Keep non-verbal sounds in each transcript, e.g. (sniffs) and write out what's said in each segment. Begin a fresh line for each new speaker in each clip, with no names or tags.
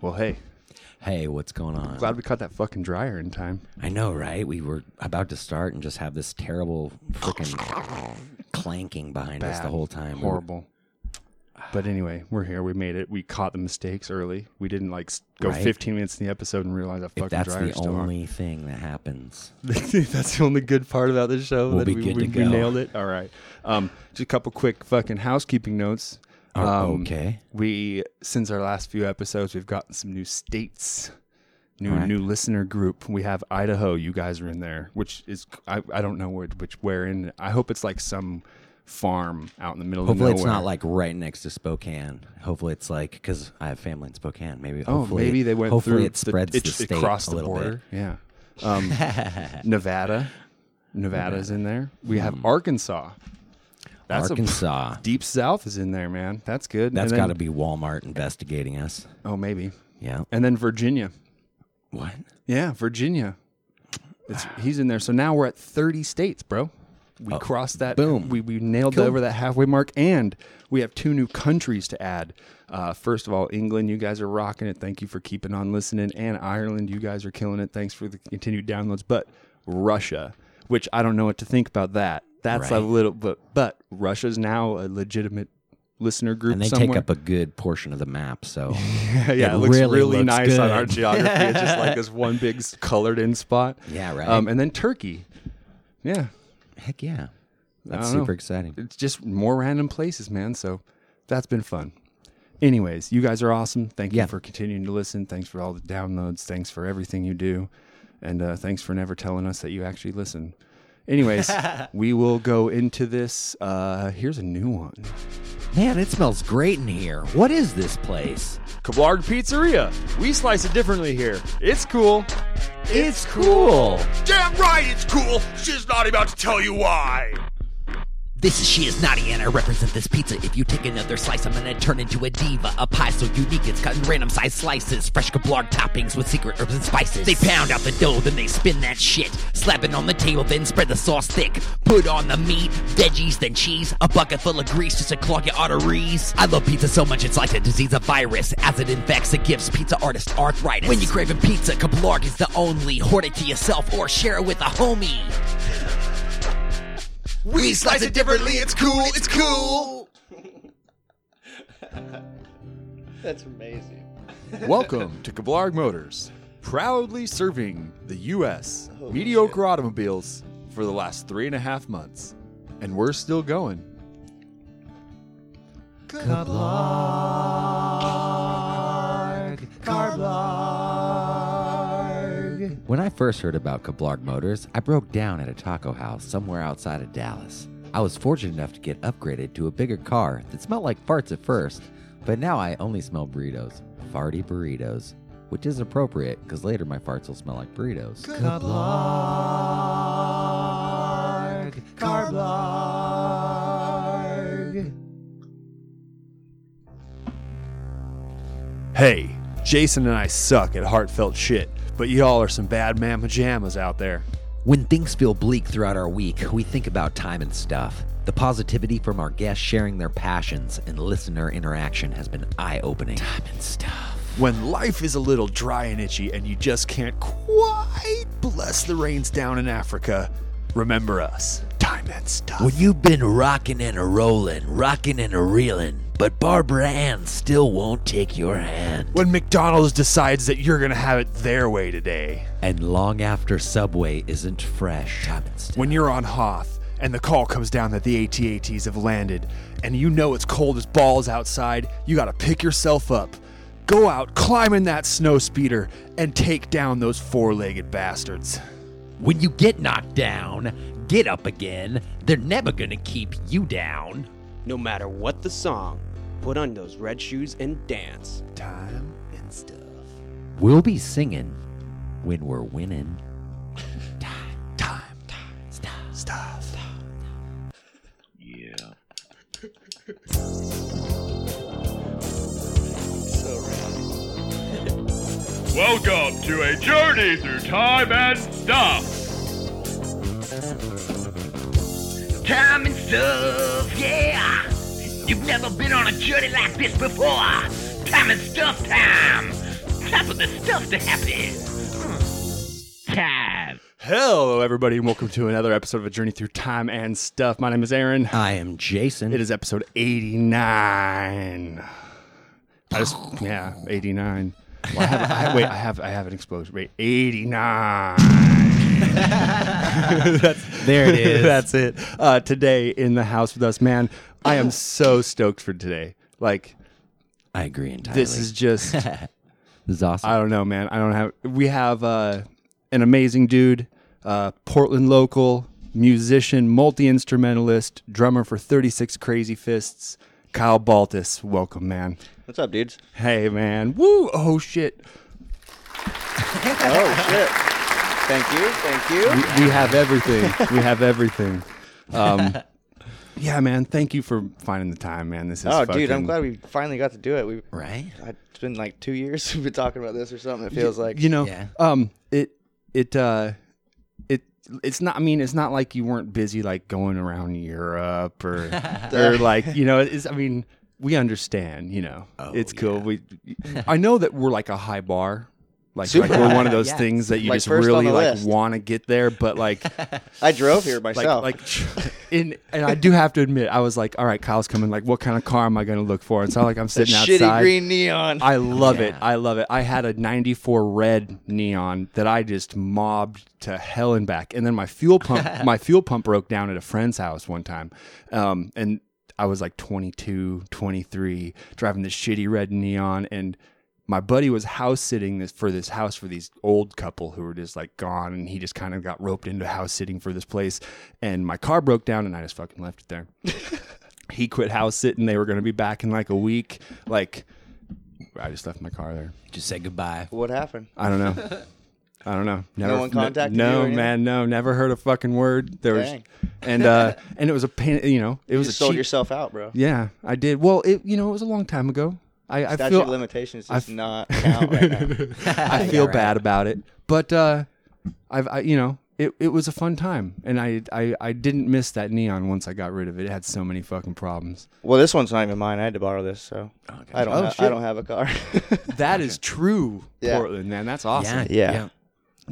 Well, hey,
Hey, what's going on?
glad we caught that fucking dryer in time.
I know, right? We were about to start and just have this terrible freaking clanking behind us the
Bad.
whole time. We were-
Horrible. But anyway, we're here. We made it. We caught the mistakes early. We didn't like s- go
Right.
15 minutes in the episode and realize that fucking
If that's
dryer's
the
still on.
only thing that happens,
(laughs) That's the only good part about this show.
We'll
that
be
we,
good
we,
to
we
go.
nailed it. All right. Um, just a couple quick fucking housekeeping notes. Um,
Oh, okay.
We since our last few episodes, we've gotten some new states, new
All right.
new listener group. We have Idaho. You guys are in there, which is I, I don't know which, which where in. I hope it's like some farm out in the middle
hopefully
of nowhere.
it's not like right next to Spokane. Hopefully it's like because I have family in Spokane. Maybe
Oh,
hopefully
maybe they went
hopefully
through
it spreads
it,
the
it
state
crossed
a
the
little
border.
(laughs)
Yeah. Um, Nevada. Nevada's in there. We have Arkansas.
bit.
That's a (laughs)
Hmm. Arkansas.
Deep South is in there, man. That's good.
That's
And then-
got to be Walmart investigating us.
Oh, maybe.
Yeah.
And then Virginia.
What?
Yeah, Virginia. It's, he's in there. So now we're at 30 states, bro. We crossed that.
Oh. boom.
We, we nailed over that halfway mark. And we have two new countries to add. Uh, first of all, England, you guys are rocking it. Thank you for keeping on listening. And Ireland, you guys are killing it. Thanks for the continued downloads. But Russia, which I don't know what to think about that. That's a
Right.
little, but but Russia's now a legitimate listener group.
And they
somewhere.
take up a good portion of the
(laughs)
map, so
yeah,
It
it looks really,
really looks
nice on our
good.
geography. it's just
(laughs)
like this one big s- colored in spot.
Yeah, right.
Um, and then Turkey. Yeah,
heck yeah. That's
I don't know.
super exciting.
it's just more random places, man. So that's been fun. Anyways, you guys are awesome. Thank
Yeah.
you for continuing to listen. Thanks for all the downloads. Thanks for everything you do. And uh, thanks for never telling us that you actually listen.
(laughs)
Anyways, we will go into this. Uh, here's a new one
Man, it smells great in here. What is this place?
Kablarg Pizzeria. We slice it differently here. It's cool.
It's cool.
Damn right it's cool. She's not about to tell you why.
This is She Is Naughty, and I represent this pizza. If you take another slice, I'm gonna turn into a diva. A pie so unique, it's cut in random sized slices. Fresh kablarg toppings with secret herbs and spices. They pound out the dough, then they spin that shit. Slap it on the table, then spread the sauce thick. Put on the meat, veggies, then cheese. A bucket full of grease just to clog your arteries. I love pizza so much, it's like the disease of virus. As it infects, it gives pizza artists arthritis. When you're craving pizza, kablarg is the only. Hoard it to yourself or share it with a homie.
We slice it differently. It's cool. It's cool.
Welcome to Kablarg Motors, proudly serving the U.S. mediocre automobiles for the last three and a half months, and we're still going.
When I first heard about Kablarg Motors, I broke down at a taco house somewhere outside of Dallas. I was fortunate enough to get upgraded to a bigger car that smelled like farts at first, but now I only smell burritos. Farty burritos. Which is appropriate because later my farts will smell like burritos.
Hey, Jason and I suck at heartfelt shit, but y'all are some bad mamma jammas out there.
When things feel bleak throughout our week, we think about time and stuff. The positivity from our guests sharing their passions and listener interaction has been eye opening. Time and stuff.
When life is a little dry and itchy and you just can't quite bless the rains down in Africa, remember us. Time and stuff.
When you've been rocking and a rolling, rocking and a reeling, but Barbara Ann still won't take your hand.
When McDonald's decides that you're going to have it their way today.
And long after Subway isn't fresh. Time and stuff.
When you're on Hoth and the call comes down that the ATATs have landed and you know it's cold as balls outside, you gotta pick yourself up. Go out, climb in that snow speeder, and take down those four legged bastards.
When you get knocked down, get up again. They're never gonna keep you down.
No matter what the song, put on those red shoes and dance.
Time and stuff.
We'll be singing when we're winning.
Time. Time. Stuff. Stuff.
Welcome to a journey through time and stuff.
Time and stuff, yeah. You've never been on a journey like this before. Time and stuff time. stuff to happen. Hmm. Time.
Hello, everybody, and welcome to another episode of A Journey Through Time and Stuff. My name is Aaron.
I am Jason.
It is episode 89. I just, yeah, 89. Well, I have, I, wait, I have, I have an explosion. Wait, 89.
There
(laughs)
it is.
That's it. Uh, today in the house with us, man. I am so stoked for today. Like,
I agree entirely.
this is just,
this is awesome.
I don't know, man. I don't have, we have uh, an amazing dude, uh, Portland local, musician, multi instrumentalist, drummer for 36 Crazy Fists, Kyle Baltus. Welcome, man.
What's up, dudes?
Hey, man. Woo. Oh, shit.
Oh shit! Thank you, thank
We,
you.
we have everything. We have everything. Um, (laughs) yeah, man. Thank you for finding the time, man. This is
Oh, dude,
fucking-
I'm glad we finally got to do it. We
right?
I- it's been like two years (laughs) we've been talking about this or something. It feels like
you know
Yeah.
um it it uh it it's not i mean it's not like you weren't busy like going around europe or or like you know it's i mean we understand you know it's cool we i know that we're like a high bar like, like
Super
we're
high,
one of those
yes.
things that you
Like
just
first on
really
the
like
list.
want to get there but like
(laughs) I drove here
like
myself.
like in and i do have to admit i was like all right kyle's coming like what kind of car am i going to look for and so like i'm
the
sitting
shitty
outside
green neon.
I love it. I love it. I had a 94 red neon that I just mobbed to hell and back. And then my fuel pump my fuel pump broke down at a friend's house one time. Um, and I was like 22, 23 driving this shitty red neon and my buddy was house sitting this for this house for these old couple who were just like gone and he just kind of got roped into house sitting for this place and my car broke down and I just fucking left it there. he quit house sitting. They were going to be back in like a week. Like, I just left my car there.
Just say goodbye.
what happened?
I don't
(laughs)
know. I don't know. Never,
one contacted you or
No,
anything?
man, no. Never heard a fucking word. There
Dang.
was, (laughs) and
(laughs)
uh, and it was a pain. You know, it
You
was a
just sold
cheap-
yourself out, bro.
Yeah, I did. Well, it you know it was a long time ago. I, I
Statute
feel
of limitations
I
does
f-
not count right now.
(laughs) I feel bad about it, but uh, I've I, you know it, it was a fun time, and I, I I didn't miss that neon once I got rid of it. It had so many fucking problems.
Well, this one's not even mine. I had to borrow this, so I don't.
Oh,
ha- I
shit.
don't have
(laughs)
a car.
That
(laughs)
is true,
Yeah.
Portland, man. That's awesome.
Yeah.
Yeah.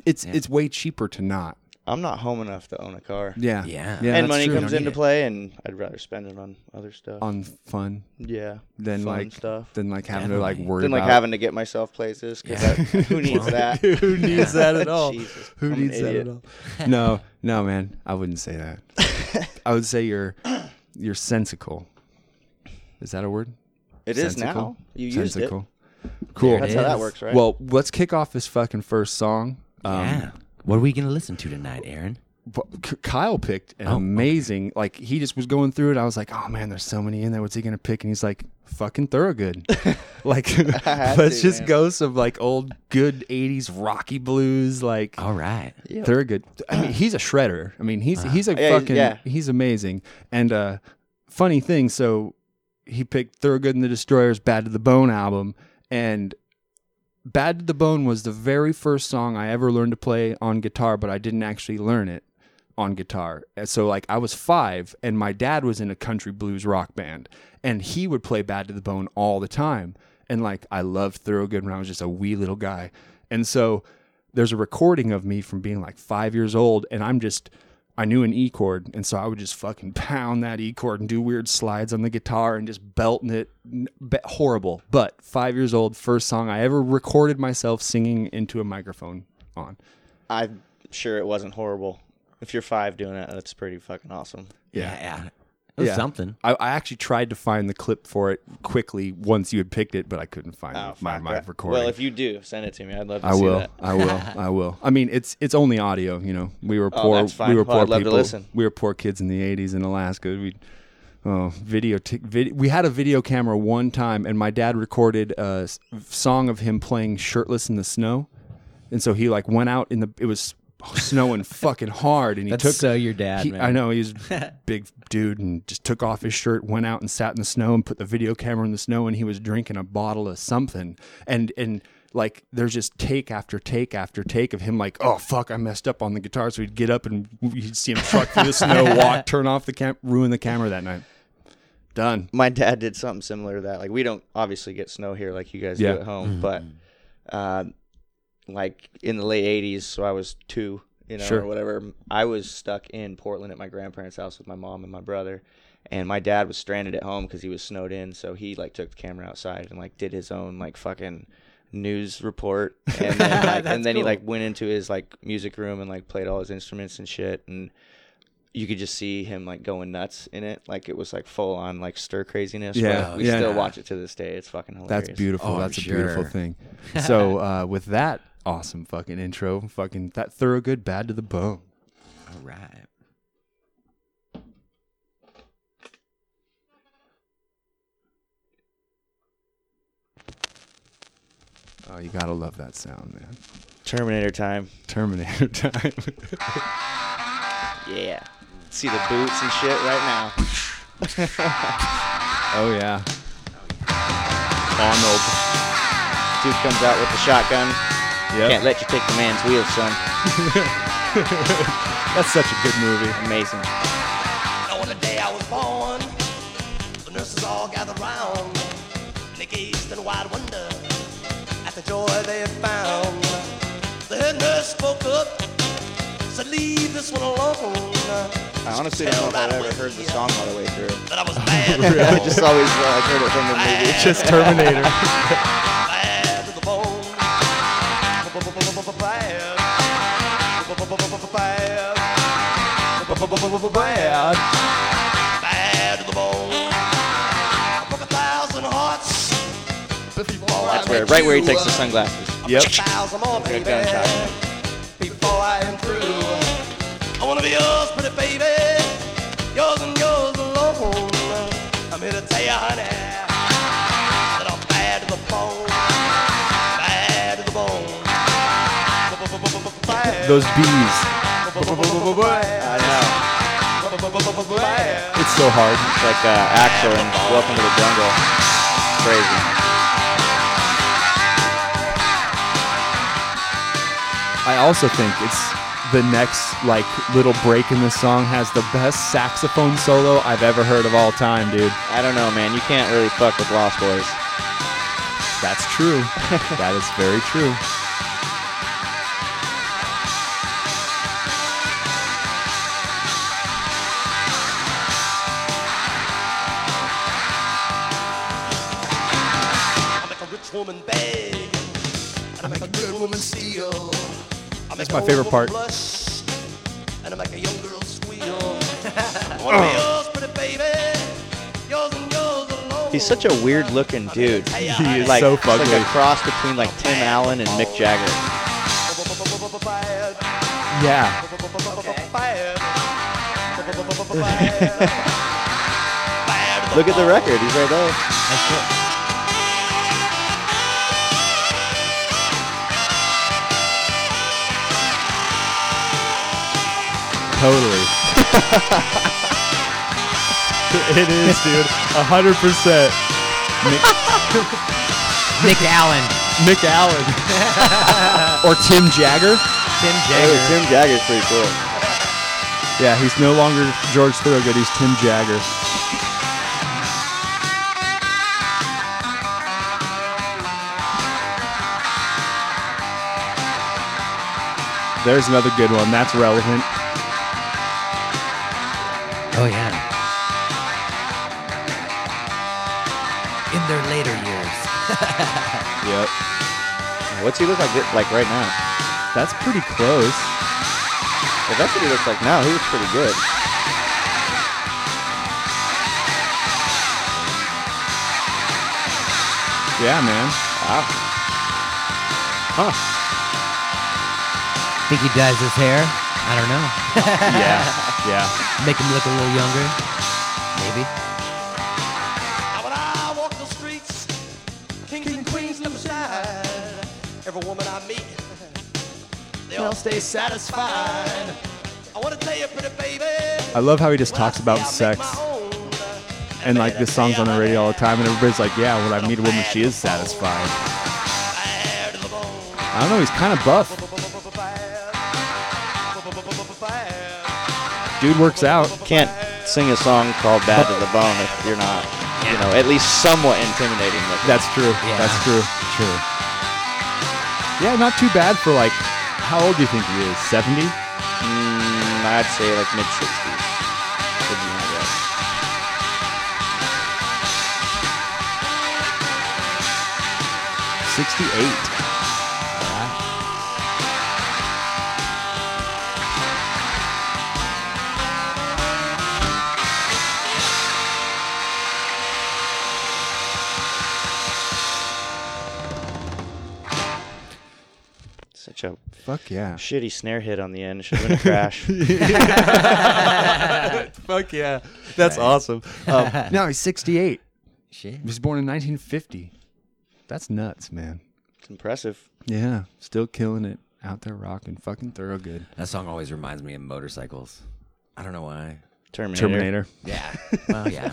It's it's way cheaper to not.
I'm not home enough to own a car.
Yeah.
Yeah.
yeah
and
that's
money
true.
comes
need
into
it.
play, and I'd rather spend it on other stuff.
on fun
yeah,
than
fun
like
stuff.
than like having to like
Definitely.
worry
than like
about
having to get myself places because who needs
(laughs)
that?
who
(laughs)
needs that at all?
Jesus,
who
I'm an
needs that
idiot.
at all?
(laughs)
No, no, man, I wouldn't say that. I would say you're you're sensical. Is that a word?
It is now. You used it.
sensical. Cool.
That's how that works, right?
Well, let's kick off this fucking first song. Um,
yeah. What are we going to listen to tonight, Aaron?
but K- Kyle picked
Oh,
an amazing. Like he just was going through it. I was like, oh man, there's so many in there. What's he gonna pick? And he's like, fucking
(laughs)
Thoroughgood. like, (laughs) let's
to,
just
man.
go some like old good '80s Rocky blues. Like
Oh,
All right.
Thoroughgood. I mean, he's a shredder. I mean, he's he's a
Uh-huh. Oh, Yeah, he's-
fucking.
yeah.
He's amazing. And uh, funny thing, so he picked Thoroughgood and the Destroyers' "Bad to the Bone" album, and "Bad to the Bone" was the very first song I ever learned to play on guitar, but I didn't actually learn it on guitar. And so like I was 5 and my dad was in a country blues rock band and he would play Bad to the Bone all the time. And like I loved Thoroughgood when I was just a wee little guy. And so there's a recording of me from being like 5 years old and I'm just I knew an E chord and so I would just fucking (laughs) pound that E chord and do weird slides on the guitar and just belting it N- be- horrible. But 5 years old first song I ever recorded myself singing into a microphone on.
I'm sure it wasn't horrible. If you're five doing it, that's pretty fucking awesome.
Yeah. yeah. It was
Yeah.
something.
I, I actually tried to find the clip for it quickly once you had picked it, but I couldn't find
Oh,
my
fuck
my
that.
recording.
Well, if you do, send it to me. I'd love to
I
see
will,
that.
I
(laughs)
will, I will. I mean, it's it's only audio. You know, we were
Oh,
poor.
that's fine.
We were
Well,
poor
I'd love to
people.
listen.
We were poor kids in the '80s in Alaska. We oh, video, t- vid- We had a video camera one time, and my dad recorded a s- song of him playing shirtless in the snow, and so he like went out in the. It was snowing fucking hard, and he
That's
took
so your dad,
he-
man.
I know
(laughs)
he's a big dude and just took off his shirt, went out and sat in the snow and put the video camera in the snow and he was drinking a bottle of something. And and like there's just take after take after take of him like, oh fuck, I messed up on the guitar. So he'd get up and you'd see him truck through the
(laughs)
snow, walk, turn off the cam, ruin the camera that night. Done.
My dad did something similar to that. Like we don't obviously get snow here like you guys
Yeah.
do at home, but um, like in the late '80s, so I was two, you know,
Sure.
or whatever. I was stuck in Portland at my grandparents' house with my mom and my brother, and my dad was stranded at home because he was snowed in. So he like took the camera outside and like did his own like fucking news report, and then, like, and then he like went into his like music room and like played all his instruments and shit and. You could just see him like going nuts in it, like it was like full on like stir craziness.
Yeah,
but we
yeah.
still watch it to this day. It's fucking hilarious.
That's beautiful.
Oh, I'm
That's a beautiful
sure. (laughs)
thing. So uh, with that awesome fucking intro, fucking that thorough good, bad to the bone.
All right.
Oh, you gotta love that sound, man.
Terminator time.
Terminator (laughs) time.
Yeah. See the boots and shit right now.
oh yeah.
Arnold. Dude comes out with the shotgun.
Yep.
Can't let you take the man's wheels, son.
That's such a good movie.
Amazing.
On the day I was born, the nurses all gathered round. They gazed in wide wonder at the joy they had found. The head nurse spoke up, said, Leave this one alone.
I honestly don't know if I've ever heard the song all the way
(laughs)
through.
That I was mad,
I just always uh, like, heard it from the movie.
Just (laughs) Terminator.
bad to the bone. Bad. Bad. Bad. Bad to the bone. I broke a thousand hearts. Before I
Oh, That's where,
met
right where he
you.
takes the sunglasses.
Yep. Thousand more, baby.
gunshot.
Before I am through, I wanna be yours, pretty baby. Yours and yours alone. I'm here to tell you, honey, that I'm bad to the bone. Bad to the bone. Bad.
Those bees.
Bad.
know.
Bad.
It's so hard.
It's like uh, Axel and Welcome to the Jungle. Crazy.
I also think it's the next like little break in the song has the best saxophone solo I've ever heard of all time, dude.
I don't know, man. You can't really fuck with Lost Boys.
That's true. (laughs) that is very true.
I make a rich woman beg. And I make a good woman steal. I make
my
an old
favorite part.
woman Blush, and I make a young girl (laughs) squeal. I wanna be yours, pretty baby. Yours and yours alone.
He's such a weird looking dude.
He is
like,
so
it's like
fugly.
a cross between like Tim Allen and Mick Jagger.
Bad,
Yeah.
bad, bad. Bad.
Look at the record. He's right there.
Totally. (laughs) it is, dude. A hundred percent.
Nick Allen,
Mick Allen. (laughs) or Tim Jagger.
Tim
Hey,
Jagger.
Tim Jagger's pretty cool.
Yeah, he's no longer George Thorogood. He's Tim Jagger. There's another good one. That's relevant.
Oh yeah. In their later years.
Yep.
What's he look like thi- like right now?
That's pretty close.
If that's what he looks like now, he looks pretty good.
Yeah, man.
Think he dyes his hair? I don't know.
Yeah. Yeah.
Make him look a little younger. Maybe.
Now when I walk the streets, kings and queens step aside. Every woman I meet, they all stay satisfied. I wanna tell you, pretty baby.
I love how he just
when
talks
I say
about
I make
sex.
my own,
And like this song's on the radio all the time, and everybody's like, "Yeah, when I meet a woman, she is satisfied."
bad to the bone,
I don't know. He's kind of buff.
bad, bad.
Dude works out.
Can't sing a song called "Bad to the Bone" if you're not, you know, at least somewhat intimidating. Looking.
That's true.
Yeah.
That's true. True. Yeah, not too bad for like, how old do you think he is? 70?
Mm, I'd say like mid 60s. Such a
Fuck yeah.
shitty snare hit on the end. Should have been a crash.
Fuck yeah. That's awesome. Um, now he's 68.
Shit.
He was born in 1950. That's nuts, man.
it's impressive.
Yeah, still killing it out there, rocking fucking thorough good.
That song always reminds me of motorcycles. I don't know why.
Terminator.
Terminator. (laughs)
Yeah. Well, yeah.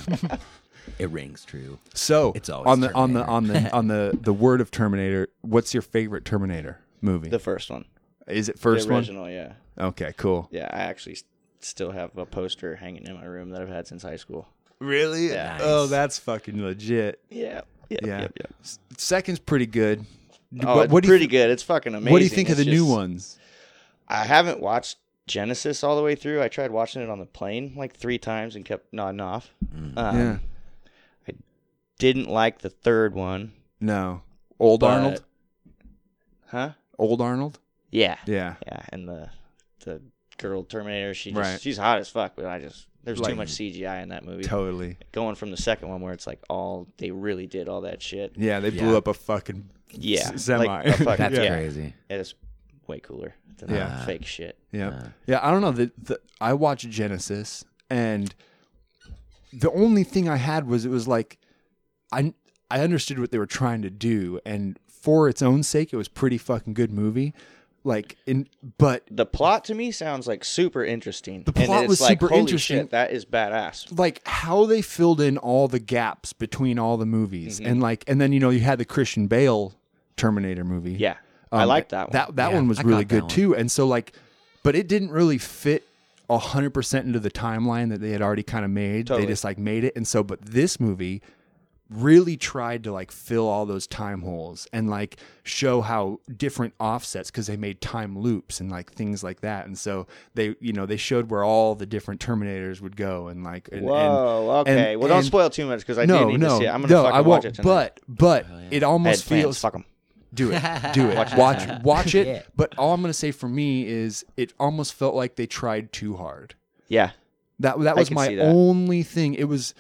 it rings true.
So
It's always
on the on the
Terminator.
on the on the the word of Terminator. What's your favorite Terminator movie?
The first one.
Is it first
the
one?
original, yeah.
Okay, cool.
Yeah, I actually s- still have a poster hanging in my room that I've had since high school.
Really?
Yeah.
Oh, that's fucking legit.
Yeah. Yep,
Yeah.
Yep, yep.
S- Second's pretty good.
Oh,
What-
it's
what do you
pretty
thi-
good. It's fucking amazing.
What do you think of the
It's
new
just-
ones?
I haven't watched Genesis all the way through. I tried watching it on the plane like three times and kept nodding off. Um,
yeah.
Didn't like the third one.
No. Old
but-
Arnold.
Huh?
Old Arnold.
Yeah.
Yeah.
Yeah. And the the girl Terminator, she just,
Right.
she's hot as fuck, but I just there's
Like-
too much CGI in that movie.
Totally.
Going from the second one where it's like all they really did all that shit.
Yeah, they blew
Yeah.
up a fucking
Yeah,
s- semi.
like
(laughs)
a fucking-
That's
Yeah.
crazy.
It is way cooler than
Yeah.
that (laughs) fake shit.
Yeah.
Uh,
yeah, I don't know. The, the I watched Genesis and the only thing I had was it was like I I understood what they were trying to do and for its own sake it was pretty fucking good movie. Like in but
The plot to me sounds like super interesting.
The plot
and it's
was
like,
super
Holy
interesting.
Shit, that is badass.
like how they filled in all the gaps between all the movies and like and then you know you had the Christian Bale Terminator movie.
Yeah,
Um,
I like that one.
That that
Yeah,
one was
I
really
caught that
good
one.
too. And so like, but it didn't really fit hundred percent into the timeline that they had already kind of made.
Totally.
They just like made it. And so, but this movie really tried to like fill all those time holes and like show how different offsets because they made time loops and like things like that and so they you know they showed where all the different terminators would go and like and, and-
Whoa, okay.
and-
well, don't
and-
spoil too much because I
no
do need
no
to see it. I'm gonna
no
fucking
I won't
watch it tonight.
but but
Oh,
it
I had
almost
plans.
feels
Fuck 'em.
do it. (laughs) Do it. watch watch, it. But all I'm gonna say for me is it almost felt like they tried too hard.
Yeah,
That that was
can
my
see that.
only thing. It was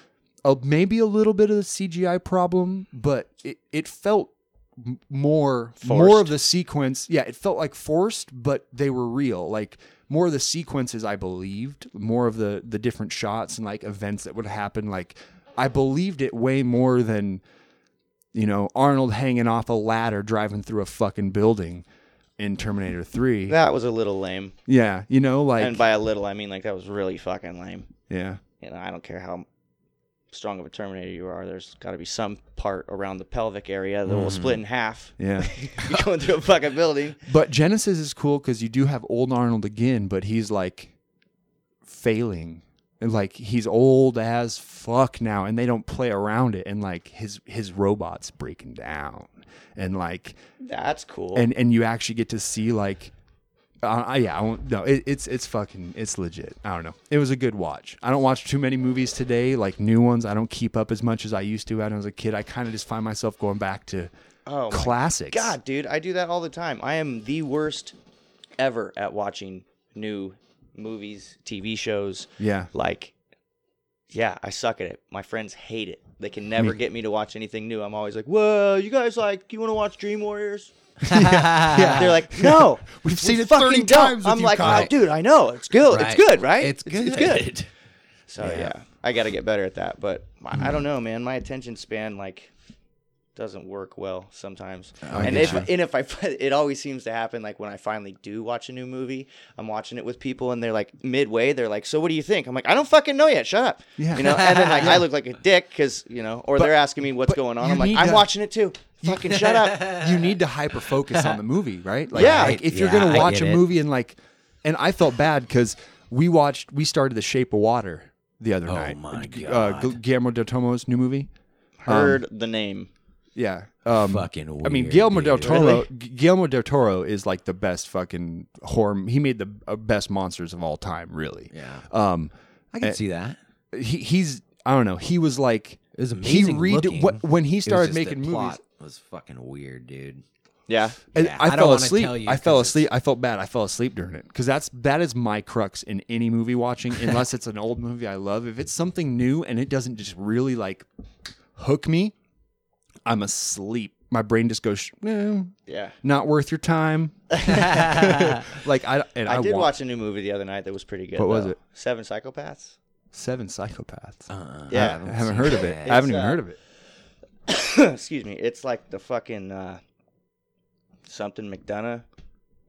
a, maybe a little bit of the CGI problem, but it, it felt m- more more
Forced.
of the sequence. Yeah, it felt like forced, but they were real. Like more of the sequences I believed, more of the the different shots and like events that would happen. Like I believed it way more than you know Arnold hanging off a ladder driving through a fucking building in Terminator 3.
that was a little lame.
yeah, you know like
and by a little, I mean like that was really fucking lame.
yeah.
You know, I don't care how strong of a Terminator you are. There's got to be some part around the pelvic area that will split in half.
Mm. Yeah.
(laughs) You're going through a fucking building.
But Genesis is cool because you do have old Arnold again, but he's like failing. And like he's old as fuck now, and they don't play around it. And like his his robot's breaking down, and like
That's cool.
and and you actually get to see like, uh, I- yeah, I won't. No, it, it's it's fucking it's legit. I don't know. It was a good watch. I don't watch too many movies today, like new ones. I don't keep up as much as I used to when I was a kid. I kind of just find myself going back to
oh my
classics.
God, dude, I do that all the time. I am the worst ever at watching new movies, TV shows.
Yeah.
Like, yeah, I suck at it. My friends hate it. They can never get me to watch anything new. I'm always like, whoa, you guys like, you want to watch
(laughs)
Dream Warriors? They're like, no,
We've seen
we
it 30
fucking don't."
times with
I'm
you,
like,
Kyle.
"Oh, dude, I know it's good. It's
Right.
good, right?
It's good.
It's good. So yeah, I got to get better at that. But my, I don't know, man. My attention span like doesn't work well sometimes. and if and if I (laughs) it always seems to happen like when I finally do watch a new movie, I'm watching it with people and they're like midway, they're like, "So what do you think?" I'm like, "I don't fucking know yet. Shut up."
Yeah.
You know, and then like I look
(laughs)
like a dick cuz, you know, or they're asking me what's
but
going on.
you
I'm like,
need
"I'm
to-
watching it too." Fucking
(laughs)
shut up.
you need to hyper focus on the movie, right? Like,
Yeah.
like, if you're
Yeah,
gonna
I
watch a
get it.
movie and like, and I felt bad because we watched, we started The Shape of Water the other night.
Oh my
Uh, Gu- Guillermo del Toro's new movie.
Heard the name.
Yeah. Um,
Fucking weird.
I mean, Guillermo del
dude.
Toro. Gu- Guillermo del Toro is like the best fucking horror. He made the uh, best monsters of all time, really.
Yeah.
Um,
I can see that.
he, he's I don't know. He was like
It was
He
amazing. looking.
what, when
It
he
was
started
just the
making movies.
plot was fucking weird, dude.
Yeah.
And
Yeah,
I,
I don't
fell
wanna
asleep.
tell you
I fell
'cause
asleep. I felt bad. I fell asleep during it because that's that is my crux in any movie watching, unless it's an old movie I love. If it's something new and it doesn't just really like hook me, I'm asleep. My brain just goes, eh,
Yeah.
not worth your
(laughs)
time. like I and I,
I, did
want
watch a new movie the other night that was pretty good.
What was
though.
it?
Seven Psychopaths.
Seven Psychopaths.
Uh,
Yeah.
I haven't heard of it. I haven't even
uh,
heard of it.
Excuse me. It's like the fucking uh, something McDonough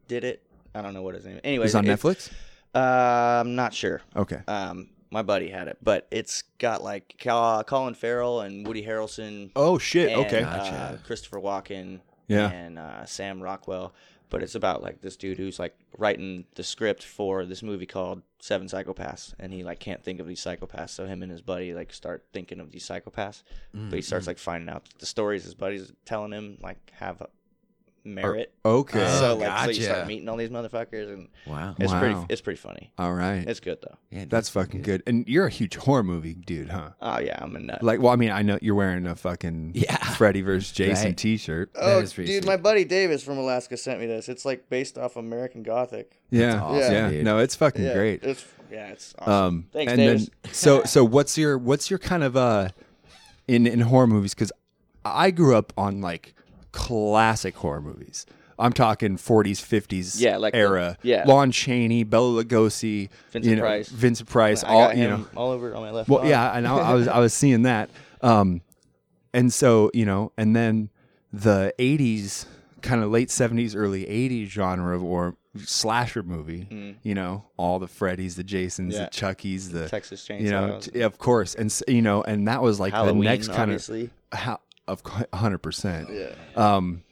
did it. I don't know what his name. Is. Anyway,
It's on Netflix.
Uh, I'm not sure.
Okay.
Um, my buddy had it, but it's got like Cal- Colin Farrell and Woody Harrelson.
Oh shit.
and,
(laughs) okay.
uh, Christopher Walken.
Yeah.
And uh, Sam Rockwell. But it's about like this dude who's like writing the script for this movie called Seven Psychopaths, and he like can't think of these psychopaths. So him and his buddy like start thinking of these psychopaths, but he
Mm-hmm.
starts like finding out that the stories his buddies telling him like have merit.
okay.
so like so you
Oh, gotcha.
start meeting all these motherfuckers, and
Wow.
it's pretty
Wow.
it's pretty funny.
All right.
It's good though.
Yeah, dude.
that's fucking good. And you're a huge horror movie dude, huh?
Oh yeah, I'm a nut.
Like, well, I mean, I know you're wearing a fucking
Yeah.
Freddy
(laughs)
versus Jason
Right.
T-shirt.
That
oh,
is
dude,
pretty sweet.
my buddy Davis from Alaska sent me this. It's like based off American Gothic.
Yeah,
awesome,
yeah.
dude.
No, it's fucking
Yeah,
great.
It's yeah, it's awesome.
um,
Thanks,
and
Davis.
then
(laughs)
so so what's your what's your kind of uh in in horror movies? Because I grew up on like classic horror movies. I'm talking 40s, 50s,
Yeah, like the-
era.
yeah.
Lon Chaney, Bella Lugosi,
Vincent
you know,
Price.
Vincent Price.
I
all
got
you
him
know,
all over on my left.
Well,
arm.
yeah, and I, I
(laughs)
was I was seeing that, um, and so you know, and then the '80s, kind of late '70s, early '80s genre of or slasher movie. You know, all the Freddies, the Jasons,
Mm. Yeah.
the Chuckies, the
Texas
You know,
Chainsaws.
t- of course, and s- you know, and that was like
Halloween,
the next kind
obviously.
of how of hundred percent.
Yeah.
Um,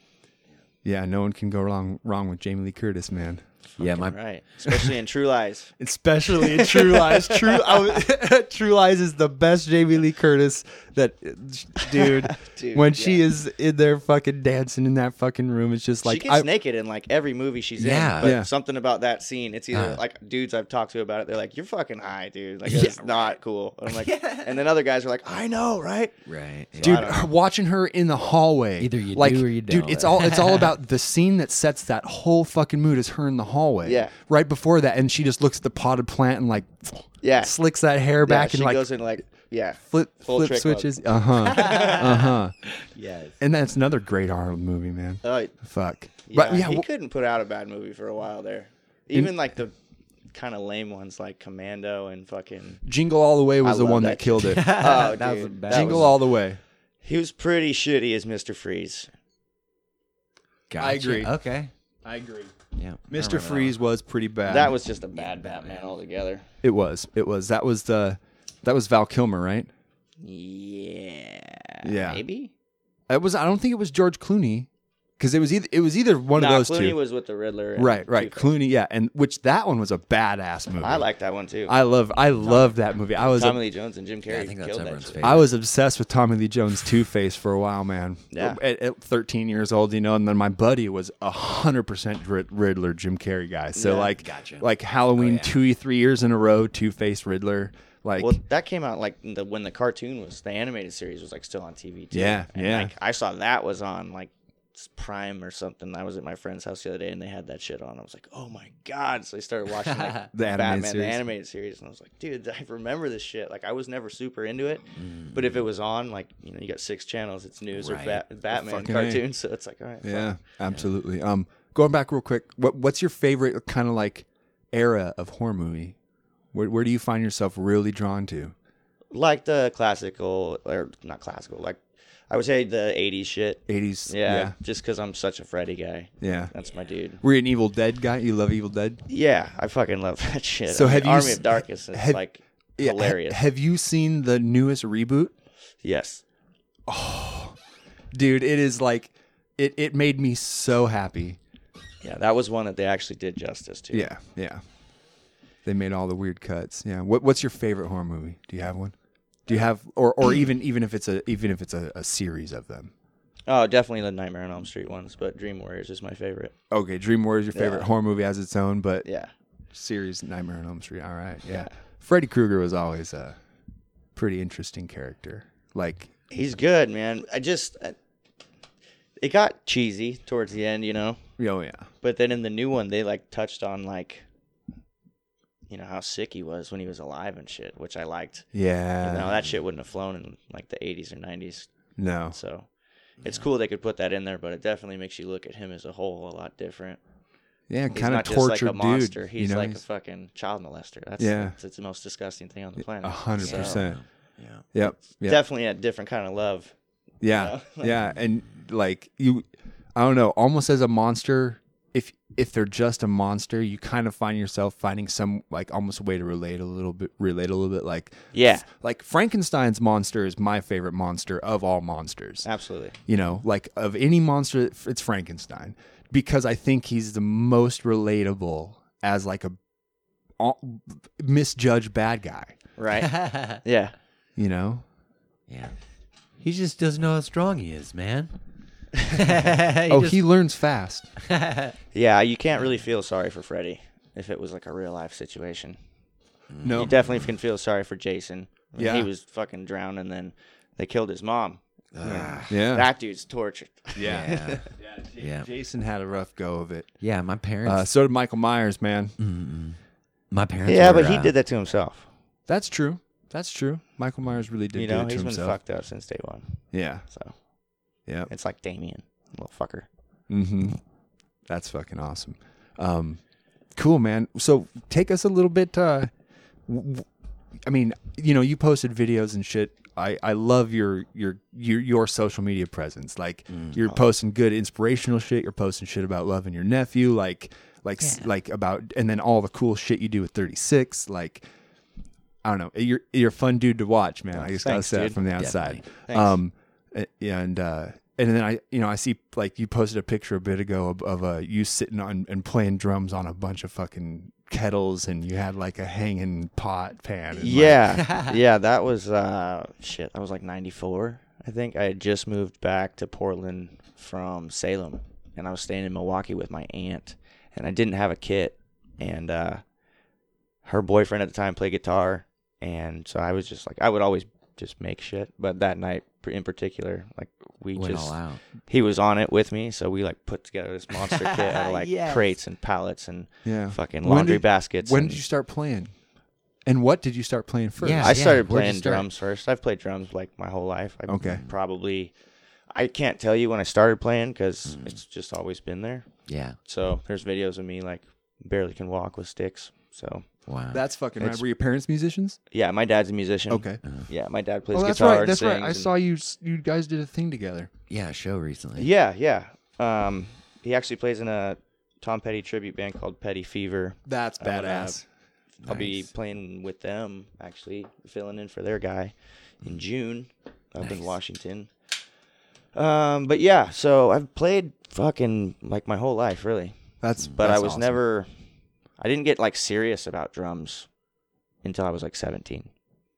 yeah, no one can go wrong wrong with Jamie Lee Curtis, man.
yeah, my
right, especially in True Lies.
especially in True Lies. True, I was- (laughs) True Lies is the best Jamie Lee Curtis. That dude,
(laughs) Dude,
when she
yeah.
is in there fucking dancing in that fucking room, it's just (laughs)
she
like
gets
I,
naked in like every movie she's
Yeah.
in. But
Yeah. Uh.
something about that scene, it's either like dudes I've talked to about it, they're like, "You're fucking high, dude. Like it's not cool." And
(laughs)
I'm like, and then other guys are like, "I know, right?"
right, yeah.
dude her- watching her in the hallway.
Either you
like,
do or you
Dude,
don't.
it's all it's all about the scene that sets that whole fucking mood is her in the hallway.
Yeah.
Right before that, and she just looks at the potted plant and like,
Yeah.
slicks that hair back
yeah, she
and like
goes in like, yeah,
flip
full
flip
trick mode.
switches. Uh huh.
(laughs)
uh huh.
Yes.
And that's another great Arnold movie, man.
Uh,
Fuck.
yeah,
but yeah,
he
wh-
couldn't put out a bad movie for a while there. Even like the kind of lame ones like Commando and fucking.
Jingle All the Way was
I
the
love
one
(laughs) that
that killed it.
(laughs)
Oh,
That was a
dude,
bad
that
one.
Jingle
was-
All the Way.
He was pretty shitty as Mr. Freeze.
Gotcha.
I agree.
(laughs)
Okay,
I agree.
yeah, I remember
Mr.
that
Freeze was pretty bad.
That was just a bad Batman altogether.
it was. It was. That was the that was Val Kilmer, right?
Yeah.
Yeah.
Maybe.
It was I don't think it was George Clooney cuz it was either it was either one
Nah,
of those
Clooney
two.
was with the Riddler. and
right, right.
Two-Face.
Clooney, yeah, and which that one was a badass movie.
I like that one too.
I love I love that movie. I was
Tommy Lee Jones and Jim Carrey
one. I think that's
killed that
everyone's
shit.
favorite.
I was obsessed with Tommy Lee Jones Two Face for a while, man.
Yeah.
At, at 13 years old, you know, and then my buddy was a hundred percent Rid- Riddler Jim Carrey guy. So like, like Halloween two, three years in a row, Two Face Riddler. Like, (laughs)
Oh, Well, that came out like the, when the cartoon was the animated series was like still on TV too.
Yeah,
And,
yeah.
Like, I saw that was on like Prime or something. I was at my friend's house the other day and they had that shit on. I was like, oh my god! So I started watching like
(laughs) The animated
Batman the
series.
animated series, and I was like, dude, I remember this shit. Like I was never super into it,
Mm.
but if it was on, like you know, you got six channels. It's news
Right.
or Bat- Batman
Fucking A.
cartoons, so it's like all right.
yeah, absolutely. Um, going back real quick, what what's your favorite kind of like era of horror movie? Where where do you find yourself really drawn to?
like the classical or not classical like i would say the 80s shit
80s.
yeah,
yeah,
just because i'm such a freddy guy
yeah.
that's
(laughs)
my dude
Were you an Evil Dead guy? You love Evil Dead?
yeah i fucking love that shit
So
I mean,
have you
army
s-
of darkness is
have-
like
Yeah. ha-
hilarious
have you seen the newest reboot?
yes
dude it is like it, it made me so happy
yeah that was one that they actually did justice to
yeah yeah they made all the weird cuts yeah what, what's your favorite horror (clears throat) movie do you have one do you have or or even even if it's a even if it's a, a series of them
Oh, definitely the Nightmare on Elm Street ones, but Dream Warriors is my favorite.
Okay, Dream Warriors your favorite
Yeah.
horror movie as its own, but
Yeah.
series Nightmare on Elm Street. All right, yeah. Freddy Krueger was always a pretty interesting character. Like,
He's good, man. I just I, it got cheesy towards the end, you know.
oh yeah,
But then in the new one, they like touched on like you know how sick he was when he was alive and shit, which I liked.
yeah,
now that shit wouldn't have flown in like the 80s or 90s.
no,
So it's cool they could put that in there, but it definitely makes you look at him as a whole a lot different.
yeah,
He's
kind of
not just
tortured
like a monster.
dude.
He's
you know,
like a fucking child molester. That's
Yeah.
yeah. it's the most disgusting thing on the planet.
a hundred
So,
percent.
Yeah.
Yep, yep.
Definitely a different kind of love.
Yeah.
know?
yeah. And like you I don't know, almost as a monster, if if they're just a monster, you kind of find yourself finding some like almost a way to relate a little bit relate a little bit like
Yeah.
like Frankenstein's monster is my favorite monster of all monsters.
Absolutely.
You know, like of any monster it's Frankenstein because I think he's the most relatable as like a all- misjudged bad guy, (laughs)
Right? yeah.
you know?
Yeah. He just doesn't know how strong he is, man.
oh, he learns fast.
Yeah, you can't really feel sorry for Freddy if it was like a real life situation.
No.
You definitely can feel sorry for Jason. I mean,
Mm. Yeah.
He was fucking drowned and then they killed his mom.
yeah.
That dude's tortured.
Yeah. yeah.
Jason had a rough go of it. Mm-hmm.
Yeah, my parents.
Uh, so did Michael Myers, man.
my parents.
yeah,
were,
but he
uh,
did that to himself.
That's true. That's true. Michael Myers really did
You
do
know,
it to
he's been
himself.
fucked up since day one.
Yeah,
So
yeah.
it's like Damien, little fucker.
Mm-hmm. That's fucking awesome. Um, cool, man. So take us a little bit. Uh, w- w- I mean, you know, you posted videos and shit. I, I love your, your your your social media presence. Like you're posting good inspirational shit. You're posting shit about loving your nephew. Like like s like about and then all the cool shit you do with 36. Like I don't know. You're you're a fun dude to watch, man. I just gotta
Thanks,
say that
dude.
from the outside. Um, a- and uh, and then I you know I see like you posted a picture a bit ago of, of uh, you sitting on and playing drums on a bunch of fucking kettles, and you had like a hanging pot pan. And, like- (laughs)
Yeah. yeah, that was uh shit. That was like 94, I think. I had just moved back to Portland from Salem and I was staying in Milwaukee with my aunt and I didn't have a kit and uh her boyfriend at the time played guitar and so I was just like I would always just make shit, but that night in particular, like we
went
just
all out.
he was on it with me, so we like put together this monster kit out of like
Yes.
crates and pallets and
yeah.
fucking
When
laundry
did-
baskets.
When
and-
did you start playing? And what did you start playing first?
Yeah.
I started
where'd you
playing
start?
drums first. I've played drums like my whole life. I
Okay.
Probably, I can't tell you when I started playing because it's just always been there.
Yeah.
So there's videos of me like barely can walk with sticks. So
Wow.
That's fucking right.
It's-
Were your parents musicians?
yeah, my dad's a musician.
Okay.
Yeah, my dad plays
Oh, that's
guitar.
right. That's
and
right. I
sings
saw
and-
you. s- You guys did a thing together.
yeah, a show recently.
Yeah, yeah. Um, he actually plays in a Tom Petty tribute band called Petty Fever.
That's
I wanna-
badass.
I'll be playing with them actually, filling in for their guy
Hmm.
in June up in Washington. Um, but yeah, so I've played fucking like my whole life really,
That's.
but
that's
I was
awesome.
never, I didn't get like serious about drums until I was like 17.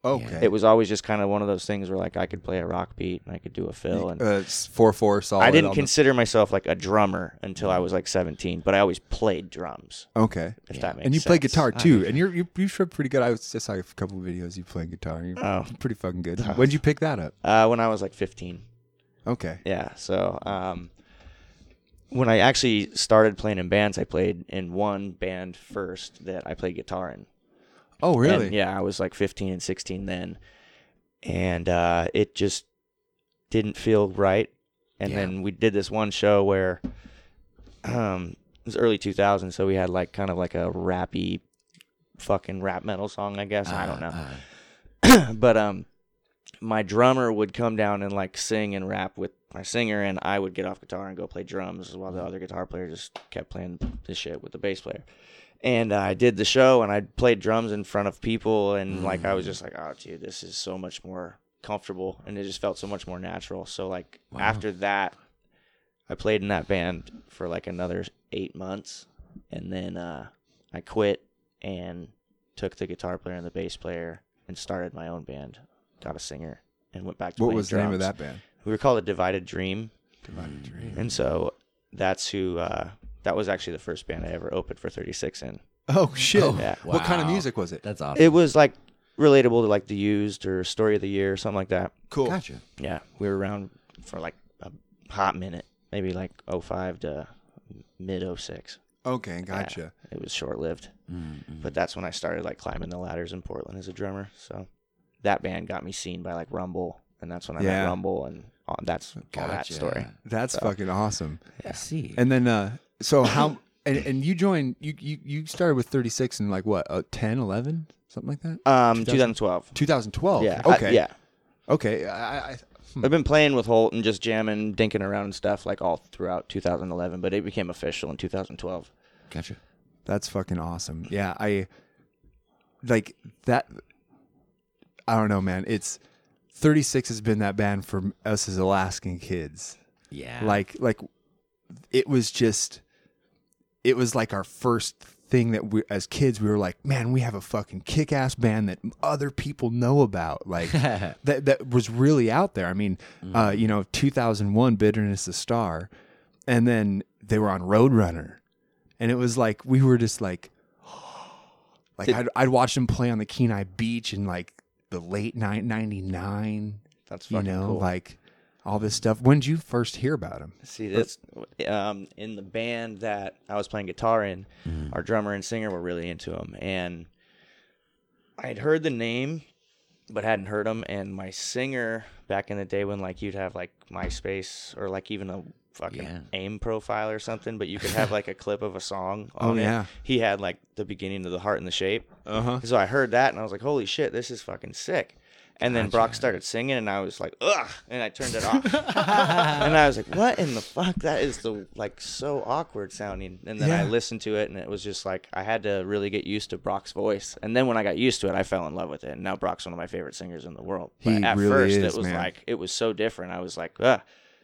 Okay.
It was always just kind of one of those things where like I could play a rock beat and I could do a fill and
Uh, it's four four solid.
I didn't
on the- Hmm.
consider myself like a drummer until I was like 17, but I always played drums.
Okay.
If that makes
and you play
sense.
guitar too, and you're you you sure pretty good. I was just saw a couple of videos of you playing guitar. You're
Oh.
pretty fucking good. When'd you pick that up?
Uh, when I was like 15.
Okay,
Yeah. So um, when I actually started playing in bands, I played in one band first that I played guitar in.
Oh, really?
And, yeah, I was like 15 and 16 then, and uh, it just didn't feel right. And
Yeah.
then we did this one show where um, it was early 2000, so we had like kind of like a rappy fucking rap metal song, I guess. I don't know
Uh,
(clears throat) but um my drummer would come down and like sing and rap with my singer and I would get off guitar and go play drums while
Mm.
the other guitar player just kept playing this shit with the bass player. And I did the show and I played drums in front of people and like
Mm.
I was just like, oh dude, this is so much more comfortable and it just felt so much more natural. So like after that I played in that band for like another eight months and then uh I quit and took the guitar player and the bass player and started my own band, got a singer, and went back to
What
playing
was the name of
drums.
that band?
We were called a Divided Dream, And so that's who. Uh, that was actually the first band I ever opened for 36 in.
Oh shit!
Yeah.
What kind of
Wow.
music was it?
That's awesome.
It was like relatable to like the used or story of the year or something like that.
cool.
gotcha.
Yeah, we were around for like a hot minute, maybe like 05 to mid 06.
Okay, gotcha.
It was short lived, but that's when I started like climbing the ladders in Portland as a drummer. So that band got me seen by like Rumble, and that's when I
Yeah.
met Rumble, and uh, that's all that
Gotcha.
story.
That's fucking awesome.
I see.
And then, uh, so how? (coughs) And, and you joined. You, you you started with 36 and like what? Uh, 10, 11, something like that.
Um, 2012.
2012.
Yeah, I-
Okay.
yeah.
Okay. I, I, hmm.
I've been playing with Holt and just jamming, dinking around and stuff like all throughout 2011, but it became official in 2012.
gotcha.
That's fucking awesome. Yeah, I like that. I don't know, man. It's 36 has been that band for us as Alaskan kids.
Yeah.
Like, like it was just, it was like our first thing that we, as kids, we were like, man, we have a fucking kick ass band that other people know about.
(laughs)
Like, that, that was really out there. I mean, uh,
Mm-hmm.
you know, 2001, Bitterness the Star. And then they were on Roadrunner. And it was like, we were just like, (gasps) like I'd, I'd watch them play on the Kenai Beach in like the late night 99.
That's
You
fucking
know,
cool.
like all this stuff. When did you first hear about them?
See, that's um, in the band that I was playing guitar in.
Mm-hmm.
Our drummer and singer were really into them, and I'd heard the name, but hadn't heard them. And my singer back in the day, when like you'd have like MySpace or like even a fucking
Yeah.
AIM profile or something, but you could have like a clip of a song.
(laughs)
On
Oh,
it.
yeah. Uh-huh.
he had like the beginning of the heart and the shape. Uh huh. So I heard that, and I was like, "Holy shit, this is fucking sick." And then Brock started singing, and I was like, "Ugh!" and I turned it
(laughs)
off. (laughs) and I was like, "What in the fuck? That is the like so awkward sounding." And then I
Yeah.
listened to it, and it was just like I had to really get used to Brock's voice. And then when I got used to it, I fell in love with it. And now Brock's one of my favorite singers in the world. But
He
at
really
first,
is,
it was
man.
like it was so different. I was like, "Ugh,"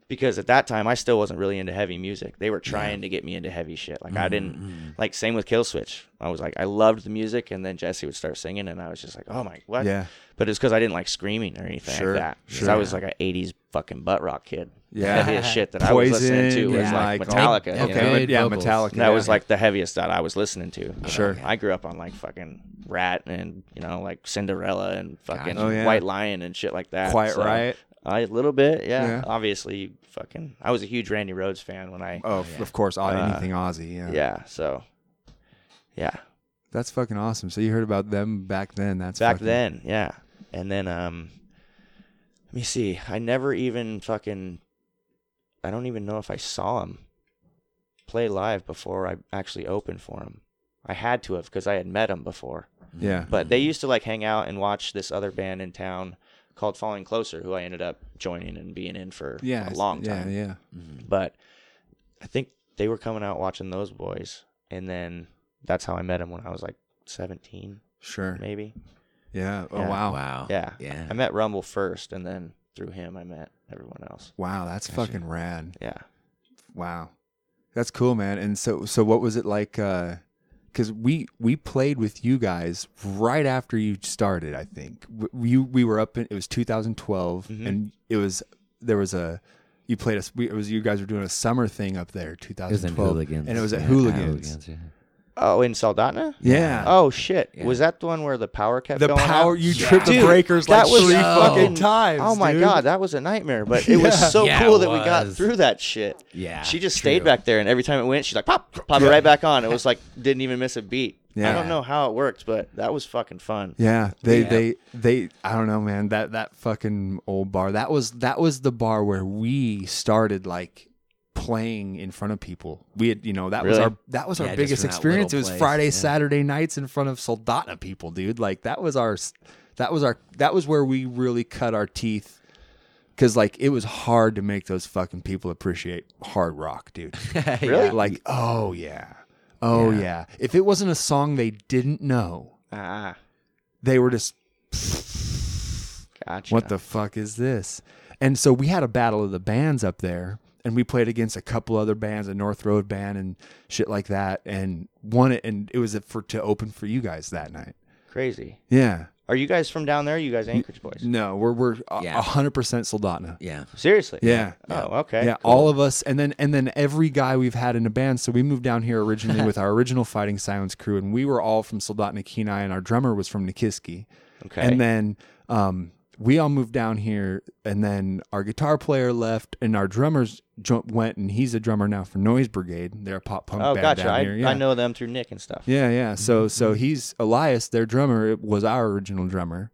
because at that time I still wasn't really into heavy music. They were trying to get me into heavy shit. Like I
Mm-hmm.
didn't like. Same with Killswitch. I was like, I loved the music, and then Jesse would start singing, and I was just like, "Oh my, what?"
Yeah.
But it's because I didn't like screaming or anything
Sure,
like that. 'Cause
sure.
I was like an '80s fucking butt rock kid.
Yeah.
the heaviest shit that I was
Poison
listening to was like Metallica. you
Okay,
know?
Good
yeah,
vocals.
Metallica.
That
yeah.
was like the heaviest that I was listening to. you
Sure.
know? I grew up on like fucking Rat and you know like Cinderella and fucking
Oh, yeah.
White Lion and shit like that.
Quiet
so-
Riot.
I- A little bit, yeah.
Yeah.
Obviously, fucking. I was a huge Randy Rhodes fan when I.
Oh, of course, Odd anything Aussie. Yeah.
Uh, Yeah. So. Yeah.
That's fucking awesome. So you heard about them back then. That's
back
fucking-
then yeah and then um let me see i never even fucking i don't even know if i saw him play live before i actually opened for him i had to have because i had met him before
Yeah.
but they used to like hang out and watch this other band in town called falling closer who i ended up joining and being in for
yeah.
a long
yeah,
time
Yeah.
but i think they were coming out watching those boys and then that's how i met him when i was like 17
Sure.
maybe
Yeah. Oh
Yeah.
wow. Wow.
Wow.
yeah.
Yeah.
I met Rumble first, and then through him, I met everyone else.
that's fucking rad.
Yeah.
Wow. That's cool, man. And so so what was it like uh cuz we we played with you guys right after you started, I think. W- You we were up in it was 2012
Mm-hmm.
and it was there was a you played us we, it was you guys were doing a summer thing up there
It was in
2012
hooligans.
and it was at
Yeah,
hooligans.
yeah.
Oh, in Saldana?
Yeah.
Oh shit! Was that the one where the power kept
the
going
power
out?
you tripped the
Dude,
breakers
that
like
was
three
so-
fucking times.
Oh my
dude.
god, that was a nightmare. But
(laughs)
it was so
Yeah,
cool
it
that we got
was.
through that shit.
Yeah,
She just
true.
stayed back there, and every time it went, she's like pop, pop it right back on. It was like didn't even miss a beat.
Yeah.
I don't know how it worked, but that was fucking fun.
Yeah, they they they. I don't know, man. That that fucking old bar. That was that was the bar where we started like playing in front of people. We had you know that was
Really?
our that was
Yeah,
our
just
biggest
in that
experience. It was
little place,
Friday
yeah.
Saturday nights in front of Soldotna people, dude. Like that was our s- that was our that was where we really cut our teeth. Cause like it was hard to make those fucking people appreciate hard rock, dude.
(laughs)
Really?
Like, oh yeah, oh yeah. If it wasn't a song they didn't know,
Ah,
they were just
gotcha.
what the fuck is this? And so we had a battle of the bands up there, and we played against a couple other bands, a North Road band and shit like that, and won it. And it was for to open for you guys that night.
crazy?
Yeah,
Are you guys from down there? Or you guys Anchorage boys?
No, we're we're a
Yeah.
a hundred percent Soldotna.
Yeah.
Seriously?
Yeah.
Oh, okay.
Yeah, all of us, and then and then every guy we've had in a band. So we moved down here
(laughs)
originally with our original Fighting Silence crew, and we were all from Soldotna Kenai, and our drummer was from Nikiski.
Okay.
And then um, we all moved down here, and then our guitar player left, and our drummers jo- went, and he's a drummer now for Noise Brigade. They're a pop punk
Oh,
band
gotcha.
down
I,
here. Yeah.
I know them through Nick and stuff.
Yeah, yeah. So so he's Elias, their drummer, was our original drummer.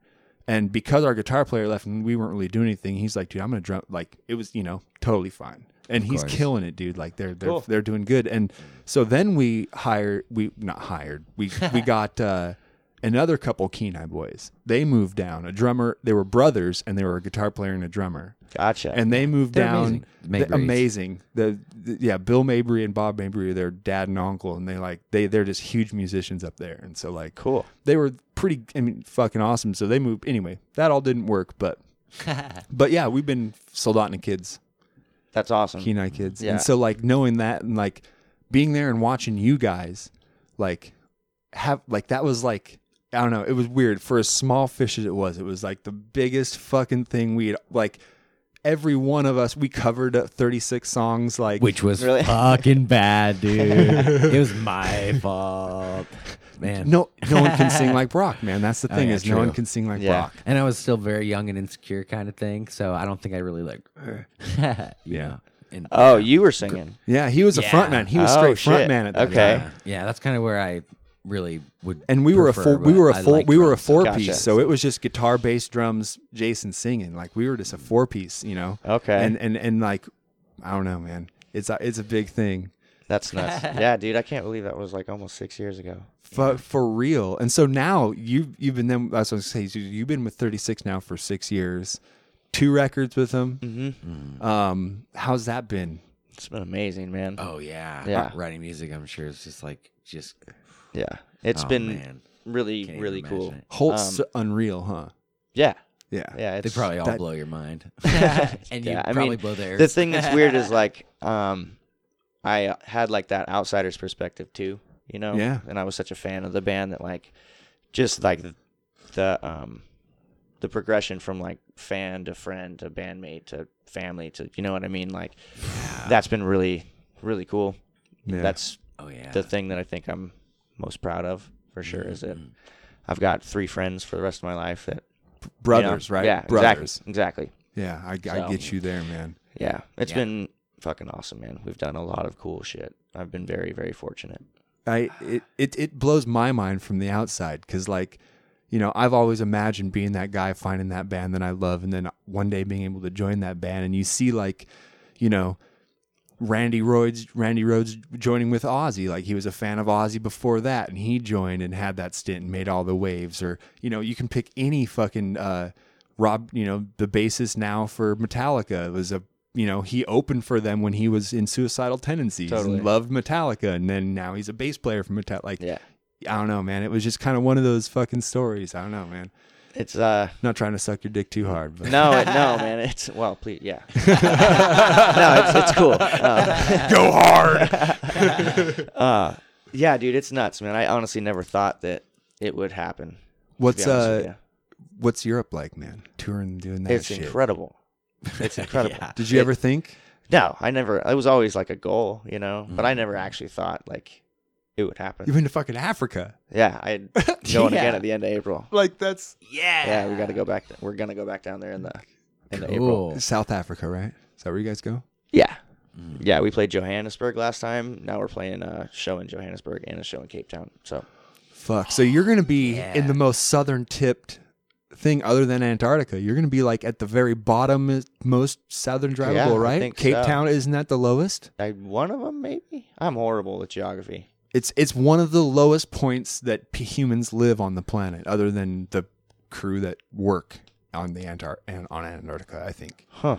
And because our guitar player left and we weren't really doing anything, he's like, dude, I'm gonna drum like it was, you know, totally fine. And he's
course.
killing it, dude. Like they're they're
Cool.
they're doing good. And so then we hired we not hired, we
(laughs)
we got uh another couple Kenai boys. They moved down. A drummer, they were brothers and they were a guitar player and a drummer
Gotcha.
and they moved
They're
down.
amazing.
Amazing.
Mabry's.
The, amazing. The, the- yeah, Bill Mabry and Bob Mabry are their dad and uncle, and they like they they're just huge musicians up there, and so like
Cool.
They were pretty, I mean, fucking awesome. So they moved anyway. That all didn't work, but but yeah, we've been Soldotna kids,
That's awesome.
Kenai kids,
Yeah.
and so like knowing that and like being there and watching you guys, like have like that was like. I don't know. It was weird. For as small fish as it was, it was like the biggest fucking thing we had. Like, every one of us we covered uh, 36 songs like
Which was
(laughs)
Really?
fucking bad, dude. it was my fault. Man.
no no
(laughs)
one can sing like Brock man that's the thing
Oh, yeah,
is
true.
no one can sing like
Yeah.
Brock
And I was still very young and insecure kind of thing, so I don't think I really like Yeah. And
Oh, you were singing.
yeah he was a front man he was
Oh,
straight front
shit.
man at that
Okay.
time.
yeah, that's kind of where I really would
and we were a
prefer,
four we
but
were a
I
four
like
we were a
drums.
four
Gotcha.
piece so it was just guitar bass drums Jason singing like we were just a four piece you know
Okay.
and and and like I don't know man it's a, it's a big thing
(laughs)
That's nuts. yeah, dude. I can't believe that was like almost six years ago.
for, for real. And so now you you've been them. That's what I was gonna say. you- You've been with Thirty Six now for six years, two records with them.
Mm-hmm.
Um, how's that been?
It's been amazing, man.
Oh yeah.
Yeah.
Writing music, I'm sure it's just like just
Yeah. it's
Oh,
been
man.
really,
Can't even
really
imagine
cool.
it.
Holt's unreal, huh?
Yeah.
Yeah.
Um, Yeah. It's,
They probably all
that-
blow your
(laughs)
mind. and you
yeah, I
probably
mean,
blow theirs.
the thing that's
(laughs)
weird is like, um, I uh, had like that outsider's perspective too, you know?
Yeah.
And I was such a fan of the band that like, just like the, um, the progression from like fan to friend to bandmate to family to, you know what I mean? Like, that's been really, really cool.
Yeah.
That's
Oh yeah.
the thing that I think I'm most proud of for sure is
Mm.
that I've got three friends for the rest of my life that you know,
brothers, right?
Yeah,
brothers.
exactly, exactly.
Yeah, I,
So-
I get you there, man.
Yeah, it's
Yeah.
been fucking awesome, man. We've done a lot of cool shit. I've been very, very fortunate.
I it it, it blows my mind from the outside because like. You know, I've always imagined being that guy finding that band that I love, and then one day being able to join that band. And you see, like, you know, Randy Rhodes, Randy Rhodes joining with Ozzy, like he was a fan of Ozzy before that, and he joined and had that stint and made all the waves. Or you know, you can pick any fucking uh, Rob, you know, the bassist now for Metallica was a you know he opened for them when he was in suicidal tendencies
Totally.
and loved Metallica, and then now he's a bass player for Metallica. Like
Yeah,
I don't know, man. It was just kind of one of those fucking stories. I don't know, man.
it's uh,
Not trying to suck your dick too hard,
(laughs)
but (laughs)
no, it- no, man. It's well, please, yeah. no, it's, it's cool. Uh,
Go
(laughs)
hard.
uh, yeah, dude, it's nuts, man. I honestly never thought that it would happen. to be
what's
honest with
uh, what's Europe like, man? Touring, doing that
you. it's
shit.
incredible.
(laughs)
It's incredible.
Did you ever think?
No, I never. It was always like a goal, you know. But
Mm-hmm.
I never actually thought like it would happen.
You've been to fucking Africa.
Yeah,
(laughs)
I going again at the end of April.
Like that's
Yeah, we got to go back. we're gonna go back down there in the in the April.
Cool.
South Africa, right? Is that where you guys go?
Yeah, yeah. We played Johannesburg last time. Now we're playing a show in Johannesburg and a show in Cape Town. So
Fuck. So you're gonna be in the most southern tipped thing other than Antarctica. You're gonna be like at the very bottom is- most southern drivable,
Yeah, I
right?
think
Cape
so.
Town isn't that the lowest?
I, one of them maybe. I'm horrible with geography.
It's it's one of the lowest points that p- humans live on the planet, other than the crew that work on the Antar- and on Antarctica. I think.
Huh?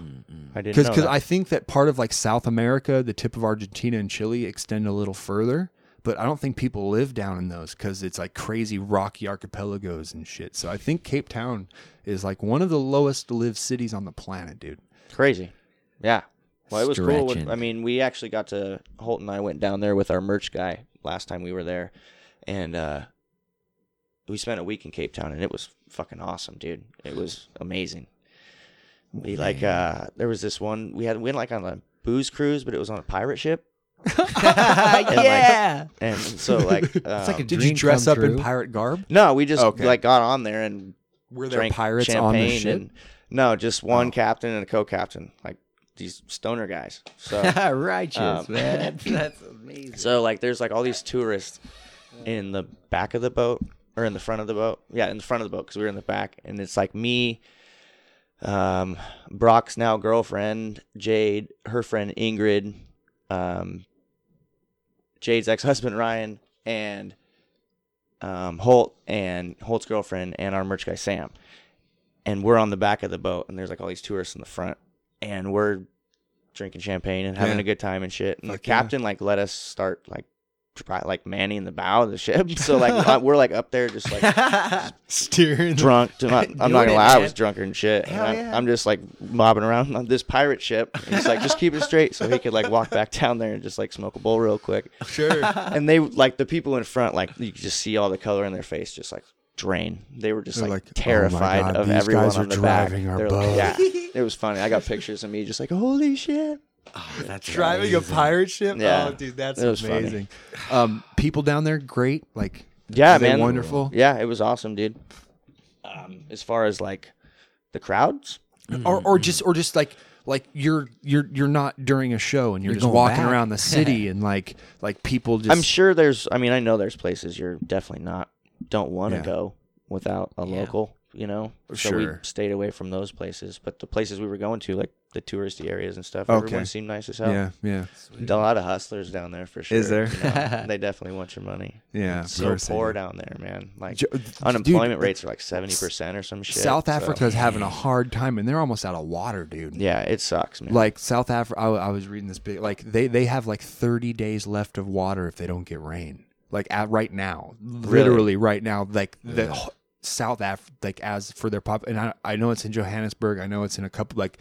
I didn't
because
know
because
that.
I think that part of like South America, the tip of Argentina and Chile extend a little further, but I don't think people live down in those because it's like crazy rocky archipelagos and shit. So I think Cape Town is like one of the lowest lived cities on the planet, dude.
crazy. Yeah. Well, it was cool. When,
Stretching.
I mean, we actually got to Holt and I went down there with our merch guy last time we were there, and uh, we spent a week in Cape Town, and it was fucking awesome, dude. It was amazing. We like uh there was this one we had we went like on a booze cruise, but it was on a pirate ship. (laughs) yeah. and so like uh,
It's like a
Did you
dream
dress
come
up in
true.
pirate garb?
no, we just
Okay.
like got on there and
Were there
drank
pirates on
champagne
the ship? Oh.
and no, just one captain and a co-captain, like these stoner guys.
(laughs)
So
Righteous,
Um,
man. That's, that's amazing.
So like there's like all these tourists in the back of the boat or in the front of the boat. Yeah, in the front of the boat because we were in the back, and it's like me, um, Brock's now girlfriend Jade, her friend Ingrid, um, Jade's ex-husband Ryan, and um, Holt and Holt's girlfriend and our merch guy Sam, and we're on the back of the boat, and there's like all these tourists in the front, and we're drinking champagne and having
Yeah.
a good time and shit. And the
Fuck yeah.
captain like let us start like try, like manning the bow of the ship, (laughs) so like uh, we're like up there just like
Steering.
drunk.
(laughs)
I'm not, I'm not
Doing
gonna
it,
lie, I
man.
was drunker and shit. And
Hell
I'm,
yeah.
I'm just like mobbing around on this pirate ship. And he's like, just keep it straight, so he could like walk back down there and just like smoke a bowl real quick.
Sure.
(laughs) And they like the people in front, like you could just see all the color in their face, just like drain. They were just
They're
like,
like, "Oh my
terrified
God,
of
these
everyone
guys
on
are
the back.
driving our
They're
boat.
Like, yeah, it was funny. I got pictures of me just like, holy shit.
That's
Driving a
amazing.
pirate ship?
Yeah.
Oh, dude, that's
It was funny.
amazing. Um, people down there, great. Like,
Yeah,
are they
man.
wonderful.
Yeah, it was awesome, dude. Um, as far as like the crowds,
or or just or just like like you're you're you're not during a show and you're,
You're
just
going
walking
back.
around the city and like like people just
I'm sure there's. I mean, I know there's places you're definitely not don't want to
Yeah.
go without a local. You know, so we
Sure.
stayed away from those places. But the places we were going to, like the touristy areas and stuff,
Okay.
everyone seemed nice as hell.
yeah yeah
a lot of hustlers down there for sure.
Is there?
you know? they definitely want your money.
(laughs) yeah of
It's so
course they
poor
do.
down there, man. Like
Jo- dude,
unemployment rates are like seventy percent or some shit.
South
so-
Africa's having a hard time and they're almost out of water dude
Yeah, it sucks, man.
like South Africa I, I was reading this big like they they have like 30 days left of water if they don't get rain like at right now literally right now like the wh- South Af like as for their pop and I, I know it's in Johannesburg I know it's in a couple like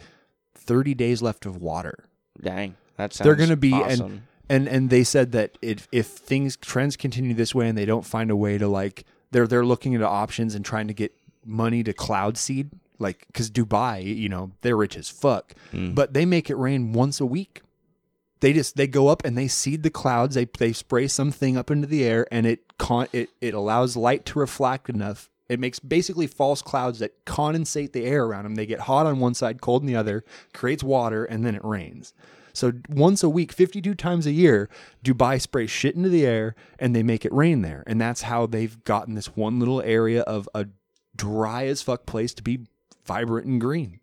30 days left of water
dang, that sounds.
they're going to be
awesome.
and and and they said that if if things trends continue this way and they don't find a way to like they're they're looking into options and trying to get money to cloud seed like because Dubai you know they're rich as fuck
Hmm.
but they make it rain once a week they just they go up and they seed the clouds they they spray something up into the air and it con it it allows light to reflect enough it makes basically false clouds that condensate the air around them they get hot on one side cold on the other creates water and then it rains so once a week 52 times a year dubai sprays shit into the air and they make it rain there and that's how they've gotten this one little area of a dry as fuck place to be vibrant and green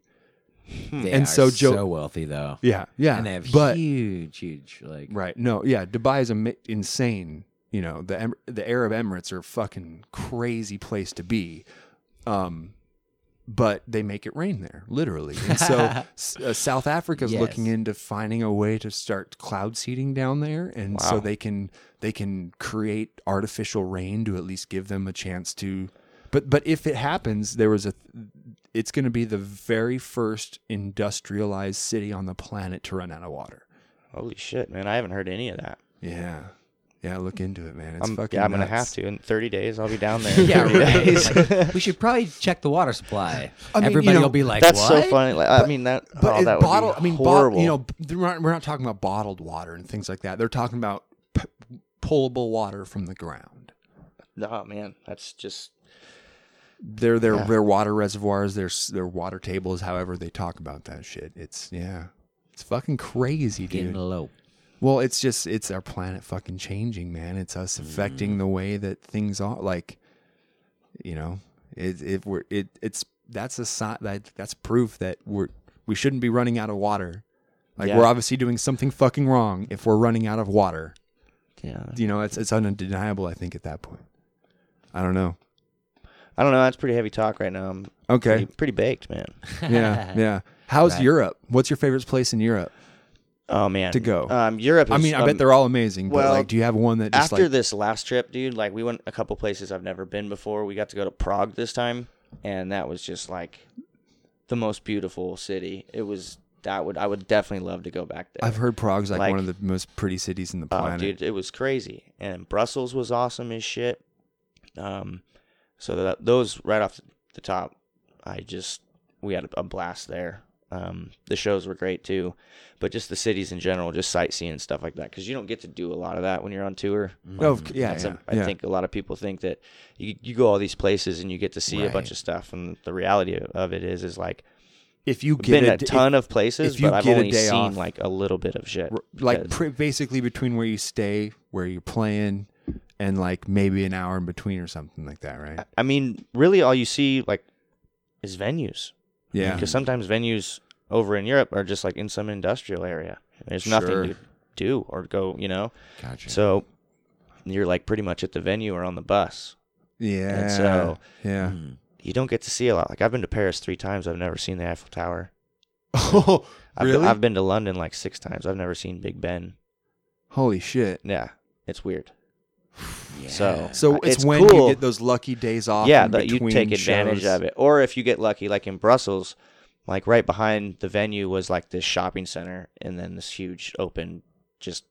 They
And
are
so Joe-
so wealthy though.
yeah yeah
and they have
but
huge, huge like
Right. No. Yeah. Dubai is ama- insane. You know the Em- the Arab Emirates are a fucking crazy place to be, um, but they make it rain there literally. And so S- uh, South Africa's
Yes.
looking into finding a way to start cloud seeding down there, and so
Wow.
they can they can create artificial rain to at least give them a chance to. But but if it happens, there was a. Th- it's going to be the very first industrialized city on the planet to run out of water.
Holy shit, man! I haven't heard any of that.
Yeah. Yeah, look into it, man. It's
I'm,
fucking
yeah, I'm gonna
nuts.
have to in 30 days. I'll
(laughs)
be down there. in (laughs)
Yeah,
30
right.
days.
Like, we should probably check the water supply.
I mean, you
Everybody
know,
will be like,
That's
what?
so funny. Like, I mean that.
But
oh,
it
that would
bottle,
be
I mean,
horrible.
Bo- you know, b- they're not- we're not talking about bottled water and things like that. They're talking about p- pullable water from the ground.
oh man, that's just
Their their their water reservoirs, their s- their water tables, however they talk about that shit. It's yeah. It's fucking crazy,
Getting
dude.
low.
Well, it's just it's our planet fucking changing, man. It's us
Mm.
affecting the way that things are. Like, you know, it if we're it it's that's a sign that that's proof that we're we shouldn't be running out of water. Like
Yeah.
we're obviously doing something fucking wrong if we're running out of water.
yeah.
You know, it's it's undeniable. I think at that point, I don't know.
I don't know. That's pretty heavy talk right now. I'm
Okay,
pretty, pretty
(laughs)
baked, man. (laughs)
yeah, yeah. How's Europe? What's your favorite place in Europe?
Oh man,
To go.
Um, Europe. Is,
I mean, I
um,
bet they're all amazing. but
well,
like, do you have one that just
after
like
this last trip, dude. Like we went a couple places I've never been before. We got to go to Prague this time, and that was just like the most beautiful city. It was that would I would definitely love to go back there.
I've heard Prague's like,
like-
one of the most pretty cities in the
Oh,
planet.
dude, it was crazy. And Brussels was awesome as shit. Um, so that, those right off the top. I just we had a blast there. Um, the shows were great too, but just the cities in general, just sightseeing and stuff like that, because you don't get to do a lot of that when you're on tour.
Oh, c- yeah,
That's
yeah,
a, I
yeah.
think a lot of people think that you, you go all these places and you get to see a bunch
Right.
of stuff, and the reality of it is is like
If you
I've
get
been
a
a
d-
ton
if-
of places,
if you
but I've
get a
only
day
seen
off-
like a little bit of shit.
r- like
because-
pre- basically between where you stay, where you're playing, and like maybe an hour in between or something like that, right?
I mean, really, all you see like is venues.
Yeah.
because sometimes venues over in Europe are just like in some industrial area. There's
Sure.
nothing to do or go, you know.
Gotcha.
So you're like pretty much at the venue or on the bus.
Yeah.
so- hmm.
yeah.
You don't get to see a lot. Like I've been to Paris three times. I've never seen the Eiffel Tower.
(laughs) Oh,
I've,
really?
I've been to London like six times. I've never seen Big Ben.
Holy shit.
Yeah,
(sighs)
it's weird. So
So
uh,
it's, when you get those lucky days off.
yeah
in
that you
between
take advantage
shows.
of it or if you get lucky like in brussels like right behind the venue was like this shopping center and then this huge open just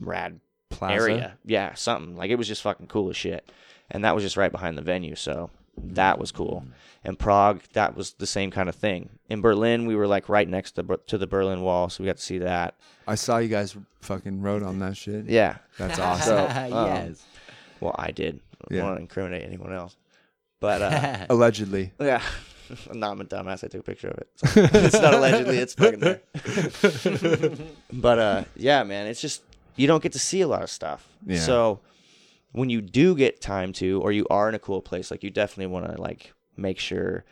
rad
Plaza?
area yeah something like it was just fucking cool as shit and that was just right behind the venue so that was
Mm.
cool and prague that was the same kind of thing in berlin we were like right next to, Ber- to the berlin wall so we got to see that
I saw you guys fucking wrote on that shit.
yeah
That's awesome.
so um,
yes.
well i did i
Yeah.
don't want to incriminate anyone else but uh
(laughs) Allegedly.
(laughs) Yeah. no, I'm a dumbass. I took a picture of it. So,
(laughs)
it's not allegedly. It's fucking there. but uh, yeah, man, it's just you don't get to see a lot of stuff.
Yeah.
So when you do get time to, or you are in a cool place, like you definitely want to like make sure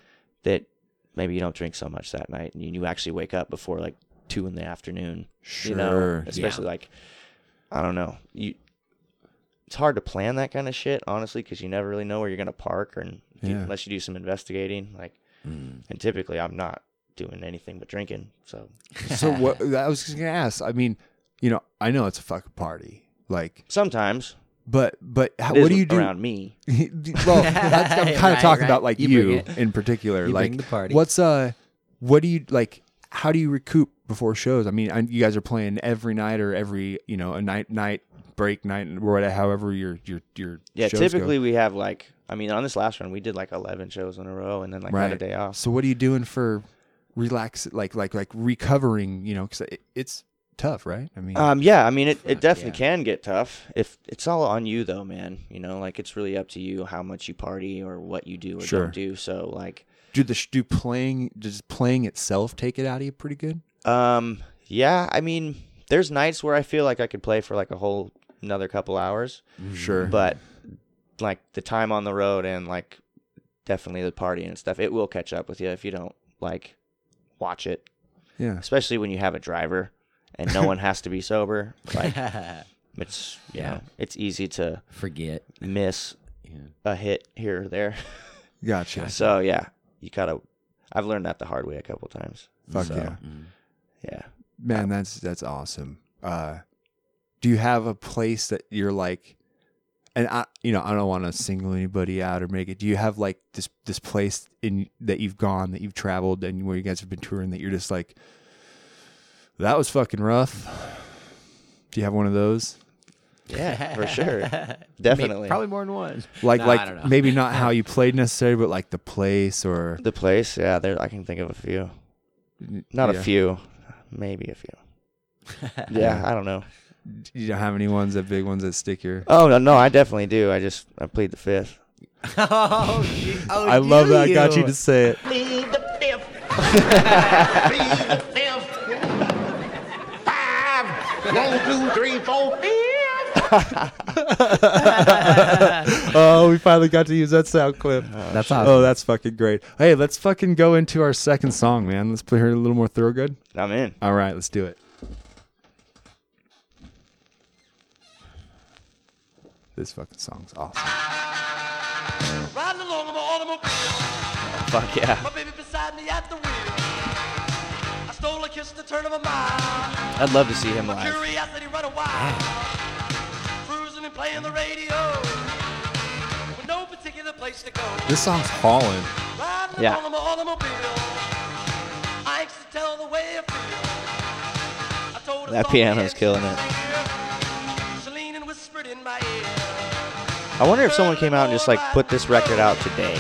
that maybe you don't drink so much that night, and you, you actually wake up before like two in the afternoon. You
Sure, yeah.
know, especially like I don't know you. It's hard to plan that kind of shit, honestly, because you never really know where you're gonna park, or and if you-
Yeah. Mm.
unless you do some investigating. Like, and typically I'm not doing anything but drinking. So
so what? I was just gonna ask. I mean, you know, I know it's a fucking party. Like,
sometimes,
but but how,
it is
what do you do?
around me?
(laughs)
(laughs)
well, that's, I'm kind of
Right,
talking
right.
about like you,
You bring it.
in particular.
You
like,
bring the party.
what's uh, what do you like? How do you recoup before shows? I mean, I, you guys are playing every night or every you know a night night break night or whatever. However, your your your
Yeah,
shows go.
typically we have like, I mean, on this last run we did like 11 shows in a row, and then like had a day off.
So what are you doing for relax? Like like like recovering? You know, because it, it's tough, right? I mean,
Um, yeah, I mean, it, it definitely
yeah.
can get tough. If it's all on you, though, man. You know, like it's really up to you how much you party or what you do or
Sure.
don't do. So like,
do the sh- do playing does playing itself take it out of you pretty good?
um, yeah, I mean, there's nights where I feel like I could play for like a whole another couple hours,
Sure,
Mm, but like the time on the road and like definitely the partying and stuff, it will catch up with you if you don't like watch it.
yeah,
Especially when you have a driver and no one has to be sober. Like it's you know, it's easy to
Forget.
miss a hit here or there. (laughs)
gotcha.
So yeah, you gotta. I've learned that the hard way a couple times.
Fuck
So,
yeah.
yeah.
Man, that's that's awesome. Uh, do you have a place that you're like, and I, you know, I don't want to single anybody out or make it. Do you have like this this place in that you've gone that you've traveled and where you guys have been touring that you're just like, that was fucking rough. Do you have one of those?
Yeah, for sure. Definitely.
Probably more than one.
Like
Nah, I don't
like
know.
maybe
(laughs)
not how you played necessarily, but like the place or
the place. Yeah, there. I can think of a few. Not
yeah.
a few, maybe a few. (laughs) yeah, I don't know.
you don't have any ones that big ones that stick your.
Oh no, no, I definitely do. I just I plead the fifth.
oh, you- oh,
I love
do
that. I got you
you
to say it.
Plead the fifth.
(laughs)
Plead the fifth. Five. One, two, three, four, fifth.
(laughs) Oh, we finally got to use that sound clip.
That's awesome.
Oh, that's fucking great. Hey, let's fucking go into our second song, man. Let's play her a little more Thorogood.
I'm in.
All right, let's do it. This fucking song's awesome.
Riding along in my automobile,
(laughs) Fuck yeah.
my baby beside me at the wheel. I stole a kiss to turn of a mind.
I'd love to see him
My
live.
curiosity run wild.
Ah.
Cruising and playing the radio. With no particular place to go.
This song's hauling.
Riding
Yeah.
along in my automobile. I anxious to tell the way I feel. I told a
That
soft
piano's
hand
killing
she
it.
was near. She leaned and whispered in my ear.
I wonder if someone came out and just like put this record out today.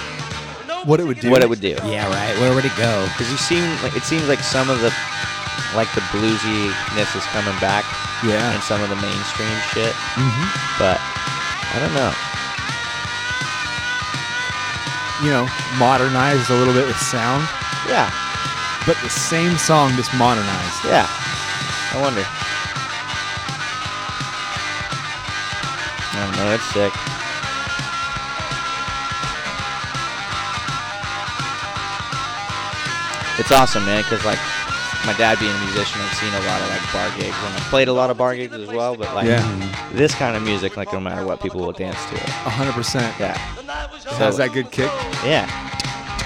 No
What it would do?
what it would do.
Yeah, right. Where would it go?
Because you seem like it seems like some of the like the bluesiness is coming back
Yeah.
in some of the mainstream shit. But I don't know.
you know modernized a little bit with sound,
Yeah,
but the same song just modernized.
yeah. I wonder. I don't know. It's Oh, sick. It's awesome, man. Because like my dad being a musician, I've seen a lot of like bar gigs, and I played a lot of bar gigs as well. But like
Yeah.
this kind of music, like no matter what, people will dance to it.
hundred percent.
Yeah,
It has that good kick.
yeah.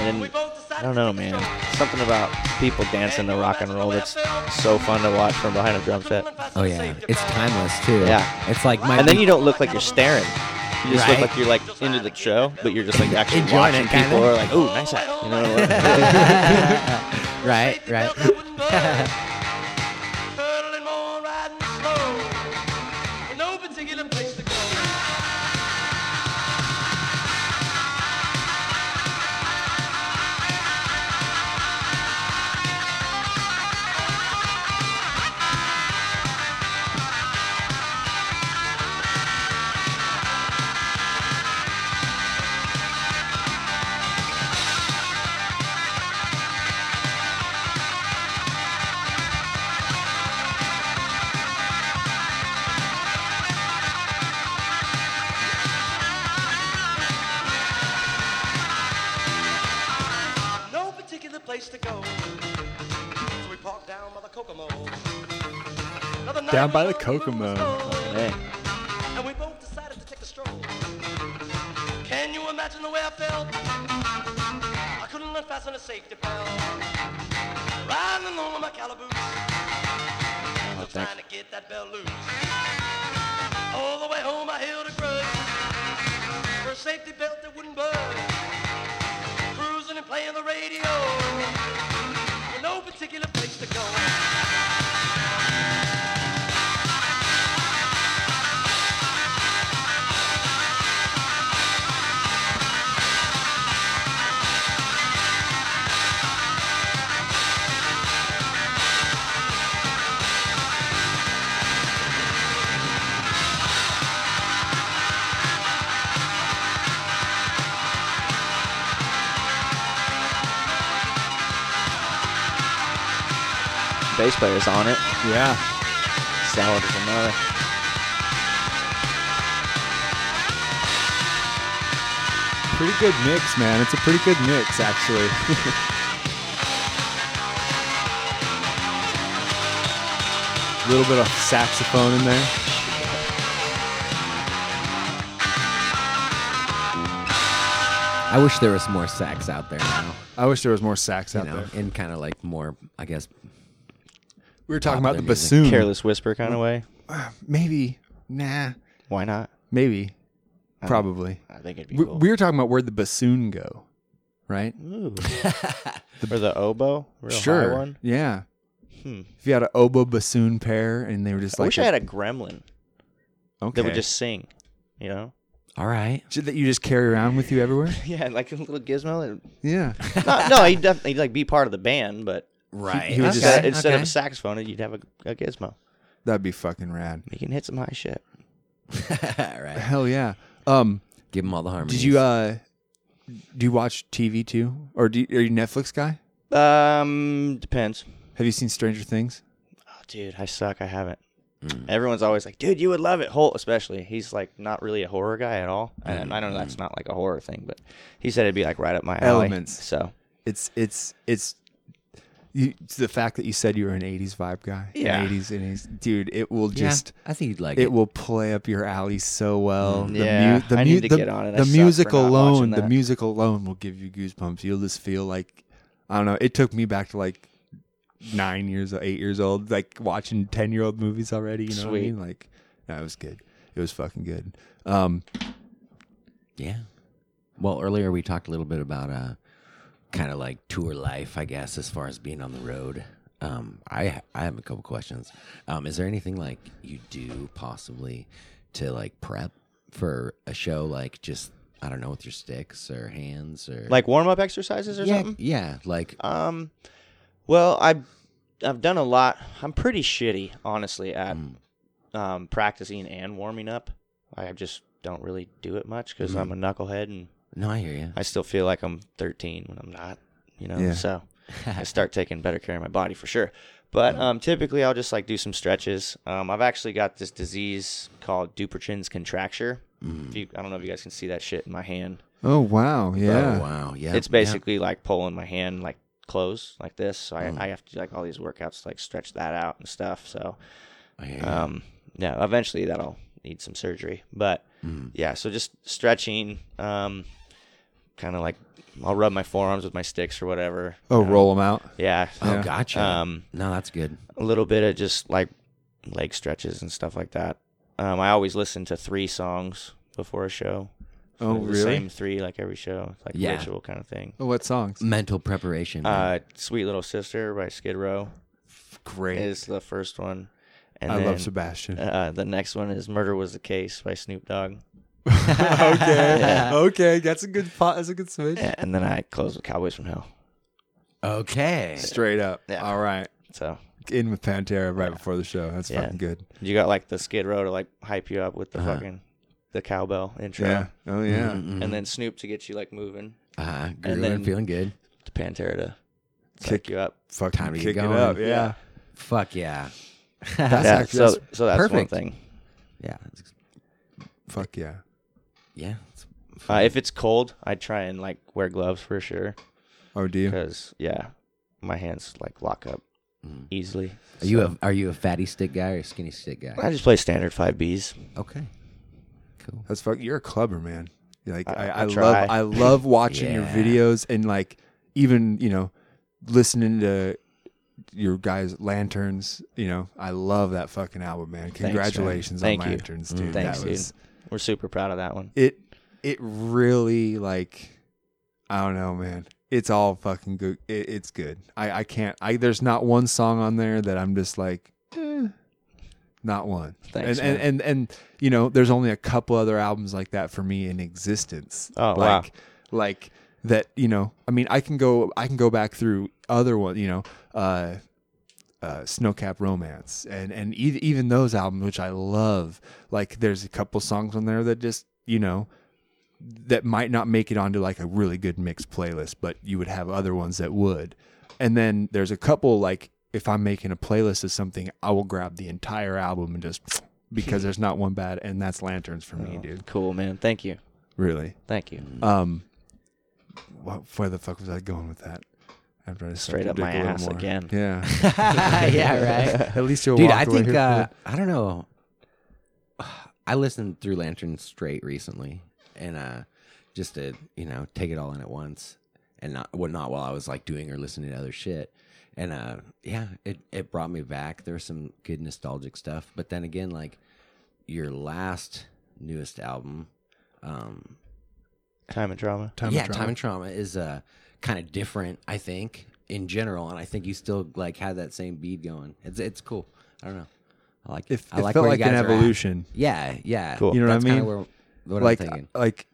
And then I don't know, man. Something about people dancing to rock and roll that's so fun to watch from behind a drum set.
Oh yeah, it's timeless too.
Yeah.
it's like my.
And then you don't look like you're staring. You just
Right.
look like you're like into the show, but you're
(laughs)
just like actually
Enjoying
watching
it, kinda.
people are like, "Ooh, nice hat." You know,
right,
like,
right.
no particular place to go. So we parked down by the Kokomo. Another night
Down by
was
the
on, moon
Kokomo.
was low,
(laughs)
hey,
And we both decided to take a stroll. Can you imagine the way I felt? I couldn't unfasten a safety belt. Riding along with my calaboose. Still trying to get that bell loose. All the way home I held a grudge. For a safety belt that wouldn't budge. Cruising and playing the radio. With no particular place to go.
bass player's on it.
Yeah.
Sound is another.
Pretty good mix, man. It's a pretty good mix, actually. (laughs) A little bit of saxophone in there.
I wish there was more sax out there now.
I wish there was more sax
You
out
know,
there.
and kind of like more, I guess.
We were talking about the
Popular music.
bassoon.
Careless whisper kind of way.
Maybe. Nah.
Why not?
Maybe. Probably.
I think it'd be
We,
cool.
we were talking about where'd the bassoon go, right?
(laughs)
or the oboe, real
sure.
high one. Hmm.
Yeah. If you had an oboe bassoon pair and they were just
I
like,
wish I had a gremlin
okay.
that would just sing. You know?
All right.
Shit that you just carry around with you everywhere.
(laughs) Yeah, like a little gizmo. that-
Yeah.
(laughs) No, no, he'd definitely he'd like be part of the band, but
Right.
he would just-
instead, instead of
okay.
a saxophone, you'd have a, a gizmo.
That'd be fucking
(laughs)
rad.
You can hit some high shit.
right.
Hell yeah. Um,
Give him all the harmonies.
did you uh do you watch TV too? Or do you, are you a Netflix guy?
Um, depends.
Have you seen Stranger Things?
Oh, dude, I suck. I haven't. Everyone's always like, dude, you would love it. Holt, especially, he's like not really a horror guy at all. And I know that's not like a horror thing, but he said it'd be like right up my alley.
Elements.
So
It's it's it's you, it's the fact that you said you were an '80s vibe guy. an
Yeah.
'80s and '80s, dude. It will
Yeah,
just
I think you'd like it.
it will play up your alley so well. The
Mm, Yeah,
the
I need to
the,
get on it. I
the
suck for
music
not watching
alone, the
that.
music alone will give you goosebumps. You'll just feel like I don't know. It took me back to like nine years, or eight years old, like watching ten year old movies already. You know what I
Sweet.
mean? Like, no, it was good. It was fucking good. Um,
Yeah. Well, earlier we talked a little bit about uh, kind of like tour life, I guess, as far as being on the road. Um, I I have a couple questions. Um, is there anything like you do possibly to like prep for a show, like just I don't know, with your sticks or hands or
Like warm up exercises or
yeah,
something?
yeah, like
Um, well, I I've, done a lot. I'm pretty shitty, honestly, at um, practicing and warming up. I just don't really do it much because I'm a knucklehead and
no, I hear you.
I still feel like I'm 13 when I'm not, you know.
Yeah.
So I start taking better care of my body for sure. But um, typically, I'll just like do some stretches. Um, I've actually got this disease called Dupuytren's contracture. If you, I don't know if you guys can see that shit in my hand.
Oh wow,
Oh
yeah.
wow, yeah.
it's
yeah.
basically like pulling my hand like close like this. So
Mm.
I, I have to do like all these workouts to like stretch that out and stuff. So
I hear you.
um, yeah, eventually that'll need some surgery. But
Mm.
yeah, so just stretching, um, kind of like I'll rub my forearms with my sticks or whatever.
Oh, roll them out.
Yeah.
Oh, gotcha.
Um,
no, that's good.
a little bit of just like leg stretches and stuff like that. Um, I always listen to three songs before a show.
Oh,
The
really?
same three like every show, It's like
Yeah.
ritual kind of thing.
Oh, what songs?
Mm,
Mental preparation. man.
Uh, Sweet Little Sister by Skid Row
Great.
is the first one. And
I
then,
love
(laughs)
Sebastian.
Uh, the next one is Murder Was the Case by Snoop Dogg.
okay, okay, that's a good pot. That's a good switch.
And then I close with Cowboys from Hell.
okay.
Straight up.
Yeah.
All right,
So
in with Pantera right before the show. That's
Yeah.
fucking good. Uh-huh.
you got like the Skid Row to like hype you up with the fucking the cowbell intro.
Yeah. Oh yeah.
And then Snoop to get you like moving.
Uh, grooving,
then-
feeling good.
To Pantera to
Kick-
kick you up.
Fucking
Time to get
kick it
going.
up. Yeah.
Fuck yeah. (laughs)
That's
yeah,
actually
so
that's,
so that's
perfect.
one thing.
Yeah. it's-
fuck yeah.
Yeah. it's-
Uh, if it's cold, I try and like wear gloves for sure
Oh, do you?
because yeah, my hands like lock up
Mm-hmm.
easily.
Are you a are you a fatty stick guy or a skinny stick guy?
I just play standard five Bs.
Okay. Cool.
That's fuck. You're a clubber, man. Like I,
I-
I,
I
love
try.
I love watching your
Yeah.
videos and like even you know listening to your guys lanterns. You know I love that fucking album, man.
man.
Congratulations
Thank
on
you.
lanterns, dude.
Thanks,
that was,
dude. We're super proud of that one.
it it really like I don't know, man. It's all fucking good. It, it's good. I I can't. I there's not one song on there that I'm just like, eh, not one.
Thanks,
and, and and and you know, there's only a couple other albums like that for me in existence.
Oh, wow.
like like that. You know, I mean, I can go I can go back through other ones. You know, uh, uh, Snowcap Romance, and and e- even those albums, which I love. Like, there's a couple songs on there that just you know that might not make it onto like a really good mixed playlist, but you would have other ones that would. And then there's a couple like if I'm making a playlist of something, I will grab the entire album and just (sniffs) because there's not one bad, and that's Lanterns for
Oh.
me, dude.
Cool, man. Thank you.
Really.
Thank you.
Um, what, where the fuck was I going with that? After I
Straight up my ass again.
Yeah.
(laughs)
(laughs)
yeah. (laughs) Right.
At least you'll
(laughs) Dude,
walk
I
away
think
here
uh, I don't know. (sighs) I listened through Lantern Straight recently, and uh, just to you know take it all in at once, and not well, not while I was like doing or listening to other shit. And uh, yeah, it it brought me back. There was some good nostalgic stuff, but then again, like your last newest album, um,
Time and drama.
Time
yeah,
and Trauma.
time and trauma is uh, kind of different, I think, in general. And I think you still like had that same bead going. It's it's cool. I don't know. I like it.
If-
I
it
like
felt
where
like
you
an
guys are at.
evolution.
Yeah, yeah.
Cool.
You know what I
That's kinda
mean?
Where, what
like
I'm thinking.
like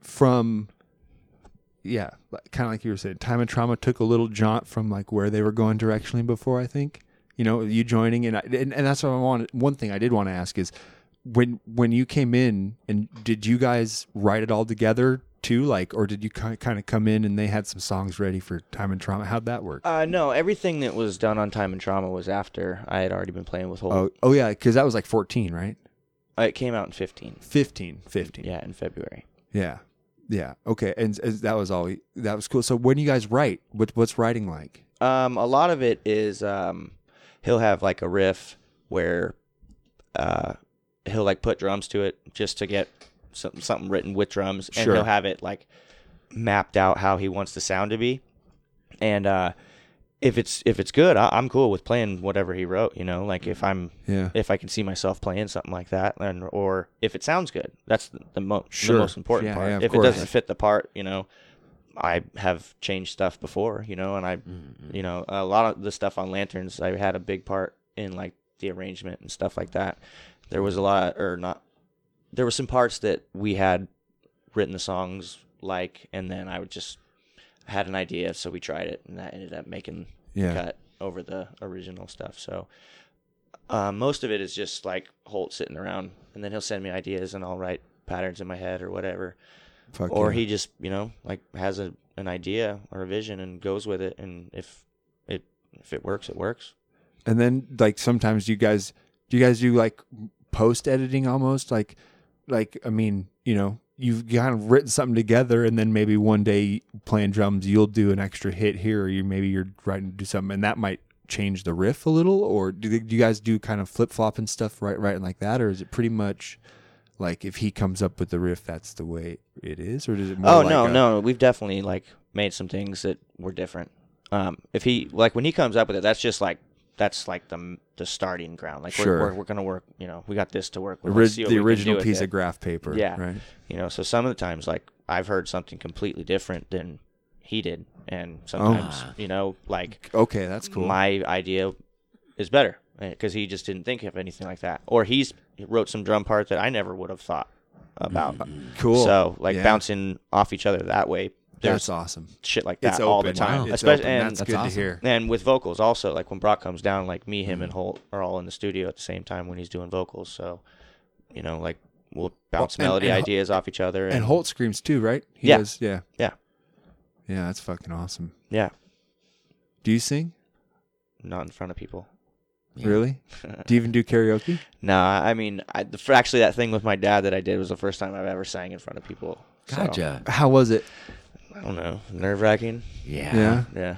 from yeah like, kind of like you were saying time and trauma took a little jaunt from like where they were going directionally before i think you know you joining and I, and, and that's what i wanted one thing i did want to ask is when when you came in and did you guys write it all together too like or did you kind of come in and they had some songs ready for time and trauma how'd that work
Uh, no, everything that was done on Time and Trauma was after I had already been playing with Holt.
oh, oh yeah because that was like 14 right
Uh, it came out in 15.
15 15
Yeah, in February.
yeah yeah okay and, and that was all that was cool so when you guys write what, what's writing like
Um, a lot of it is um, he'll have like a riff where uh, he'll like put drums to it just to get some, something written with drums, and
Sure.
he'll have it like mapped out how he wants the sound to be. And uh, if it's if it's good, I, I'm cool with playing whatever he wrote. You know, like if I'm
Yeah.
if I can see myself playing something like that, and or if it sounds good, that's the, the, mo-
Sure.
the most important
Yeah,
part.
yeah, of
if
course.
it doesn't fit the part, you know, I have changed stuff before, you know, and I,
Mm-hmm.
you know, a lot of the stuff on lanterns, I had a big part in like the arrangement and stuff like that. There was a lot, or not, there were some parts that we had written the songs like, and then I would just had an idea, so we tried it, and that ended up making
Yeah.
the cut over the original stuff. So uh, most of it is just like Holt sitting around, and then he'll send me ideas, and I'll write patterns in my head or whatever.
Fuck
or
yeah.
he just you know like has a, an idea or a vision and goes with it, and if it if it works, it works.
And then like sometimes you guys do you guys do like post editing almost like like I mean, you know, you've kind of written something together and then maybe one day playing drums you'll do an extra hit here or you maybe you're writing to do something and that might change the riff a little or do, they- do you guys do kind of flip-flop and stuff right right like that or is it pretty much like if he comes up with the riff that's the way it is or does it more
oh
like
no
a-
no we've definitely like made some things that were different um if he like when he comes up with it that's just like that's like the the starting ground like
Sure.
we're, we're, we're gonna work you know we got this to work with
ori-
Let's see what
the
we can do
original
with
piece
it.
of graph paper
yeah
right
you know so some of the times like i've heard something completely different than he did and sometimes you know like
okay that's Ah. Oh, cool
my idea is better because he just didn't think of anything like that or he's he wrote some drum part that i never would have thought about
cool
so like
Yeah.
bouncing off each other that way. There's
that's awesome
shit like that
it's
all
open.
the time.
It's
Especially
open.
and
that's, good to hear. Mm-hmm.
and with vocals also, like when Brock comes down, like me, him, and Holt are all in the studio at the same time when he's doing vocals. So, you know, like we'll bounce
and-
melody
and Ho-
ideas off each other. And,
And Holt screams too, right? He
Yeah.
Does, yeah.
Yeah.
Yeah, that's fucking awesome.
yeah,
Do you sing?
not in front of people. (laughs)
Really? do you even do karaoke?
Nah, I mean, I, the, for actually that thing with my dad that I did was the first time I've ever sang in front of people. So,
Gotcha.
How was it?
I don't know, nerve wracking.
Yeah.
Yeah.
Yeah,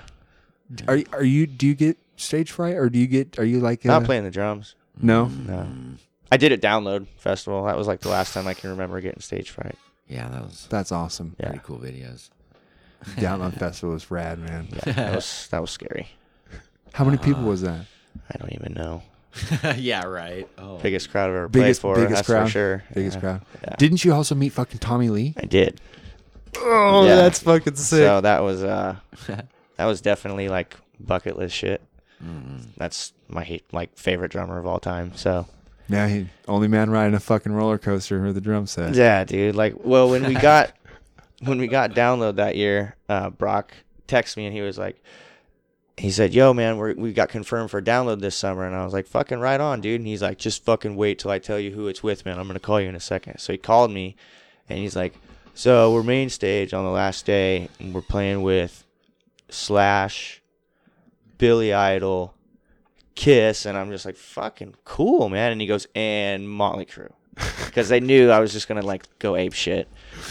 Are you- are you do you get stage fright or do you get are you like
not
uh,
playing the drums.
No.
No, Mm. I did it Download Festival. That was like the last time I can remember getting stage fright.
Yeah, that was
That's awesome. (laughs)
Yeah.
pretty cool videos. (laughs)
Download Festival was rad, man.
(laughs)
(laughs)
that was that was scary.
How many
Uh,
people was that?
I don't even know.
yeah, right. Oh.
Biggest crowd I've ever
Biggest
played for.
biggest
that's
crowd.
for sure.
Biggest
Yeah.
crowd.
Yeah.
Didn't you also meet fucking Tommy
(laughs)
Lee?
I did.
Oh,
Yeah.
that's fucking sick.
So that was
(laughs)
uh, that was definitely like bucket list shit.
Mm.
That's my hate, like favorite drummer of all time. So
yeah, he only man riding a fucking roller coaster with a drum set.
yeah, dude. Like, well, when we got when we got download that year, uh, Brock texted me and he was like, he said, "Yo, man, we we got confirmed for download this summer," and I was like, "Fucking right on, dude." And he's like, "Just fucking wait till I tell you who it's with, man. I'm gonna call you in a second. So he called me, and he's like, "So we're main stage on the last day, and we're playing with Slash, Billy Idol, Kiss," and I'm just like, "Fucking cool, man." And he goes, "And
(laughs)
Motley Crue." Because they knew I was just gonna like go ape shit,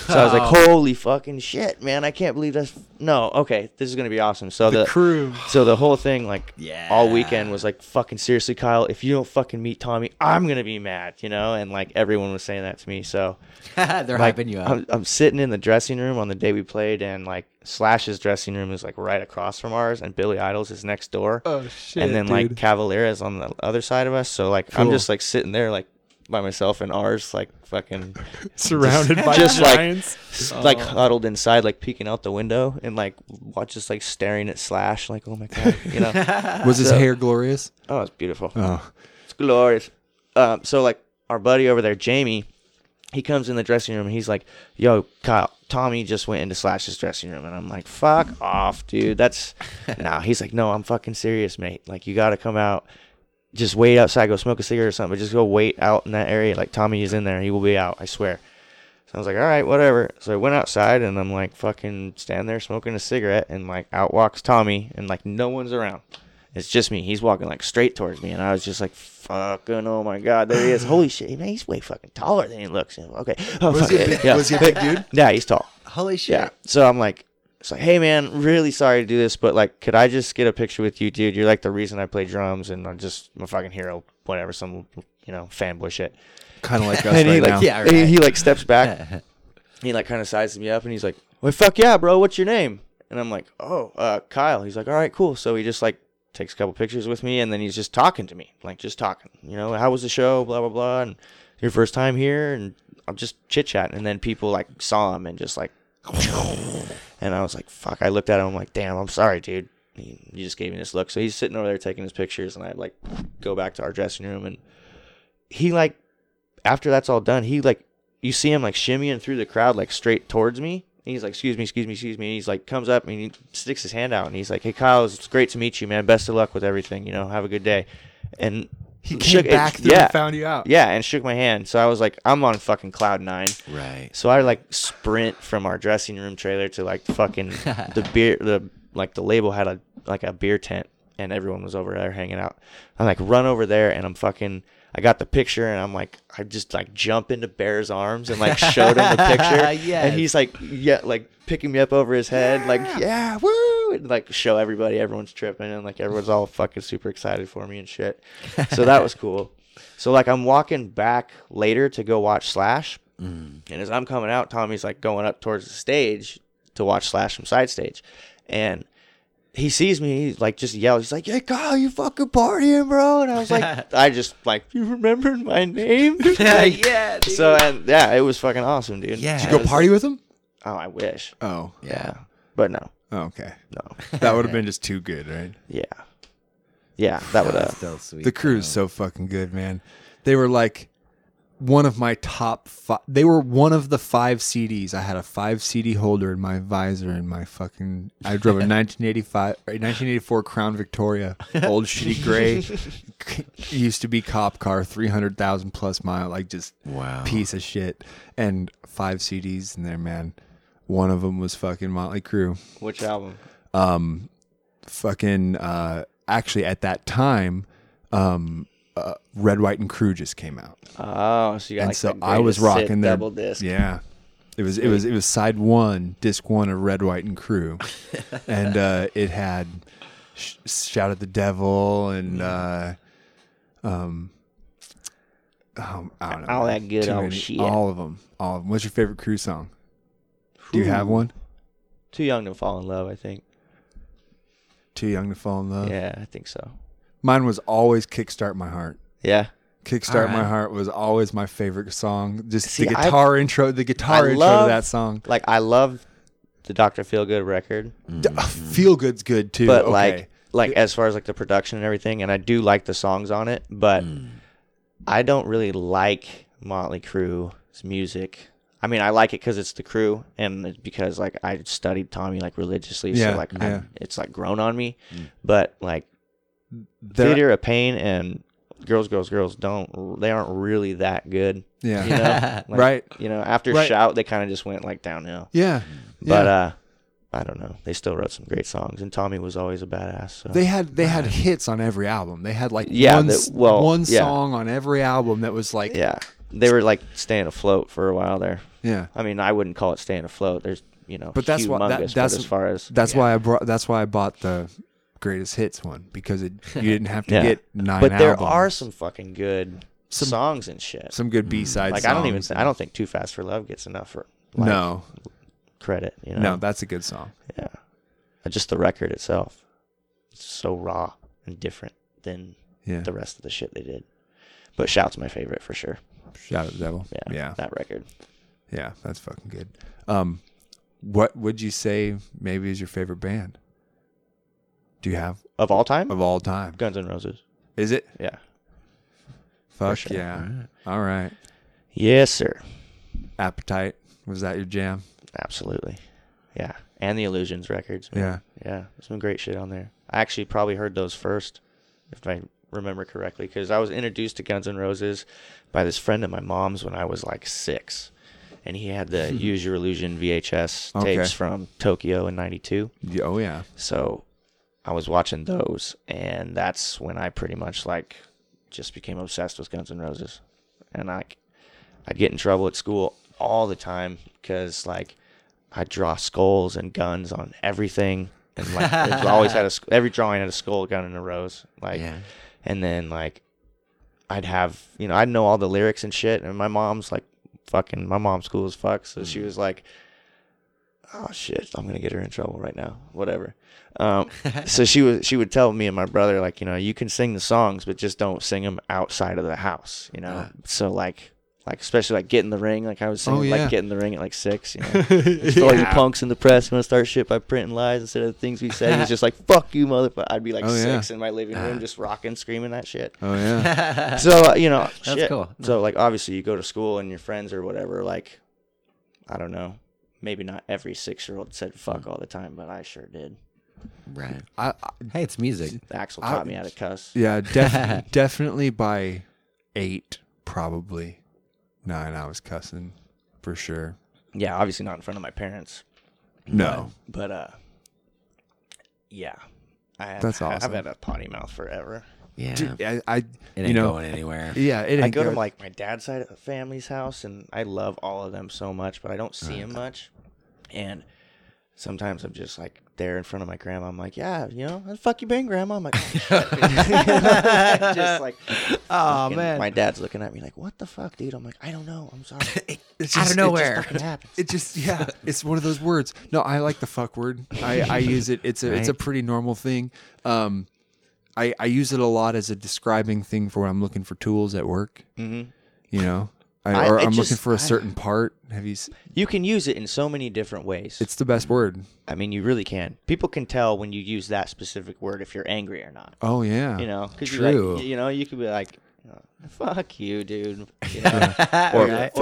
so I was
(laughs)
like,
Oh.
"Holy fucking shit, man! I can't believe that's no okay. This is gonna be awesome." So the,
Crew.
so the whole thing, like, all
Yeah.
weekend was like, fucking seriously, Kyle, if you don't fucking meet Tommy, I'm gonna be mad, you know? And like everyone was saying that to me. So
They're
like,
hyping you up.
I'm, I'm sitting in the dressing room on the day we played, and like Slash's dressing room is like right across from ours, and Billy Idol's is next door. Oh shit! And then like Cavalier is on the other side of us. So like I'm just like sitting there like by myself and ours like fucking
(laughs) Surrounded by
(laughs) just like
giants.
s- like huddled inside like peeking out the window and like watch just like staring at slash like oh my god you know
was his
So-
hair glorious?
Oh, it's beautiful.
Oh.
It's glorious. Um, so like our buddy over there, Jamie, he comes in the dressing room and he's like, "Yo, Kyle, Tommy just went into Slash's dressing room," and I'm like, "Fuck off, dude. That's nah." He's like, "No, I'm fucking serious, mate. Like, you got to come out. Just wait outside, go smoke a cigarette or something, but just go wait out in that area. Like Tommy is in there, he will be out. I swear." So I was like, all right, whatever. So I went outside and I'm like fucking standing there smoking a cigarette and like out walks Tommy and like no one's around. It's just me. He's walking like straight towards me and I was just like, fucking, oh my God, there he is. Holy shit, man, he's way fucking taller than he looks. Okay. Oh, was, he big, yeah. was he a big dude? Yeah, he's tall.
Holy shit.
Yeah. So I'm like, it's like, hey man, really sorry to do this, but like, could I just get a picture with you, dude? You're like the reason I play drums, and I'm just my fucking hero. Whatever, some you know fanboy shit.
Kind of (laughs) like us
And he
right
like,
now.
Yeah,
and
right.
he like steps back. (laughs) he like kind of sizes me up, and he's like, "Well, fuck yeah, bro. What's your name?" And I'm like, "Oh, uh, Kyle." He's like, "All right, cool." So he just like takes a couple pictures with me, and then he's just talking to me, like just talking. You know, how was the show? Blah blah blah. And your first time here, and I'm just chit chatting, and then people like saw him and just like, and I was like, "Fuck!" I looked at him, I'm like, "Damn, I'm sorry, dude." He, he just gave me this look. So he's sitting over there taking his pictures, and I like go back to our dressing room, and he like after that's all done, he like you see him like shimmying through the crowd, like straight towards me. And he's like, "Excuse me, excuse me, excuse me." And he's like, comes up and he sticks his hand out, and he's like, "Hey, Kyle, it's great to meet you, man. Best of luck with everything. You know, have a good day." And
He came
shook-
back through
yeah,
and found you out.
Yeah, and shook my hand. So I was like, "I'm on fucking cloud nine.
Right.
So I like sprint from our dressing room trailer to like fucking the beer the like the label had a like a beer tent and everyone was over there hanging out. I like run over there and I'm fucking I got the picture and I'm like I just like jump into Bear's arms and like showed him the picture and
Yes.
he's like yeah like picking me up over his head like yeah woo and like show everybody everyone's tripping and like everyone's all fucking super excited for me and shit. So that was cool. So like I'm walking back later to go watch Slash,
Mm.
and as I'm coming out, Tommy's like going up towards the stage to watch Slash from side stage, and he sees me, he like just yells, he's like, "Hey Kyle, you fucking partying, bro!" And I
(laughs)
was like, I just like, you remembered my name? (laughs) Like,
yeah.
So and yeah, it was fucking awesome, dude.
Yeah.
Did
Did
It
you go
was-
party with him?
Oh, I wish.
Oh,
Yeah, but no,
oh okay.
no,
That would have been just too good, right?
yeah, yeah,
(laughs)
that would. Uh,
Still sweet.
The crew's so fucking good, man. They were like one of my top five. They were one of the five CDs. I had a five CD holder in my visor and my fucking. I drove a 1985, or 1984 Crown Victoria, old shitty gray. used to be cop car, 300,000 plus mile, like just
Wow.
piece of shit. And five CDs in there, man. One of them was fucking Motley Crue
which album?
fucking uh actually at that time um uh, red white and crew just came out
Oh, so you got
and
like
so
the
i was
greatest hit
rocking their
double disc.
yeah it was it was it was side one disc one of red white and
(laughs)
crew and uh it had sh- shout at the devil and uh um um, I don't know.
All
man.
that good
Too
old
many-
shit.
All of them. All of them. What's your favorite crew song? Do you have one?
Too young to fall in love, I think.
Too young to fall in love.
Yeah, I think so.
Mine was always "Kickstart My Heart."
Yeah.
Kickstart
All right.
My Heart was always my favorite song. Just
See,
the
I-
guitar intro, the guitar
I
intro to
love-
that song.
Like I love the Dr. Feelgood record,
D- uh, Feel good's good too.
Mm. but
okay.
like like as far as like the production and everything, and I do like the songs on it, but
Hmm.
I don't really like Motley Crue's music. I mean, I like it because it's the crew, and it's because like I studied Tommy like religiously,
Yeah,
so like
yeah. Hmm.
I'm, it's like grown on me. But like
They're-
Theater of Pain and Girls, Girls, Girls don't they aren't really that good,
yeah,
you know? Like,
Right.
You know, after
Right.
Shout, they kind of just went like downhill.
(laughs) yeah.
But
yeah.
uh, I don't know. They still wrote some great songs, and Tommy was always a badass. So.
they had they had hits on every album. They had like
Yeah,
one,
the-
s-
well,
one
yeah.
song on every album that was like
yeah, they were like staying afloat for a while there.
yeah.
I mean, I wouldn't call it staying afloat. There's you know,
But that's why- that-
humongous, but
that's-
as far as
That's why I brought. That's why I bought the greatest hits one because it you didn't have to
yeah.
get nine.
but there
albums.
are some fucking good songs and shit.
some good B sides.
like I don't even th- I don't think Too Fast for Love gets enough for like,
no,
credit. You know,
no, that's a good song.
yeah, Uh, just the record itself. It's so raw and different than
Yeah,
the rest of the shit they did. But Shout's my favorite for sure.
shout at the devil.
Yeah,
yeah.
that record.
Yeah, that's fucking good. Um, what would you say maybe is your favorite band? Do you have
of all time?
of all time?
Guns N' Roses.
Is it?
Yeah.
Fuck
sure.
yeah! All right,
Yes, sir.
appetite was that your jam?
Absolutely. Yeah. And the Illusions records.
Yeah,
Yeah. There's some great shit on there. I actually probably heard those first, if I remember correctly, because I was introduced to Guns N' Roses by this friend of my mom's when I was like six. And he had (laughs) the Use Your Illusion VHS
Okay.
tapes from Tokyo in 92.
Y- oh yeah,
So I was watching those, and that's when I pretty much like just became obsessed with Guns N' Roses. And like, I'd get in trouble at school all the time because like I'd draw skulls and guns on everything, and like it was always had a sk- every drawing had a skull gun in a rose, like,
Yeah.
and then like I'd have you know I'd know all the lyrics and shit, and my mom's like fucking my mom's cool as fuck, so
Mm.
she was like oh shit, I'm gonna get her in trouble right now. Whatever.
(laughs)
Um, so she was she would tell me and my brother like, you know, you can sing the songs, but just don't sing them outside of the house. You know, so like Like especially like get in the ring, like I was saying,
Uh. Oh, yeah.
like get in the ring at
(laughs)
like six. You know, Just all you punks in the press want to start shit by printing lies instead of the things we said.
(laughs)
He's just like fuck you, motherfucker. I'd be like
Oh,
six
yeah. Uh.
in my living room, just rocking, screaming that shit.
Oh yeah.
so uh, you know,
That's
shit.
cool.
So like obviously you go to school and your friends or whatever. Like I don't know, maybe not every six year old said
Mm.
fuck all the time, but I sure did.
Right.
I, I
Hey, it's music.
Axel
I-
taught me how to cuss.
yeah, def- definitely by 8 probably. 9 I was cussing for sure.
Yeah, obviously not in front of my parents,
No.
but uh, yeah, I have,
That's
I've
awesome.
had a potty mouth forever.
Yeah.
Dude, I, I it
it ain't
you know,
going anywhere.
Yeah, it ain't
I go to
going-
like my dad's side of the family's house, and I love all of them so much, but I don't see them much. And sometimes I'm just like there in front of my grandma. I'm like, yeah, you know, "How the fuck you been, grandma? I'm like, (laughs) just like, oh
man.
my dad's looking at me like, what the fuck, dude? I'm like, I don't know. I'm sorry. It
it's just- it
Out of
just
nowhere.
fucking happens.
It just yeah, it's one of those words. No, I like the fuck word. I, I use it. It's a it's a
Right.
pretty normal thing. Um, I I use it a lot as a describing thing for when I'm looking for tools at work. Mm-hmm. You know, I,
I-
or
it
I'm looking
just-
for
I-
a certain part. Have you? s-
You can use it in so many different ways.
It's the best word.
I mean, you really can. People can tell when you use that specific word if you're angry or not.
Oh yeah.
You know, 'cause you're like-
True.
you know, you could be like, "Uh, "Fuck
(laughs)
you, dude," you know? or, or you're like,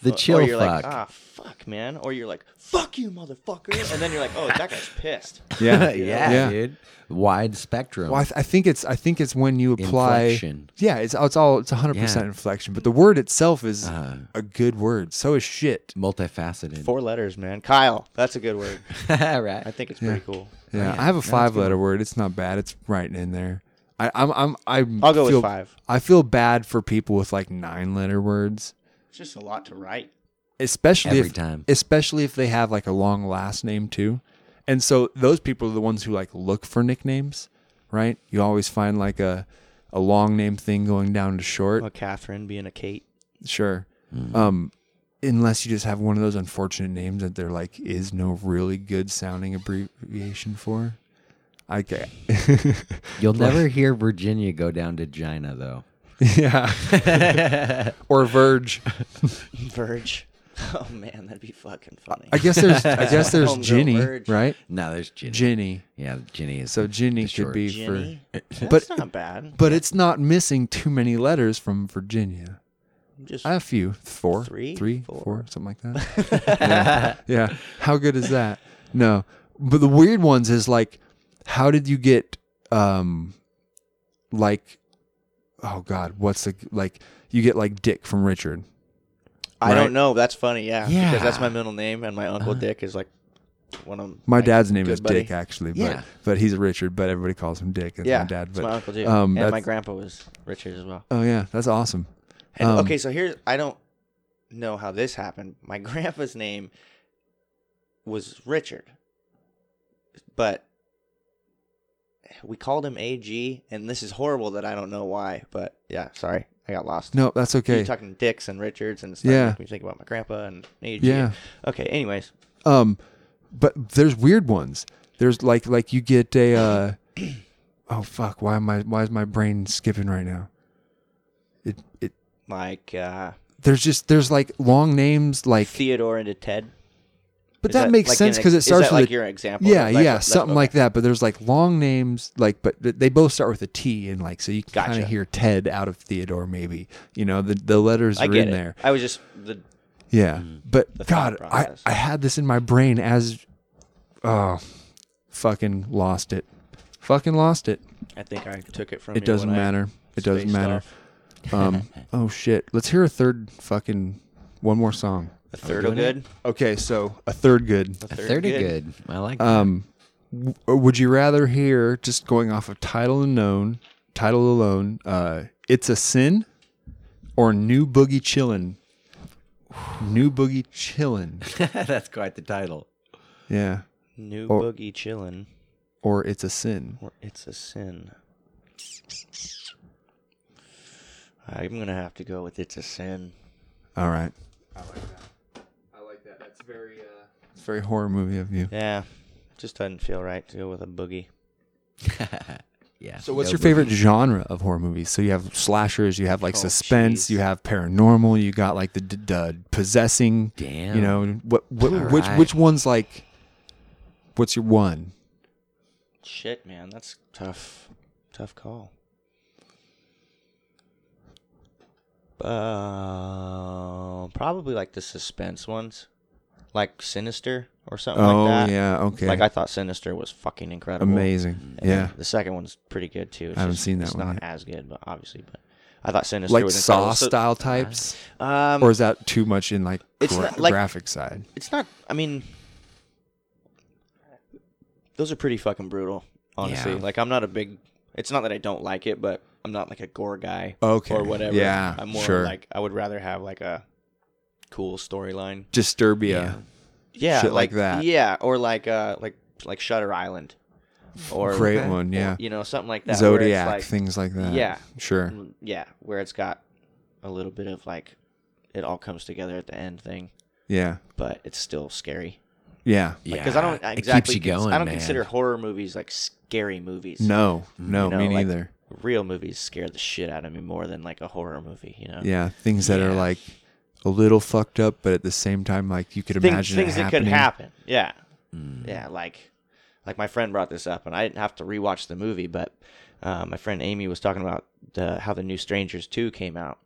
The
or
chill
you're like,
fuck.
ah, fuck, man. Or you're like, "Fuck you, motherfucker," and then you're like, "Oh, that guy's pissed."
(laughs) Yeah.
yeah,
Yeah.
dude. Wide spectrum.
Well, I, th- I think it's I think it's when you apply.
Inflection.
Yeah, it's it's all it's 100 percent
Yeah.
inflection, but the word itself is a good word. So is shit.
Multifaceted.
Four letters, man. Kyle, that's a good word.
(laughs)
I
right.
think it's pretty cool.
Yeah, I have a five letter word. It's not bad. It's right in there. I, I'm I'm I'm.
I'll go with
feel-
five.
I feel bad for people with like nine letter words,
It's just a lot to write.
especially
Every
if,
time.
especially if they have like a long last name too. And so those people are the ones who like look for nicknames, right? You always find like a a long name thing going down to short.
A Oh, Catherine being a Kate. (laughs)
Sure.
Mm-hmm.
Um, unless you just have one of those unfortunate names that there like is no really good sounding abbreviation for. Okay.
You'll never hear Virginia go down to Gina though.
yeah. (laughs) or Verge.
Verge. Oh man, that'd be fucking funny.
I guess there's I guess there's
Homegirl
Ginny,
Verge.
right?
No, there's Ginny.
Ginny.
yeah, Ginny is
So Ginny could
short
be
Ginny.
for
That's
(laughs) But
not bad.
but it's not missing too many letters from Virginia.
Just
A few. Four.
Three,
three,
four.
four, something like that.
(laughs)
yeah. yeah. How good is that? No. But the weird ones is like, how did you get um like oh god, what's the like you get like Dick from Richard.
I
right?
don't know. That's funny, yeah. Because that's
Yeah.
my middle name, and my uncle Dick is like one of
Uh-huh. My dad's name is
good buddy.
Dick actually, but
Yeah.
but he's Richard, but everybody calls him Dick. That's
Yeah,
my dad.
it's
But
my uncle Dick,
um,
and my
that's-
grandpa was Richard as well.
Oh yeah, that's awesome.
And
Um,
okay, so here's I don't know how this happened. (laughs) My grandpa's name was Richard, but we called him AG, and this is horrible that I don't know why. But yeah, sorry, I got lost.
No, that's
You're
okay.
talking Dicks and Richards, and stuff.
Yeah.
Yeah, me think about my grandpa and AG.
Yeah.
Okay. Anyways,
Um, but there's weird ones. There's like like you get a uh, (clears throat) oh fuck. Why am I why is my brain skipping right now? It it
like uh,
there's just there's like long names like
Theodore into Ted.
but
Is
that, makes
like
sense
an-
'cause sense because it
is
starts
that
with
like
a-
your example.
yeah
Like,
yeah
that's-
something
okay.
like that. But there's like long names like but th- they both start with a T and like so you can kind
Gotcha.
of hear Ted out of Theodore maybe you know the the letters
I
are
get
in
it.
there
I was just the
Yeah. But
the
God,
thought
I,
process.
I had this in my brain as oh fucking lost it. Fucking lost it.
I think I took it from.
It
you
doesn't
when I
matter. It doesn't
spaced
matter.
off. (laughs)
Um oh shit. Let's hear a third fucking one more song.
A third of good.
Okay, so a third good.
A
thirty good. Uh, I like that.
Um w- or would you rather hear just going off of title and known, title alone, uh It's a Sin or New Boogie Chillin'? New Boogie Chillin'.
That's quite the title.
Yeah.
New
Or-
boogie chillin',
Or It's a Sin.
or it's a sin. I'm gonna have to go with it's a sin.
All right. I like that. I like that. That's very. Uh... It's very horror movie of you.
Yeah, just doesn't feel right to go with a boogie.
Yeah.
So, what's
no
your favorite
movies.
genre of horror movies? So, you have slashers, you have like
Oh,
suspense,
jeez.
you have paranormal, you got like the d- d- possessing.
Damn.
You know what? what
All
which
right.
which one's like? What's your one?
Shit, man, that's tough. Tough call. Uh, probably like the suspense ones, like Sinister or something
oh
like that.
yeah, okay.
Like I thought Sinister was fucking incredible.
Amazing.
And
Yeah.
The second one's pretty good too. It's
I haven't
just-
seen that
it's
one
Not
yet.
as good, but obviously, but I thought Sinister
Like
was
saw
incredible. So-
style types,
Um,
or is that too much in like,
It's
gra-
not- like-
graphic side?
it's not. I mean, those are pretty fucking brutal. Honestly,
Yeah.
like I'm not a big. It's not that I don't like it, but I'm not like a gore guy.
Okay,
Or whatever.
yeah,
I'm more
sure.
like I would rather have like a cool storyline.
Disturbia.
Yeah,
Shit like that.
Yeah, or like uh like like Shutter Island. Or
Great
or,
one, yeah.
you know something like that. where it's
Zodiac
like-
things like that.
Yeah.
sure.
Mm, Yeah, where it's got a little bit of like it all comes together at the end thing,
Yeah,
but it's still scary.
yeah.
Yeah.
Because I don't
it
exactly
keeps you
cons-
going.
I don't
man.
consider horror movies like scary movies.
No, no,
You know,
me
like,
neither.
Real movies scare the shit out of me more than like a horror movie, you know.
yeah, things that are
Yeah.
like a little fucked up, but at the same time, like you could
Thing-
imagine
things
it
that could
happening. Hmm.
happen. Yeah. Yeah, like like my friend brought this up and I didn't have to rewatch the movie, but uh, my friend Amy was talking about the how the new Strangers 2 came out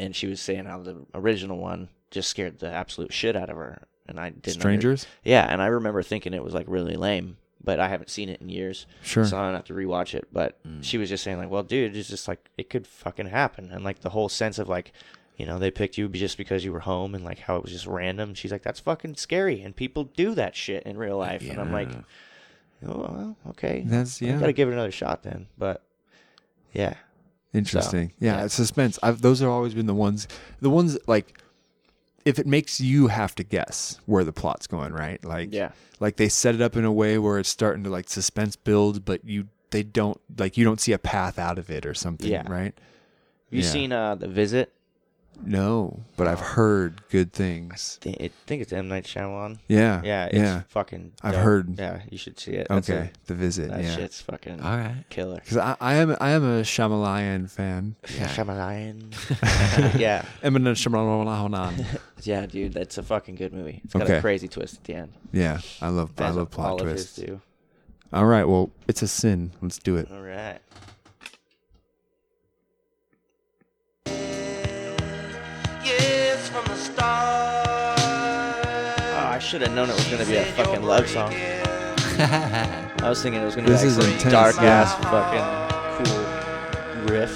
and she was saying how the original one just scared the absolute shit out of her and I didn't under-
Strangers,
Yeah, and I remember thinking it was like really lame, but I haven't seen it in years.
Sure. Hmm.
So I don't have to rewatch it. But she was just saying, like, well, dude, it's just like, it could fucking happen. And like the whole sense of like, you know, they picked you just because you were home and like how it was just random. She's like, that's fucking scary. And people do that shit in real life. And I'm like,
Yeah.
oh, well, okay.
That's-
I
yeah.
gotta give it another shot then. But yeah.
interesting. yeah,
yeah.
it's suspense. I've, those have always been the ones, the ones that, like if it makes you have to guess where the plot's going, right? Like,
Yeah.
like they set it up in a way where it's starting to like suspense build, but you they don't like you don't see a path out of it or something,
Yeah.
right?
You
Yeah.
seen uh, The Visit?
No, but I've heard good things.
Th- I think it's M. Night Shyamalan.
Yeah,
Yeah. It's
yeah.
fucking.
I've
dope.
heard.
Yeah. You should see it. That's a-
Okay, the visit.
That
yeah,
shit's fucking
All right.
killer.
because I, I am I am a Shyamalan fan.
Yeah.
(laughs)
yeah.
Eminem
(laughs)
Shyamalan.
Yeah, dude. That's a fucking good movie. It's got
Okay.
a crazy twist at the end.
Yeah, I love I
As
love plot
all of his
twists.
do.
All right, well, it's a sin. Let's do it.
All right.
Yes, from the
Oh,
start.
I should have known it was going to be a fucking love song. I was thinking it was going to be
This
like
is
some
intense,
dark
yeah.
ass fucking cool riff.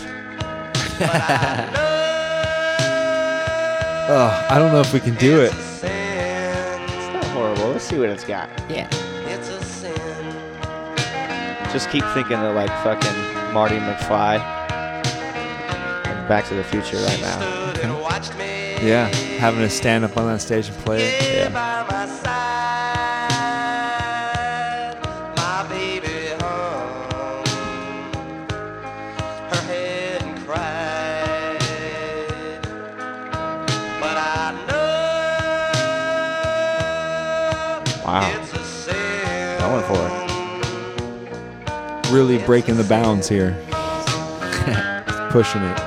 Oh, I don't know if we can do it.
It's a sin.
Not horrible. Let's see what it's got. Yeah.
It's a sin.
Just keep thinking of like fucking Marty McFly. and Back to the future right now.
Stood and watched me.
Yeah, having to stand up on that stage and play it.
Yeah, by my side, my baby hung her head and cried. But I know
Wow.
it's a sin.
Going for it.
Really breaking the bounds here. (laughs) Pushing it.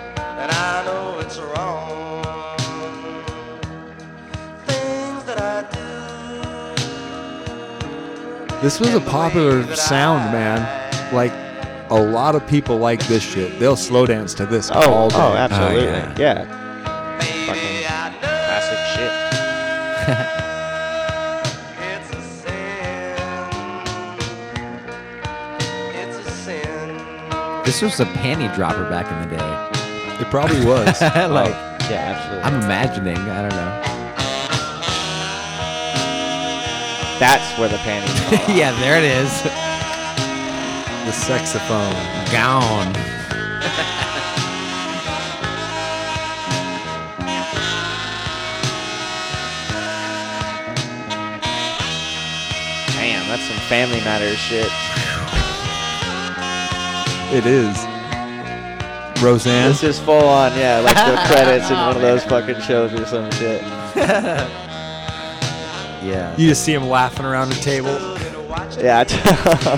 And I know it's wrong. Things that I do.
This was a popular sound, man. Like a lot of people like this shit. They'll slow dance to this all
Oh,
day.
oh, absolutely. yeah.
Baby, I know.
Classic shit.
It's a sin. It's a sin.
This was a panty dropper back in the day.
Uh, It probably
(laughs)
was.
like
Yeah, absolutely.
I'm imagining. I don't know. (laughs)
That's where the panties. fall.
yeah, there it is.
the saxophone.
Gone.
Damn, that's some Family Matters shit.
It is. Roseanne.
This is full on, yeah,
(laughs)
like the credits in one of
Oh,
those fucking shows or some shit.
Yeah.
You just see him laughing around the table.
Yeah, (laughs) it's- oh,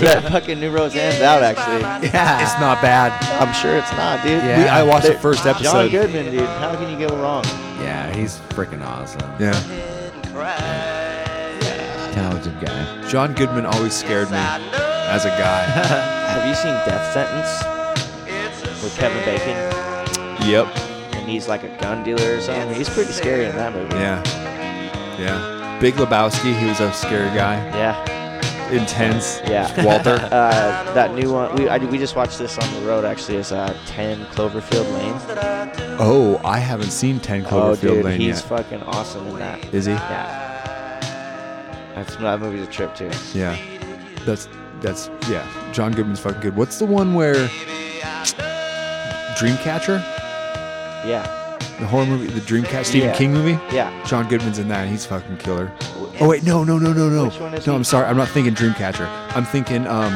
(laughs)
(laughs) that fucking New Roseanne's out actually.
Yeah.
It's not bad.
I'm sure it's not, dude.
Yeah.
We, I watched the
They're-
first
John
episode.
Goodman, dude. How can you go wrong?
Yeah, he's freaking awesome.
Yeah,
Talented guy.
John Goodman always scared me as a
(laughs)
guy.
Have you seen Death Sentence with Kevin Bacon?
yep.
And he's like a gun dealer or something. He's pretty scary in that movie.
Yeah. Yeah. Big Lebowski, he was a scary guy.
Yeah,
Intense. (laughs)
yeah. (laughs)
Walter.
Uh, that new one, we, I, we just watched this on the road actually. Is uh, 10 Cloverfield Lane.
oh, I haven't seen 10
Oh,
Cloverfield
dude,
Lane
he's
yet.
fucking awesome in that.
Is he?
Yeah. That's, that movie's a trip too.
Yeah. That's that's yeah. John Goodman's fucking good. What's the one where Dreamcatcher?
Yeah,
The horror movie, the Dreamcatcher Stephen
Yeah.
King movie?
yeah.
John Goodman's in that and he's fucking killer. Oh wait, no, no, no, no, no.
Which one is
No,
he?
I'm sorry. I'm not thinking Dreamcatcher. I'm thinking um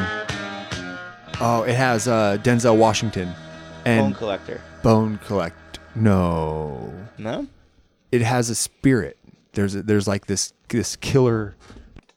Oh, it has uh Denzel Washington
Phone
and
collector.
Bone Collect. No.
No.
It has a spirit. There's a, there's like this this killer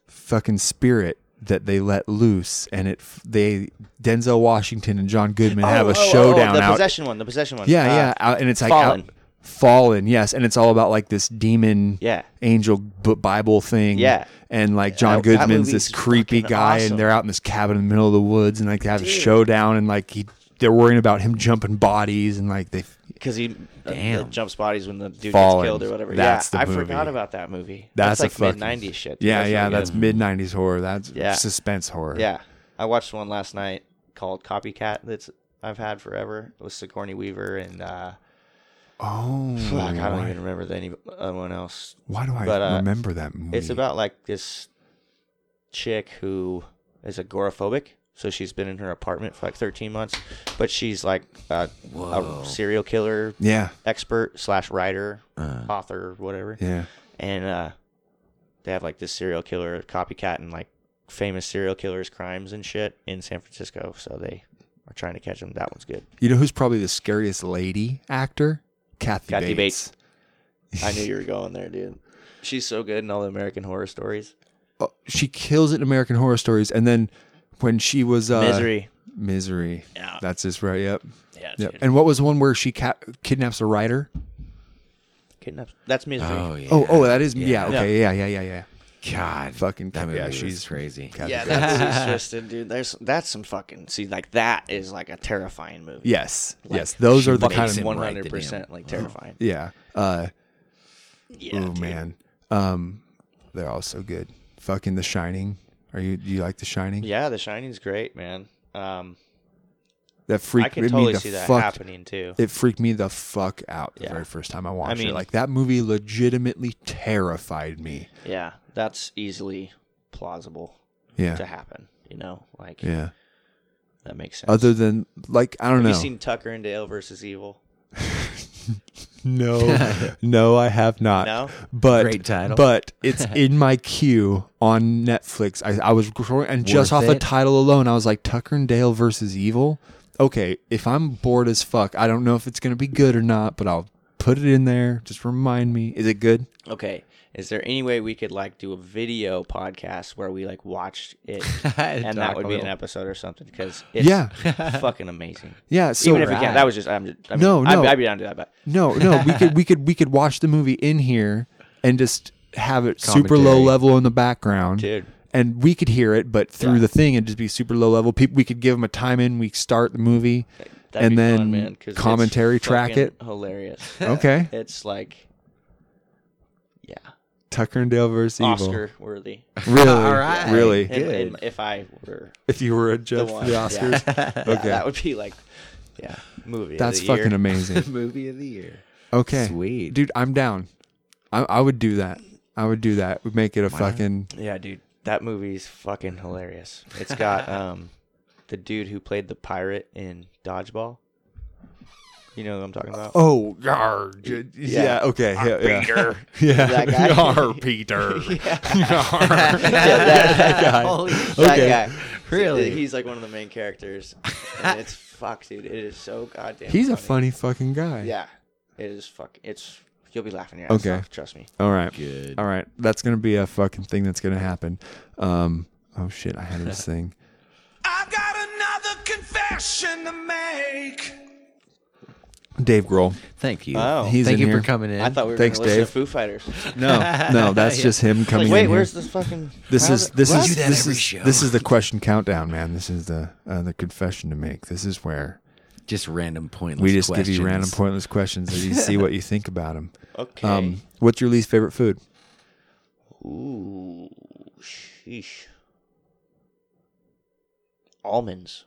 fucking spirit that they let loose and it f- they Denzel Washington and John Goodman have a
Oh, oh, oh,
showdown
the
out
possession one. The possession one.
yeah,
Uh,
yeah, out, and it's like
Fallen.
Out, fallen, yes, and it's all about like this demon,
Yeah.
angel b- Bible thing,
Yeah.
and like John
that
Goodman's
movie's
this creepy
fucking
guy,
awesome.
and they're out in this cabin in the middle of the woods, and like they have a showdown, and like he, they're worrying about him jumping bodies, and like they,
Because he uh,
Damn.
uh, jumps bodies when the dude
Fallen.
gets killed or whatever.
That's
yeah,
the
I forgot
movie.
about that movie.
that's,
like
a fucking,
mid '90s shit. dude.
Yeah, yeah,
really
that's
good.
mid '90s horror. That's
Yeah.
suspense horror.
yeah. I watched one last night called Copycat. That's I've had forever with Sigourney Weaver and uh,
Oh,
fuck, I don't
why,
even remember the- anyone else.
why do I
but, uh,
remember that movie?
It's about like this chick who is agoraphobic. So she's been in her apartment for like 13 months, but she's like a, a serial killer
yeah,
expert slash writer, author, whatever.
yeah.
And uh, they have like this serial killer copycat and like famous serial killers' crimes and shit in San Francisco. So they are trying to catch them. That one's good.
You know who's probably the scariest lady actor? Kathy,
Kathy
Bates.
Bates. I knew you were going there, dude. She's so good in all the American horror stories.
oh, she kills it in American Horror Stories, and then when she was uh,
Misery.
Misery.
Yeah.
that's just right. Yep.
Yeah, it's
Yep.
good.
And what was one where she ca- kidnaps a writer?
Kidnaps. That's Misery.
Oh yeah.
Oh, oh, that is yeah.
Yeah.
okay, yeah, yeah, yeah, yeah.
God.
Fucking
that movie
yeah,
was
she's
crazy.
Kathy
Yeah,
Bates.
that's twisted, dude. There's that's some fucking see like that is like a terrifying movie.
yes, yes. Those
she
are the
fucking
kind of
Him
one
right to
hundred percent like terrifying.
yeah. Uh,
Yeah,
oh
dude.
man, um, they're all so good. Fucking The Shining. Are you do you like The Shining?
Yeah, The Shining's great, man. Um,
That freaked
I can
me
totally
the
see that
fuck
happening too.
it freaked me the fuck out the
Yeah.
very first time I watched it.
mean-
Like that movie legitimately terrified me.
yeah, that's easily plausible
Yeah.
to happen. You know, like
Yeah.
that makes sense.
Other than uh, like I don't
Have you
know.
seen Tucker and Dale versus Evil?
no, (laughs) no, I have not. (laughs)
No?
But
Great title.
But it's in my queue on Netflix. I, I was growing, and just
Worth
off the
it?
title alone, I was like Tucker and Dale versus Evil. Okay, if I'm bored as fuck, I don't know if it's gonna be good or not, but I'll put it in there. Just remind me. Is it good?
Okay, is there any way we could like do a video podcast where we like watched
(laughs)
it, and
Talk
that
a
would be an
little.
episode or something? Because it's (laughs)
Yeah.
fucking amazing.
Yeah. So
Even if we can't, that was just I'm. Just, I mean,
No,
I'd,
no.
I'd be down to that, but
No, no, we could we could we could watch the movie in here and just have it super low
Commentary.
level in the background.
Dude.
And we could hear it, but through the thing, it'd just be super low level. People, we could give them a time in. We start the movie,
that'd
and
be
then
fun, man, 'cause it's
commentary track
fucking
it.
Hilarious.
(laughs) Okay,
it's like, yeah,
Tucker and Dale versus
Oscar worthy.
Evil. (laughs) Really,
All right.
really.
And- and if I were
if you were a
the
judge for
one,
the Oscars,
yeah. Yeah,
Okay.
(laughs) that would be like, yeah, movie. of
that's
the year.
fucking
(laughs)
amazing.
movie of the year.
Okay,
Sweet.
dude, I'm down. I, I would do that. I would do that. Would make it a fucking
Yeah, dude, that movie's fucking hilarious. It's got um, the dude who played the pirate in Dodgeball. You know what I'm talking about?
oh yar, yeah, yeah okay yeah, yeah.
Peter.
(laughs) Yeah.
(laughs) That guy.
(laughs)
(laughs)
Yar, Peter. Yar.
Yeah,
(laughs)
that, that (laughs) guy.
Holy
That
Okay.
guy.
Really?
He's like one of the main characters.
(laughs)
And it's fuck, dude. It is so goddamn.
He's a funny fucking guy.
Yeah. It is fuck. It's You'll be laughing your ass
Okay.
off. Trust me.
All right.
Good.
All right. That's gonna be a fucking thing that's gonna happen. Um. Oh shit! I had this
(laughs)
thing.
I've got another confession to make.
Dave Grohl.
Thank you.
Oh.
He's
Thank
in
you
here.
for coming in.
I thought we were
Thanks,
gonna listen
Dave.
to Foo Fighters.
No,
(laughs)
no, that's just him coming.
Like, wait,
in
where's
here.
this fucking?
This
how
is
it-
this
what?
is this
every
is
show.
this is the question countdown, man. This is the uh, the confession to make. This is where
just random pointless.
we just give you
questions.
random pointless questions and you see what you think about
(laughs)
them.
Okay.
Um, what's your least favorite food?
Ooh, sheesh. Almonds.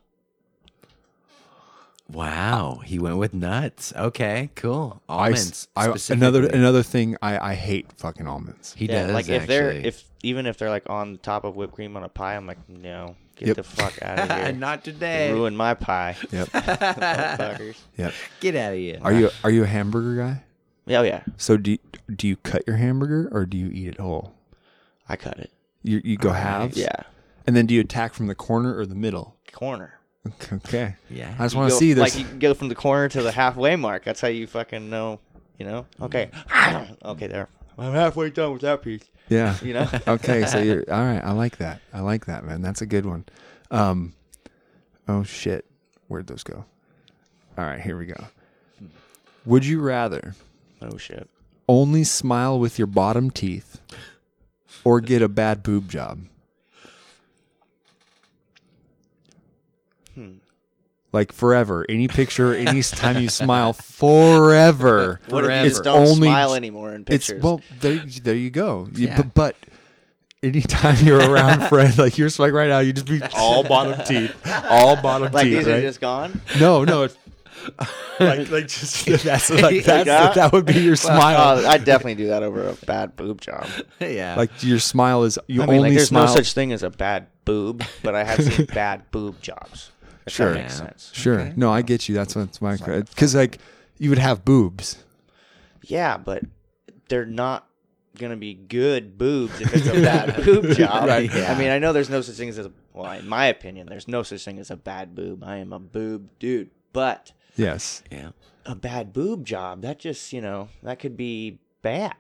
Wow, he went with nuts. Okay, cool.
I s-
Almonds.
I- another
specifically.
another thing. I I hate fucking almonds.
He
Yeah,
does
like if
actually.
they're if even if they're like on top of whipped cream on a pie, I'm like, no, get
Yep.
the fuck
(laughs)
out of here.
not
You
today.
ruin my pie,
Yep.
motherfuckers.
yep.
Get out of here.
Are you are you a hamburger guy?
Yeah, oh yeah,
So do you, do you cut your hamburger or do you eat it whole?
I cut it.
You you go halves.
Yeah,
And then do you attack from the corner or the middle?
corner.
Okay.
Yeah.
I just
You
want to
go-
see this.
Like you go from the corner to the halfway mark. That's how you fucking know. You know. Okay.
Mm-hmm.
(clears throat) okay, there. I'm halfway done with that piece.
yeah.
(laughs) You know.
okay, so you're all right. I like that. I like that, man. That's a good one. Um, oh shit, where'd those go? All right, here we go. Would you rather
oh shit.
only smile with your bottom teeth, or get a bad boob job?
Hmm.
Like forever, any picture, any time you smile, forever.
What if you
It's
just don't
only-
smile anymore in pictures?
It's well, there, there you go. You, but, but anytime you're around
(laughs)
Fred, like you're like right now, you just be (laughs) all bottom teeth, all bottom
like
teeth.
these
right?
are just gone.
no, no,
(laughs)
it's (laughs) like like just that's like that's
that?
that would be your smile.
Oh, I'd definitely do that over a bad boob job.
yeah.
like your smile is you
I mean,
only
like, there's
smile.
no such thing as a bad boob, but I have
(laughs)
seen bad boob jobs. If
Sure.
that makes sense.
sure, no, I get you. That's what's my because like you would have boobs.
Yeah, but they're not gonna be good boobs if
(laughs)
it's a bad boob job.
Right, yeah.
I mean, I know there's no such thing as a well, in my opinion, there's no such thing as a bad boob. I am a boob dude, but
Yes,
yeah.
a bad boob job that just you know that could be bad.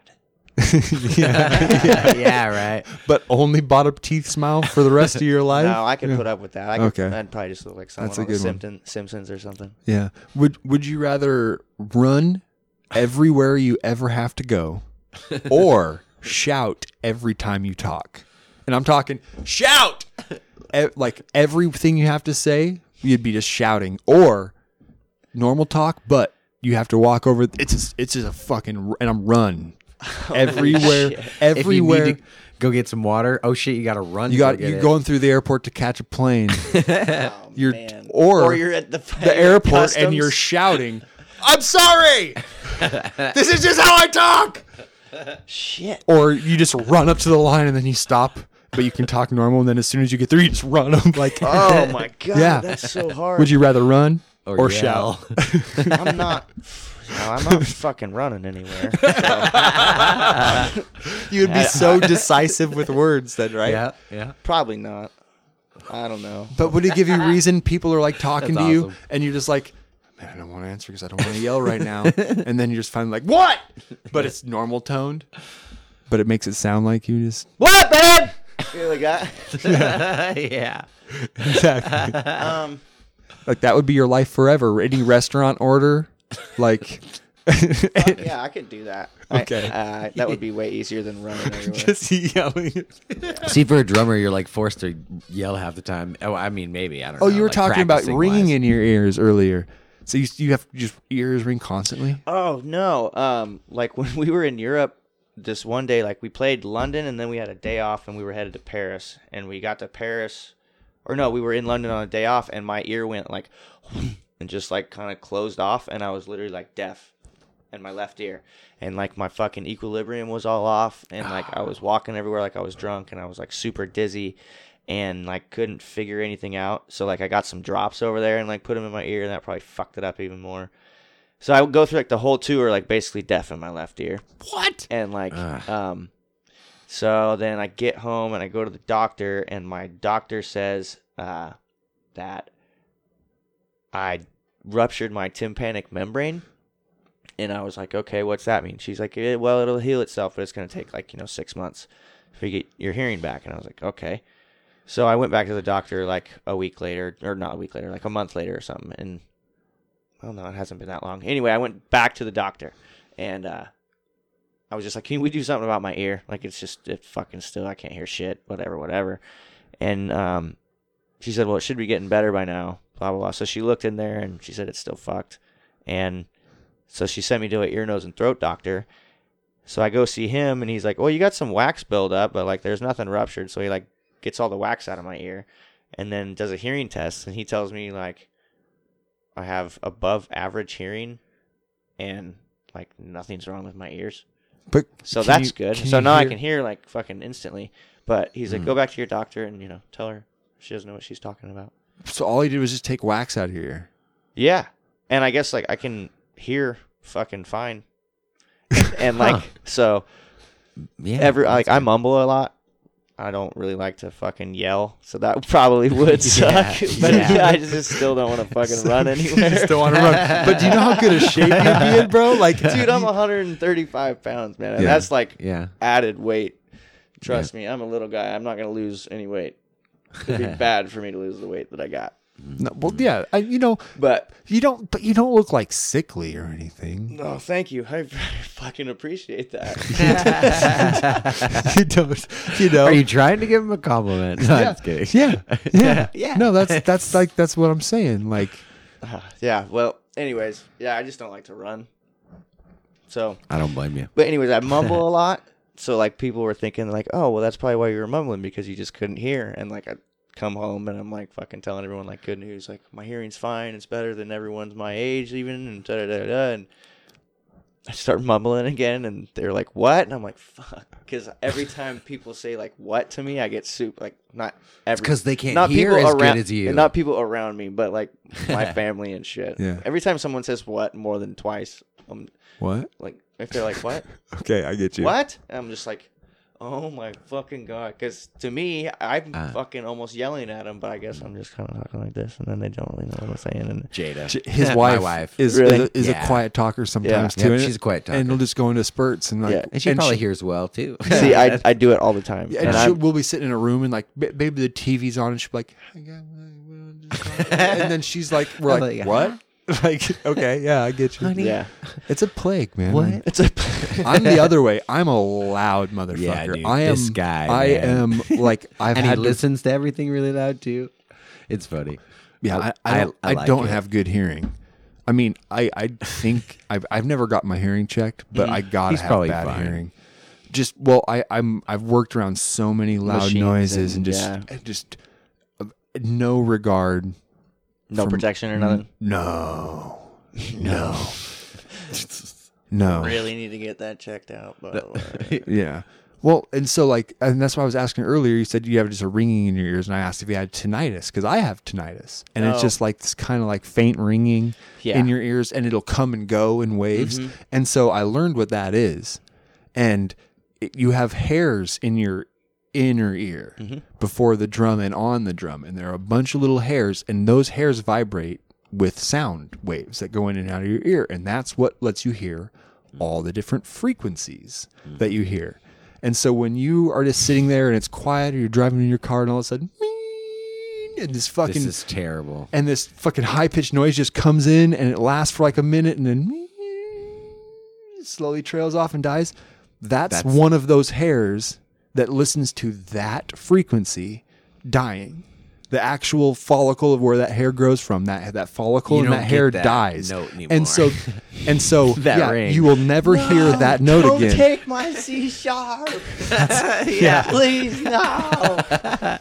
yeah, right.
but only bottom teeth smile for the rest of your life.
(laughs) No, I could put up with that. I could,
Okay.
I'd probably just look like someone
That's a
on the
good one.
Simpson, Simpsons or something.
Yeah. Would Would you rather run everywhere you ever have to
(laughs)
go, or shout every time you talk? And I'm talking shout, E- like everything you have to say, you'd be just shouting, or normal talk, but you have to walk over. It's just, it's just a fucking r- and I'm run everywhere,
If you
everywhere.
need to go get some water, oh shit, you got to run.
you
to go
got
get
you
it. Oh,
going through the airport to catch a
(laughs)
plane. you're
Man.
or,
you're at the,
the airport and you're (laughs)
your
shouting, I'm sorry. this is just how I talk.
shit.
Or you just run up to the line and then you stop, but you can talk normal. And then as soon as you get through, you just run up (laughs) like,
Oh my god,
Yeah.
that's so hard.
would you rather run or,
Or yell.
(laughs) shout?
I'm
(laughs)
not. No, I'm not fucking running anywhere. So,
You'd be (laughs) so decisive with words then, right?
Yeah,
(laughs)
yeah.
probably not. I don't know.
But would it give you reason people are like talking
That's
to you
awesome.
and you're just like, man, I don't want to answer because I don't want to yell right now. and then you're just finally like, what? But it's normal toned. But it makes it sound like you just
What, man? You really got?
(laughs) yeah.
(laughs)
Um,
Like that would be your life forever. Any restaurant order, like
(laughs) yeah, I could do that. I-
Okay.
uh, that would be way easier than
(laughs)
running everywhere.
just (laughs) yelling.
See, for a drummer, you're like forced to yell half the time. Oh, I mean, maybe I
(laughs)
don't.
Oh,
know,
you were
like,
talking about
practicing
ringing
wise.
in your ears earlier. So you you have just ears ring constantly.
Oh no. Um, like (laughs) when we were in Europe this one day, like we played London and then we had a day off and we were headed to Paris and we got to Paris or no, we were in London on a day off and my ear went like (laughs) and just like kind of closed off and I was literally like deaf in my left ear and like my fucking equilibrium was all off and like I was walking everywhere like I was drunk and I was like super dizzy and like couldn't figure anything out. So like I got some drops over there and like put them in my ear and that probably fucked it up even more. So I would go through like the whole tour, like basically deaf in my left ear. What? And like, um, so then I get home and I go to the doctor, and my doctor says uh, that I ruptured my tympanic membrane And I was like, okay, what's that mean? She's like, eh, well, it'll heal itself, but it's going to take like, you know, six months if you get your hearing back. And I was like, okay. So I went back to the doctor like a week later, or not a week later, like a month later or something. And well, no, it hasn't been that long. Anyway, I went back to the doctor and uh, I was just like, can we do something about my ear? Like, it's just, it fucking still, I can't hear shit, whatever, whatever. And um, she said, well, it should be getting better by now, blah, blah, blah. So she looked in there and she said, it's still fucked. And so she sent me to an ear, nose, and throat doctor. So I go see him, and he's like, "Well, you got some wax buildup, but like, there's nothing ruptured." So he like gets all the wax out of my ear, and then does a hearing test, and he tells me like, "I have above average hearing, and like nothing's wrong with my ears."
But
So
can
that's
you-
good.
can
So
you
now I
hear- Hmm.
can hear like fucking instantly. But he's like, "Go back to your doctor and you know tell her she doesn't know what she's talking about."
So all he did was just take wax out of your ear.
Yeah. And I guess like I can hear fucking fine.
(laughs)
and like so
Yeah.
every like I mumble a lot. I don't really like to fucking yell, so that probably (laughs) would suck. (laughs) But
yeah.
I just still don't want to
(laughs)
fucking run
(laughs)
anywhere. (laughs)
Don't want to run. But do you know how (laughs) good a shape you'd be in, bro? (laughs) Like,
Dude, I'm 135 pounds, man, and
Yeah.
that's like
(laughs) Yeah.
added weight. Trust me, I'm a little guy. I'm not gonna lose any weight. It'd be bad for me to lose the weight that I got.
No, well, yeah, I, you know,
But
you don't, but you don't look like sickly or anything.
no, thank you. I (laughs) fucking appreciate that.
(laughs) you don't, you know.
Are you trying to give him
(laughs)
a compliment? No, I'm just kidding.
yeah, (laughs) yeah,
Yeah.
No, that's that's like that's what I'm saying. Like,
Yeah. Well, anyways, yeah, I just don't like to run. So,
I don't blame you.
but anyways, I
(laughs)
mumble a lot. So like people were thinking like, oh, well, that's probably why you were mumbling because you just couldn't hear. And like I come home and I'm like fucking telling everyone like good news, like my hearing's fine, it's better than everyone's my age even, and da da da da. And I start mumbling again, and they're like, "What?" And I'm like, "Fuck," because every time people say like "what" to me, I get soup. Like not every
'cause they can't
not
hear
people
as good
around-
as you.
not people around me, but like
(laughs)
my family and shit.
Yeah.
Every time someone says "what" more than twice, I'm
what?
like, if they're like, "What?"
Okay, I get you.
what? And I'm just like, oh my fucking god. Because to me, I'm fucking almost yelling at them, but I guess I'm just kind of talking like this, and then they don't really know what I'm saying. And
Jada.
J- His
(laughs) My
wife,
wife.
is
Really?
is, a, is
Yeah.
a quiet talker sometimes
Yeah.
too.
Yep,
and-
she's a quiet
and
talker.
he'll just go into spurts and like,
Yeah.
And she probably hears well too.
see, I, I do it all the time.
Yeah,
and
and
I'm-
she'll, we'll be sitting in a room and like ma- maybe the TV's on and she'll be like, "I got one, I will
(laughs)
just-" and then she's like, we're
I'm
like,
like,
what? (laughs) like, okay, yeah, I get you.
yeah,
It's a plague, man.
(laughs) What?
it's a
(laughs) I'm
(laughs)
the other way. I'm a loud motherfucker.
Yeah, dude,
I am.
this guy,
I
man.
am like I've
(laughs) and he
had to-
listens to everything really loud too. It's funny.
yeah, I, I, don't, I,
like
don't
it.
have good hearing. I mean, I I think I've I've never got my hearing checked, but I gotta
He's
have
probably
bad
fine.
hearing. Just well, I I'm I've worked around so many loud
Machines
noises and,
and-
just
yeah.
and just uh, no regard.
no
From-
protection or nothing.
No, no, no.
Really need to get that checked out.
(laughs)
But
Yeah. Well, and so like, and that's why I was asking earlier. You said you have just a ringing in your ears, and I asked if you had tinnitus because I have tinnitus, and it's
Oh.
just like this kind of like faint ringing
Yeah. Mm-hmm.
in your ears, and it'll come and go in waves. And so I learned what that is, and it, you have hairs in your inner ear before the drum and on the drum, and there are a bunch of little hairs, and those hairs vibrate with sound waves that go in and out of your ear, and that's what lets you hear all the different frequencies that you hear. And so when you are just sitting there and it's quiet, or you're driving in your car, and all of a sudden, (laughs) "Meeing," and this fucking
This is terrible.
and this fucking high pitched noise just comes in and it lasts for like a minute and then slowly trails off and dies. That's,
That's-
one of those hairs that listens to that frequency dying. The actual follicle of where that hair grows from, that that follicle
You
and
don't
that hair
get that
dies,
note anymore.
and so, and so,
(laughs) That
yeah,
ring.
you will never hear that note
don't
again.
take my C (laughs) sharp. yeah, please no.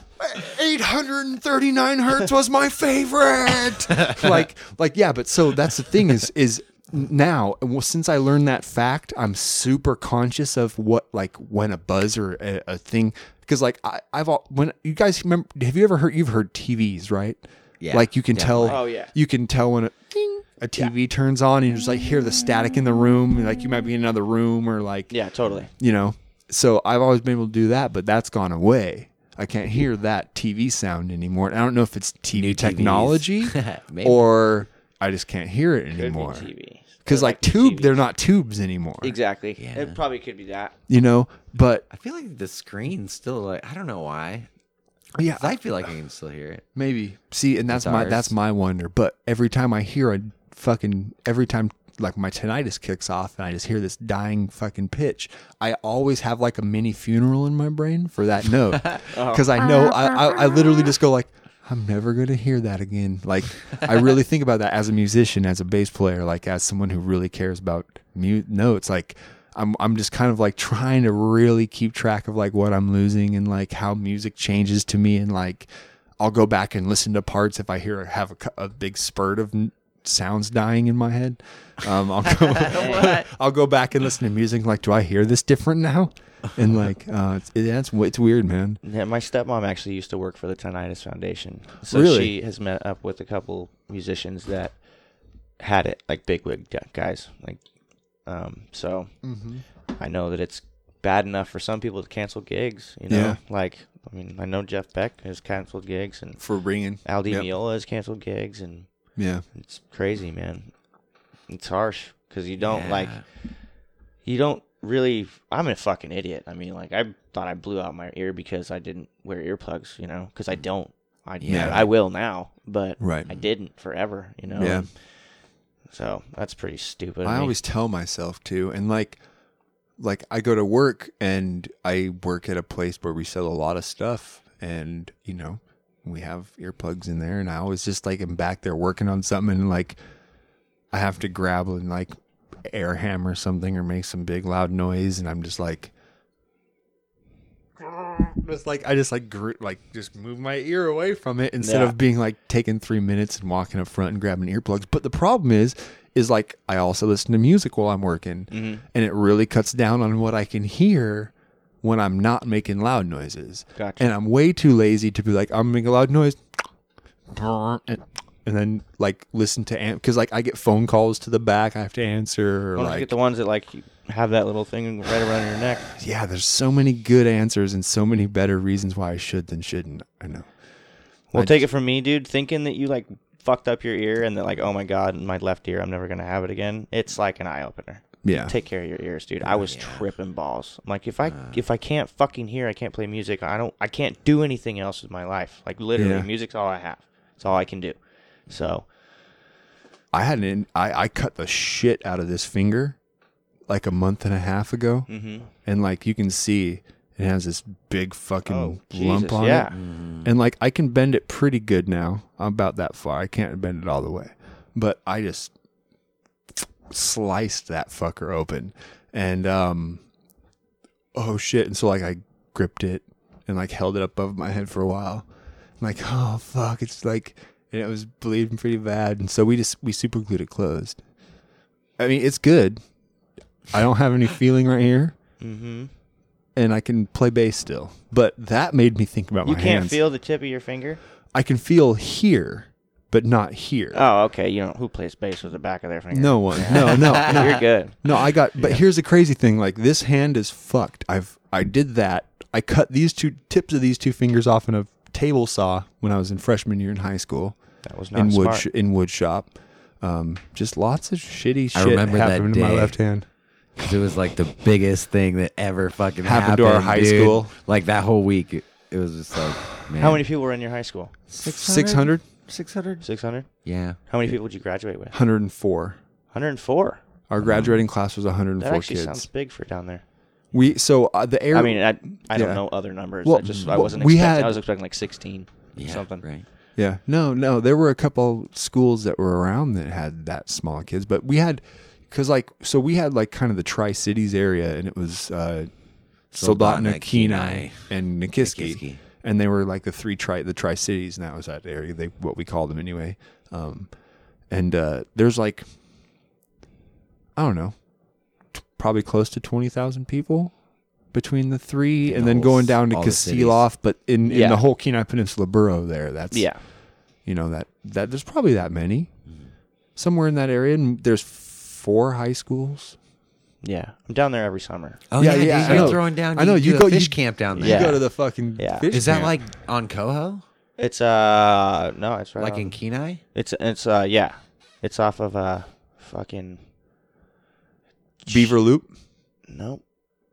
839 hertz was my favorite. (laughs) like, like, yeah, but so that's the thing is, is now well, since I learned that fact, I'm super conscious of what, like, when a buzz or a, a thing, because like I, I've all when you guys remember, have you ever heard? You've heard TVs, right?
Yeah,
Like you can tell.
Oh, yeah.
You can tell when a ding, a TV turns on, and you just like hear the static in the room, and like you might be in another room or like
Yeah, totally.
you know so i've always been able to do that but that's gone away i can't hear that tv sound anymore and i don't know if it's tv
New TVs.
technology
Maybe.
or I just can't hear it
Could be
anymore.
TV.
Because
Could
like
be
tube,
TV.
they're not tubes anymore.
Exactly.
Yeah.
It probably could be that.
You know, but
I feel like the screen's still like I don't know why.
yeah,
'Cause I feel like I can still hear it.
Maybe. See, and that's my
ours.
that's my wonder. But every time I hear a fucking every time like my tinnitus kicks off and I just hear this dying fucking pitch, I always have like a mini funeral in my brain for that note because I know I, I I literally just go like. I'm never gonna hear that again. Like, I really think about that as a musician, as a bass player, like as someone who really cares about mute notes. Like, I'm I'm just kind of like (laughs) trying to really keep track of like what I'm losing and like how music changes to me and like I'll go back and listen to parts if I hear have a, cu- a big spurt of n- sounds dying in my head. Um, I'll go (laughs) I'll go back and listen to music. Like, do I hear this different now? And like, uh, it's, it, that's it's weird, man.
Yeah, my stepmom actually used to work for the Tinnitus Foundation, so
Really?
she has met up with a couple musicians that had it, like bigwig gu- guys. Like, um, so
Mm-hmm.
I know that it's bad enough for some people to cancel gigs. You know,
Yeah.
like I mean, I know Jeff Beck has canceled gigs, and
For bringing,
Aldi
Yep.
Miola has canceled gigs, and
yeah,
it's crazy, man. It's harsh because you don't
Yeah.
like, you don't really. I'm a fucking idiot. I mean, like, I thought I blew out my ear because I didn't wear earplugs, you know, because I don't. I,
Yeah.
I will now, but
Mm. Right.
I didn't forever, you know.
Yeah.
and So that's pretty stupid. of
I
me.
always tell myself too, and like, like I go to work and I work at a place where we sell a lot of stuff, and you know, we have earplugs in there, and I always just like am back there working on something, and like, I have to grab and like air hammer something or make some big loud noise, and I'm just like. Just like I just like gr- like just move my ear away from it instead
Yeah.
of being like taking three minutes and walking up front and grabbing earplugs. But the problem is, is like I also listen to music while I'm working,
Mm-hmm.
and it really cuts down on what I can hear when I'm not making loud noises.
Gotcha.
And I'm way too lazy to be like I'm making a loud noise, and and then like listen to amp because like I get phone calls to the back I have to answer. Or,
Why don't you
like
get the ones that like you have that little thing right around
(laughs)
your neck.
yeah, there's so many good answers and so many better reasons why I should than shouldn't. I know.
Well, take it from me, dude. Thinking that you like fucked up your ear and that like, oh my god, my left ear, I'm never gonna have it again. It's like an eye opener.
Yeah.
Take care of your ears, dude. I was tripping balls. I'm like, if I
Uh.
if I can't fucking hear, I can't play music. I don't. I can't do anything else with my life. Like literally,
Yeah.
music's all I have. It's all I can do. So
I had an I, I cut the shit out of this finger like a month and a half ago,
Mm-hmm.
and like you can see, it has this big fucking
Oh,
lump
Jesus,
on
yeah.
it, and like I can bend it pretty good now, about that far. I can't bend it all the way, but I just sliced that fucker open, and um, oh shit! And so like I gripped it and like held it up above my head for a while. I'm like, (laughs) oh fuck, it's like, and it was bleeding pretty bad. And so we just we super glued it closed. I mean, it's good. I don't
(laughs)
have any feeling right here, mm-hmm. and I can play bass still. But that made me think about
you
my
can't
hands.
feel the tip of your finger.
I can feel here, but not here.
Oh, okay. You know who plays bass with the back of their finger?
no one, no,
(laughs)
no, no.
you're good.
No, I got. But here's the crazy thing: like this hand is fucked. I've I did that. I cut these two tips of these two fingers off in a table saw when I was in freshman year in high school.
That was not
in wood
smart.
sh- in wood shop. Um, just lots of shitty
I
shit
remember that
happened to my
day.
left hand.
Because it was like the biggest thing that ever fucking
Happened
happened,
to our high
dude.
school.
Like that whole week, it, it was just
(sighs)
like, man,
How many people were in your high school?
Six hundred,
600?
Six hundred.
Yeah.
How many people did you graduate with?
hundred and four.
Hundred and four.
Our graduating class was
That
104
actually
kids.
sounds big for down there.
we so uh, the air.
I mean, I, I
yeah.
don't know other numbers.
Well,
I just I
well,
wasn't
we
expecting.
had-
I was expecting like sixteen, or
Yeah,
something.
Right.
Yeah. No, no. There were a couple schools that were around that had that small kids, but we had, cause like, so we had like kind of the Tri Cities area and it was, uh, Soldotna, Kenai,
Soldotna, Kenai,
and Nikiski.
Nikiski.
And they were like the three tri, the Tri Cities, and that was that area, they, what we called them anyway. Um, and, uh, there's like, I don't know, t- probably close to 20,000 people between the three and
the
then
whole
going
s-
down to
all the cities.
Kasilof, but in, in
Yeah.
the whole Kenai Peninsula borough there, that's,
Yeah,
you know that that there's probably that many somewhere in that area and there's four high schools
yeah. I'm down there every summer.
Oh,
Yeah,
yeah,
yeah,
dude,
I
you're
know.
throwing down.
I know, you
you, do
go-
a fish
you-
camp down there.
Yeah.
you go to the fucking
Yeah.
fish
Is that
camp.
like on Coho?
It's uh no, it's right
Like in
on-
Kenai?
it's it's uh yeah It's off of uh fucking
Beaver Loop.
nope.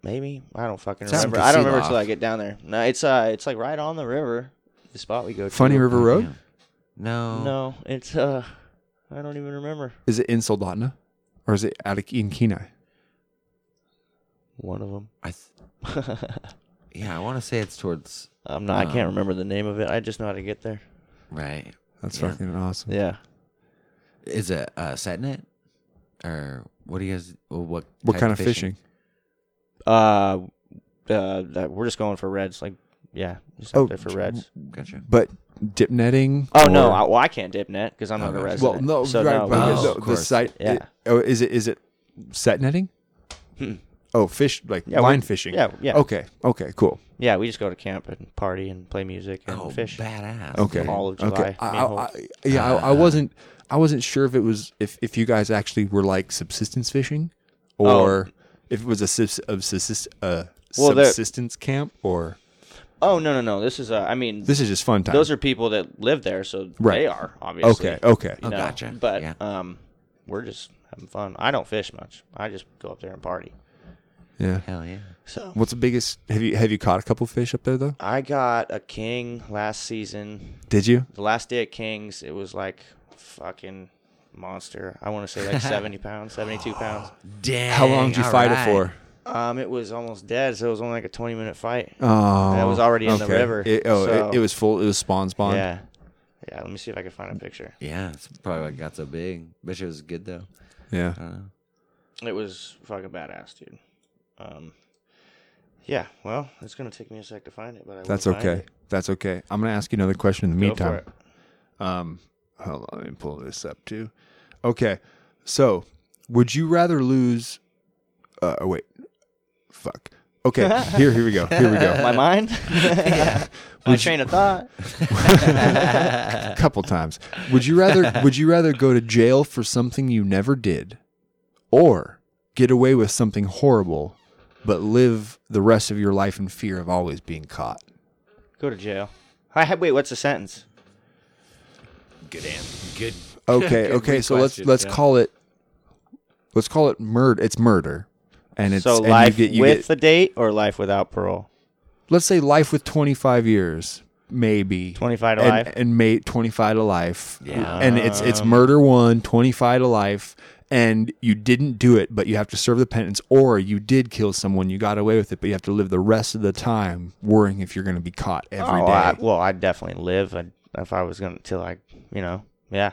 Maybe I don't fucking
Sounds
remember.
to
I don't
Sea
remember till
Loft.
I get down there. No, it's uh, it's like right on the river. The spot we go to.
Funny River Road.
No.
No, it's uh, I don't even remember.
Is it in Soldotna, or is it out of- in Kenai?
One of them.
I (laughs) th- yeah, I want to say it's towards.
I'm not. I can't remember the name of it. I just know how to get there.
Right.
That's fucking awesome.
Yeah.
Is it uh, set net? Or what do you guys. What, what,
What
type
kind of fishing?
Uh, uh, that, we're just going for reds. Like, yeah, just out
Oh,
there for reds.
Gotcha.
But dip netting.
Oh no,
or-
I, well I can't dip net because I'm not a
Okay.
resident.
well, no,
so
right.
no,
but
Oh,
the-
of
the,
course.
site.
Yeah.
it- oh, is it is it set netting? Oh, fish like
Yeah,
line
we-
fishing.
yeah, yeah.
Okay. Okay. Cool.
yeah, we just go to camp and party and play music and
Oh,
fish.
badass.
Okay.
dude.
All of
Okay.
July,
I,
me and
I,
Holt.
I- yeah, I, I wasn't. I wasn't sure if it was if if you guys actually were like subsistence fishing, or if it was a subs, of subsist, uh,
Oh. Well, the-
subsistence camp, or
Oh no no no! This is uh, I mean,
this is just fun time.
those are people that live there, so
Right.
they are obviously.
Okay, okay.
You
Oh,
know,
gotcha.
But
Yeah.
um, we're just having fun. I don't fish much. I just go up there and party.
yeah.
Hell yeah.
So
What's the biggest? Have you have you caught a couple fish up there though?
I got a king last season.
Did you?
The last day at Kings, it was like fucking monster. I want to
(laughs)
say like 70 pounds, 72 pounds.
Dang.
How long did you fight
alright.
it for?
Um, it was almost dead, so it was only like a 20 minute fight.
Oh,
That was already in the river,
It, oh,
so-
it, it was full. It was spawn spawn.
yeah. Yeah, let me see if I can find a picture.
Yeah, it's probably why it got so big. Wish it was good though.
yeah.
It was fucking badass, dude. Um, yeah, well, it's going to take me a sec to find it, but I will
That's
find
okay.
it.
That's okay. I'm gonna ask you another question in the
Go
meantime.
for
Um, hold on, let me pull this up too. Okay, so would you rather lose? Uh, oh, wait, fuck.
(laughs)
Okay, here, here we go. Here we
it.
go. (laughs)
My mind? My train of thought?
A couple times. Would you rather?
(laughs)
Would you rather go to jail for something you never did, or get away with something horrible, but live the rest of your life in fear of always being caught?
Go to jail. I had, wait, what's the sentence?
Okay, okay. So let's let's call it let's call it murder. It's murder, and it's
so
and
life
you get, you
with
get,
the date or life without parole?
let's say life with twenty five years, maybe
25 to
and,
life?
and may twenty five to life.
Yeah.
and it's it's murder one, 25 to life, and you didn't do it, but you have to serve the penance, or you did kill someone, you got away with it, but you have to live the rest of the time worrying if you're going to be caught every day.
oh, I, well, I'd definitely live I'd, if I was going to, till I, you know, yeah.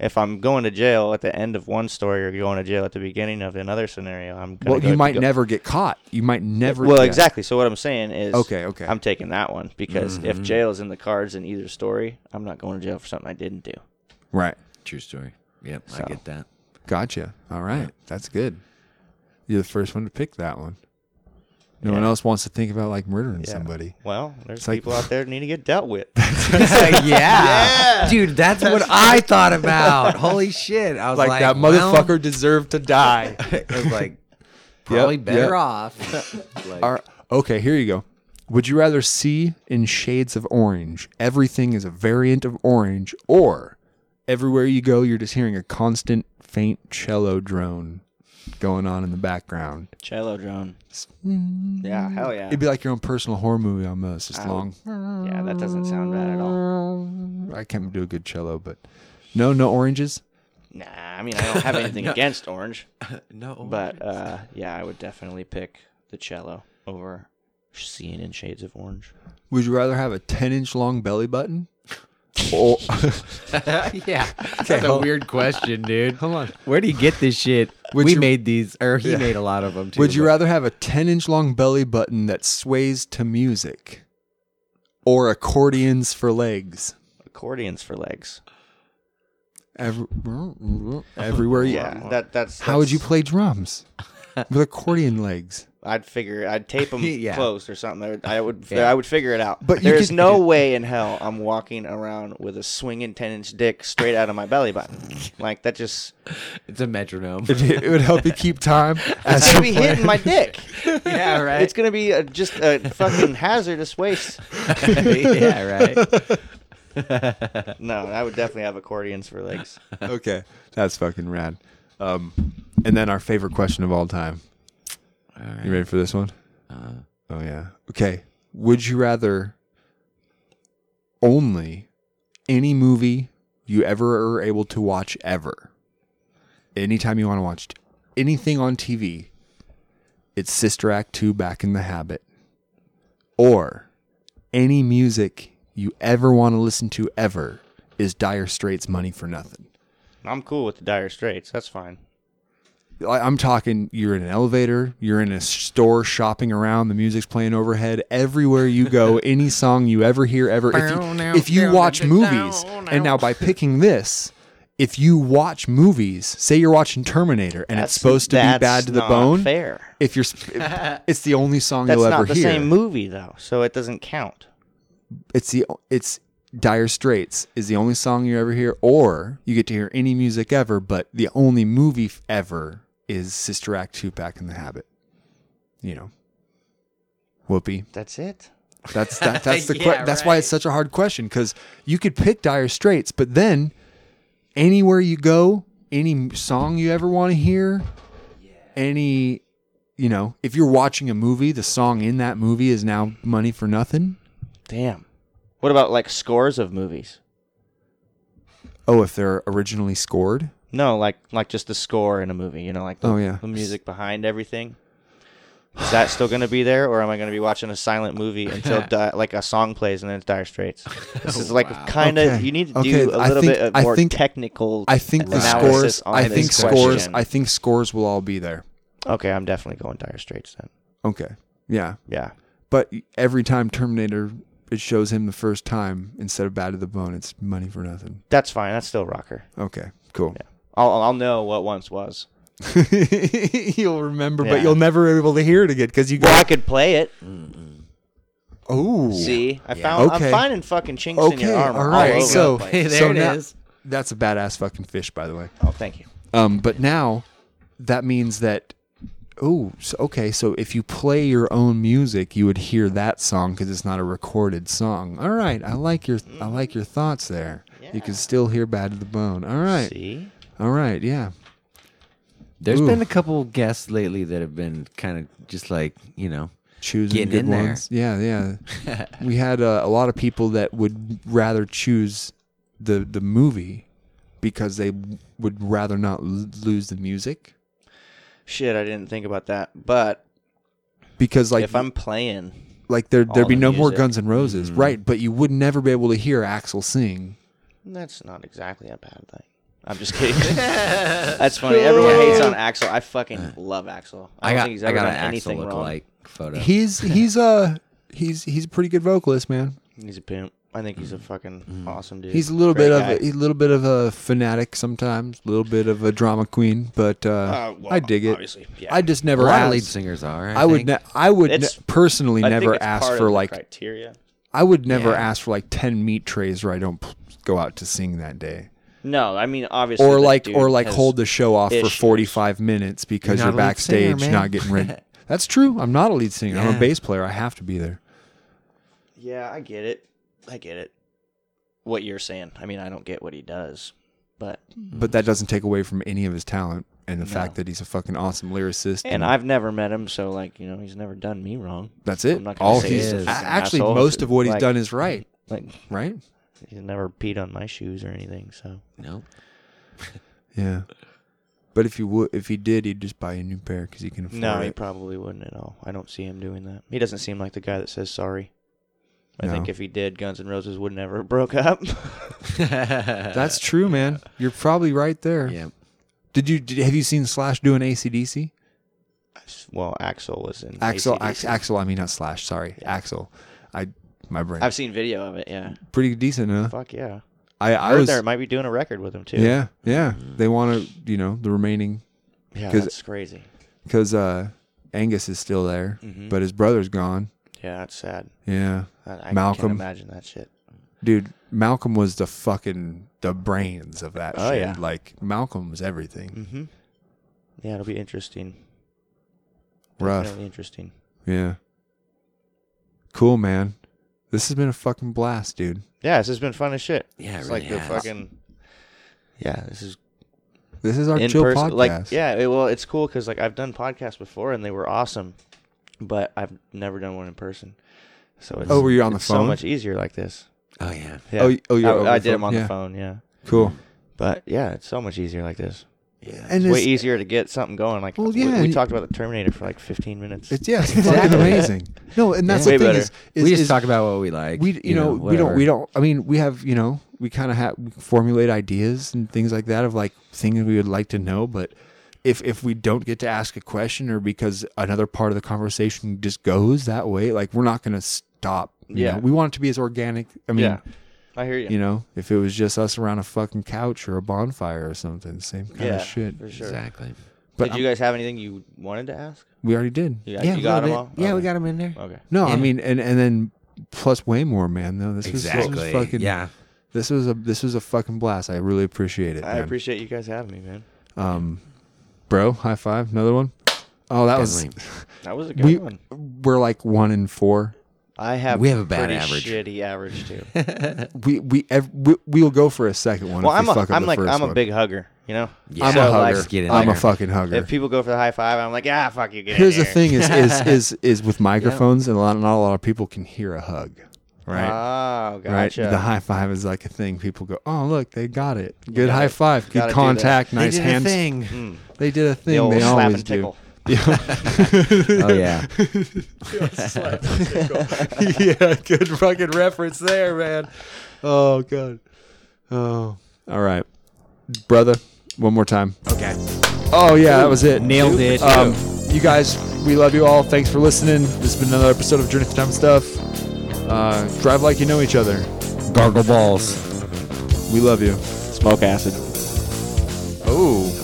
If I'm going to jail at the end of one story or going to jail at the beginning of another scenario, I'm going
well, you might never get caught. You might never.
Well,
yeah.
exactly. So what I'm saying is,
Okay, okay. Mm-hmm.
I'm taking that one because if jail is in the cards in either story, I'm not going to jail for something I didn't do.
Right.
True story. Yep,
So.
I get that.
Gotcha. All right. That's good. You're the first one to pick that one. No one else wants to think about like murdering somebody.
Well, there's
like-
people out there that need to get
(laughs)
dealt with.
yeah. Dude, that's, what I thought about. Holy shit. I was like,
Like, that
well,
motherfucker deserved to
(laughs)
die.
I was like,
(laughs)
probably
Yep,
better
yep. (laughs)
off. like,
All right. Okay, here you go. Would you rather see in shades of orange? Everything is a variant of orange, or everywhere you go, you're just hearing a constant faint cello drone going on in the background.
Cello drone. Yeah, hell yeah.
It'd be like your own personal horror movie almost. It's long.
Yeah, that doesn't sound bad at all.
I can't do a good cello, but no, no oranges.
Nah, I mean I don't
(laughs)
have anything against orange.
no.
But uh, yeah, I would definitely pick the cello over seeing in shades of orange.
Would you rather have a 10 inch long belly button? or,
(laughs)
(laughs)
yeah. That's a weird question, dude. Hold on. Where do you get this shit?
Would
we
you-
made these, or he made a lot of them too.
would you
but-
rather have a 10 inch long belly button that sways to music or accordions for legs?
Accordions for legs.
Every, everywhere you
Yeah, that that's.
How would
that's-
you play
(laughs)
drums? With accordion legs.
I'd figure. I'd tape
(laughs)
them
Yeah.
closed or something. I would. I would, I would figure it out.
But
But
you
there's
could- (laughs)
no way in hell I'm walking around with a swinging ten inch dick straight out of my belly button. Like that just
It's a metronome.
It would help you keep time. As
it's
you
gonna be
play.
hitting my dick.
(laughs)
yeah, right. (laughs)
It's gonna be a, just a fucking hazardous waste.
(laughs)
yeah, right.
No, I would definitely have accordions for legs.
(laughs) okay, that's fucking rad. Um, and then our favorite question of all time. You ready for this one? oh yeah. Okay. Would you rather only any movie you ever are able to watch ever, anytime you want to watch anything on TV, it's Sister Act two back in the habit, or any music you ever want to listen to ever is Dire Straits' Money for Nothing.
I'm cool with the Dire Straits. That's fine.
I- I'm talking you're in an elevator, you're in a store shopping around, the music's playing overhead everywhere you
(laughs)
go, any song you ever hear ever if you, if you watch movies and now by picking this if you watch movies, say you're watching Terminator and
That's-
it's supposed to be
that's
bad to the
not
bone.
fair.
If you're,
(laughs)
sp- it's the only song
That's
you'll
not
ever
the
hear.
same movie though, so it doesn't count.
it's the it's Dire Straits is the only song you ever hear, or you get to hear any music ever, but the only movie f- ever is Sister Act two back in the habit. You know, whoopee.
That's it.
That's that, that's the que-
Yeah,
that's why it's such a hard question because you could pick Dire Straits, but then anywhere you go, any m- song you ever want to hear, any you know, if you're watching a movie, the song in that movie is now money for nothing.
Damn. What about like scores of movies?
Oh, if they're originally scored.
No, like like just the score in a movie, you know, like the,
Oh, yeah.
the music behind everything. Is that still going to be there, or am I going to be watching a
(laughs)
silent movie until di- like a song plays and then it's Dire Straits? This
(laughs)
is like kind of
Okay.
you need to
Okay,
do a
I
little
think-
bit of
I
more
think-
technical.
I think the
analysis
scores.
on
I
this
think scores.
question.
I think scores will all be there.
okay, I'm definitely going Dire Straits then.
Okay. Yeah.
Yeah,
But every time Terminator, it shows him the first time instead of Bad to the Bone, it's Money for Nothing.
that's fine. That's still rocker.
Okay. Cool.
I'll I'll know what once was.
(laughs) you'll remember,
Yeah.
but you'll never be able to hear it again because you go.
Well, I could play it.
oh.
See, I found
Okay.
I'm finding fucking chinks in
Okay.
your armor.
All right.
over
so
the
Hey,
place.
there
so
it
now-
is.
That's a badass fucking fish, by the way.
oh, thank you.
Um, but now that means that oh, so, okay. So if you play your own music, you would hear that song because it's not a recorded song. All right, I like your I like your thoughts there. You can still hear "Bad to the Bone." All right,
See,
all right, yeah.
There's
Ooh.
been a couple guests lately that have been kind of just like, you know,
Choosing
Getting
good
in there.
ones. Yeah,
(laughs)
yeah. we had uh, a lot of people that would rather choose the the movie because they would rather not l- lose the music.
shit, I didn't think about that, but
Because like
if I'm playing.
like there there'd be
the
no more
music. Mm-hmm.
Guns N' Roses, right? But you would never be able to hear Axel sing.
That's not exactly a bad thing. I'm just kidding. (laughs) That's funny. Everyone hates on Axel. I fucking love Axel.
I
I, don't
got,
think he's
I
ever
got
done
an Axel
anything wrong.
lookalike photo.
(laughs)
He's he's uh he's he's a pretty good vocalist, man.
He's a pimp. I think he's a fucking awesome dude.
Mm. He's a little
Great
bit
guy.
of a, he's a little bit of a fanatic sometimes, a little bit of a drama queen, but uh,
Uh, well,
I dig it.
obviously, yeah.
I just
a
never
lot
asked.
of lead singers are. I,
I would
think.
ne- I would ne-
It's-
personally
I think
never
it's
ask
part
for
of the
like
criteria.
I would never
Yeah.
ask for like 10 meat trays where I don't p- go out to sing that day.
No, I mean obviously.
or
the
like
dude
or like
has-
hold the show off for
issues.
45 minutes because
You're
you're,
not a lead singer,
backstage
man.
not getting ready
(laughs)
that's true i'm not a lead singer i'm
Yeah.
a bass player i have to be there
Yeah, I get it. I get it. What you're saying. I mean, I don't get what he does, but
but
Mm.
that doesn't take away from any of his talent and the fact that he's a fucking awesome lyricist
and I've never met him, so like you know, he's never done me wrong.
that's it
I'm not gonna
all
say
he's
he's a
a-
fucking
actually
asshole.
most of what he's
Like-
done is right
Like
right
he's never peed on my shoes or anything. So
No.
yeah but if you would if he did he'd just buy a new pair because he can afford
No, he
it
probably wouldn't at all. I don't see him doing that. He doesn't seem like the guy that says sorry. I
No.
think if he did, Guns N' Roses would never (laughs) have broke up.
that's true man you're probably right there
Yeah.
did you did, have you seen slash doing acdc
well, Axel was in.
axel
AC/DC.
Ax, axel i mean not slash sorry axel i my brain
I've seen video of it. Yeah.
pretty decent huh
Fuck yeah.
I,
I
I
heard
was,
there might be doing a record with him too.
yeah, yeah.
Mm-hmm.
They want to, you know, the remaining
Yeah.
'Cause-
That's crazy.
because uh, Angus is still there,
Mm-hmm.
but his brother's gone.
Yeah, that's sad.
Yeah,
I, I
Malcolm.
can't imagine that shit.
dude, Malcolm was the fucking the brains of that.
Oh,
shit.
yeah. Mm-hmm.
like Malcolm was everything.
Yeah, it'll be interesting.
Rough.
Definitely interesting.
Yeah, cool man. This has been a fucking blast, dude.
Yeah, this has been fun as shit.
Yeah, it
it's like
really
the
has.
fucking. Yeah, this is
This is our
in
chill
person.
podcast.
Like, yeah, it, well, it's cool because like I've done podcasts before and they were awesome, but I've never done one in person. So it's,
Oh, were you on the
it's So
phone?
much easier like this.
Oh yeah.
Yeah.
Oh, y- oh, you're over
I, I
the
did them
phone,
on
yeah.
the phone. Yeah,
Cool.
but yeah, it's so much easier like this.
And
Mm-hmm. It's way
it's,
easier to get something going. Like
Well,
we-
yeah,
we,
you-
talked about the Terminator for like 15 minutes.
it's
(laughs)
yeah, it's fucking amazing. No, and that's
Way
the thing
better.
is, is
we just
is-
talk about what we like.
we you know, we don't
whatever.
we don't i mean we have you know we kind of have formulate ideas and things like that of like things we would like to know but if if we don't get to ask a question or because another part of the conversation just goes that way like we're not going to stop you
Yeah.
know? we want it to be as organic i mean
yeah, I hear you.
you know if it was just us around a fucking couch or a bonfire or something same kind
yeah,
of shit
for sure.
exactly.
but
Did you guys have anything you wanted to ask?
we already did
You got, you got 'em all.
Yeah, we
Okay.
got them in there.
Okay.
no i
Yeah.
mean and and then plus way more man though this was- this was
Exactly.
fucking
yeah.
This was a this was a fucking blast. I really appreciate it.
I
man.
appreciate you guys having me, man.
Um, bro, high five. Another one. Oh, that was
Definitely.
That was a good
we.
one.
We're like one in four.
I have
We have a bad
pretty
average.
shitty
(laughs)
average too.
We we ev- we we'll go for a second one.
well,
if
I'm
we
a,
fuck up
I'm
the
like
first
I'm a
one.
big hugger, you know.
Yeah.
I'm
so,
a
like,
hugger.
let's get in
I'm a
there.
fucking hugger.
If people go for the high five, I'm like, ah, fuck you. Get in
Here's the
here."
thing: is
(laughs)
is is is with microphones, and a lot, not a lot of people can hear a hug, right?
Oh,
Right,
gotcha.
the high five is like a thing. People go, "Oh, look, they got it. Good
gotta-
high five,
gotta
good
do
contact, nice
they did
hands."
a thing.
Mm.
They did a
The
thing.
old
They
slap
always (laughs)
and tickle.
do.
(laughs) Oh yeah.
(laughs) yeah, good fucking reference there, man. Oh god. Oh. All right. Brother, one more time. Okay. Oh yeah, that was it.
Nailed it.
Um, you guys, we love you all. Thanks for listening. This has been another episode of Journey Through Time Stuff. Uh, drive like you know each other.
Gargle balls.
We love you.
Smoke acid.
Oh.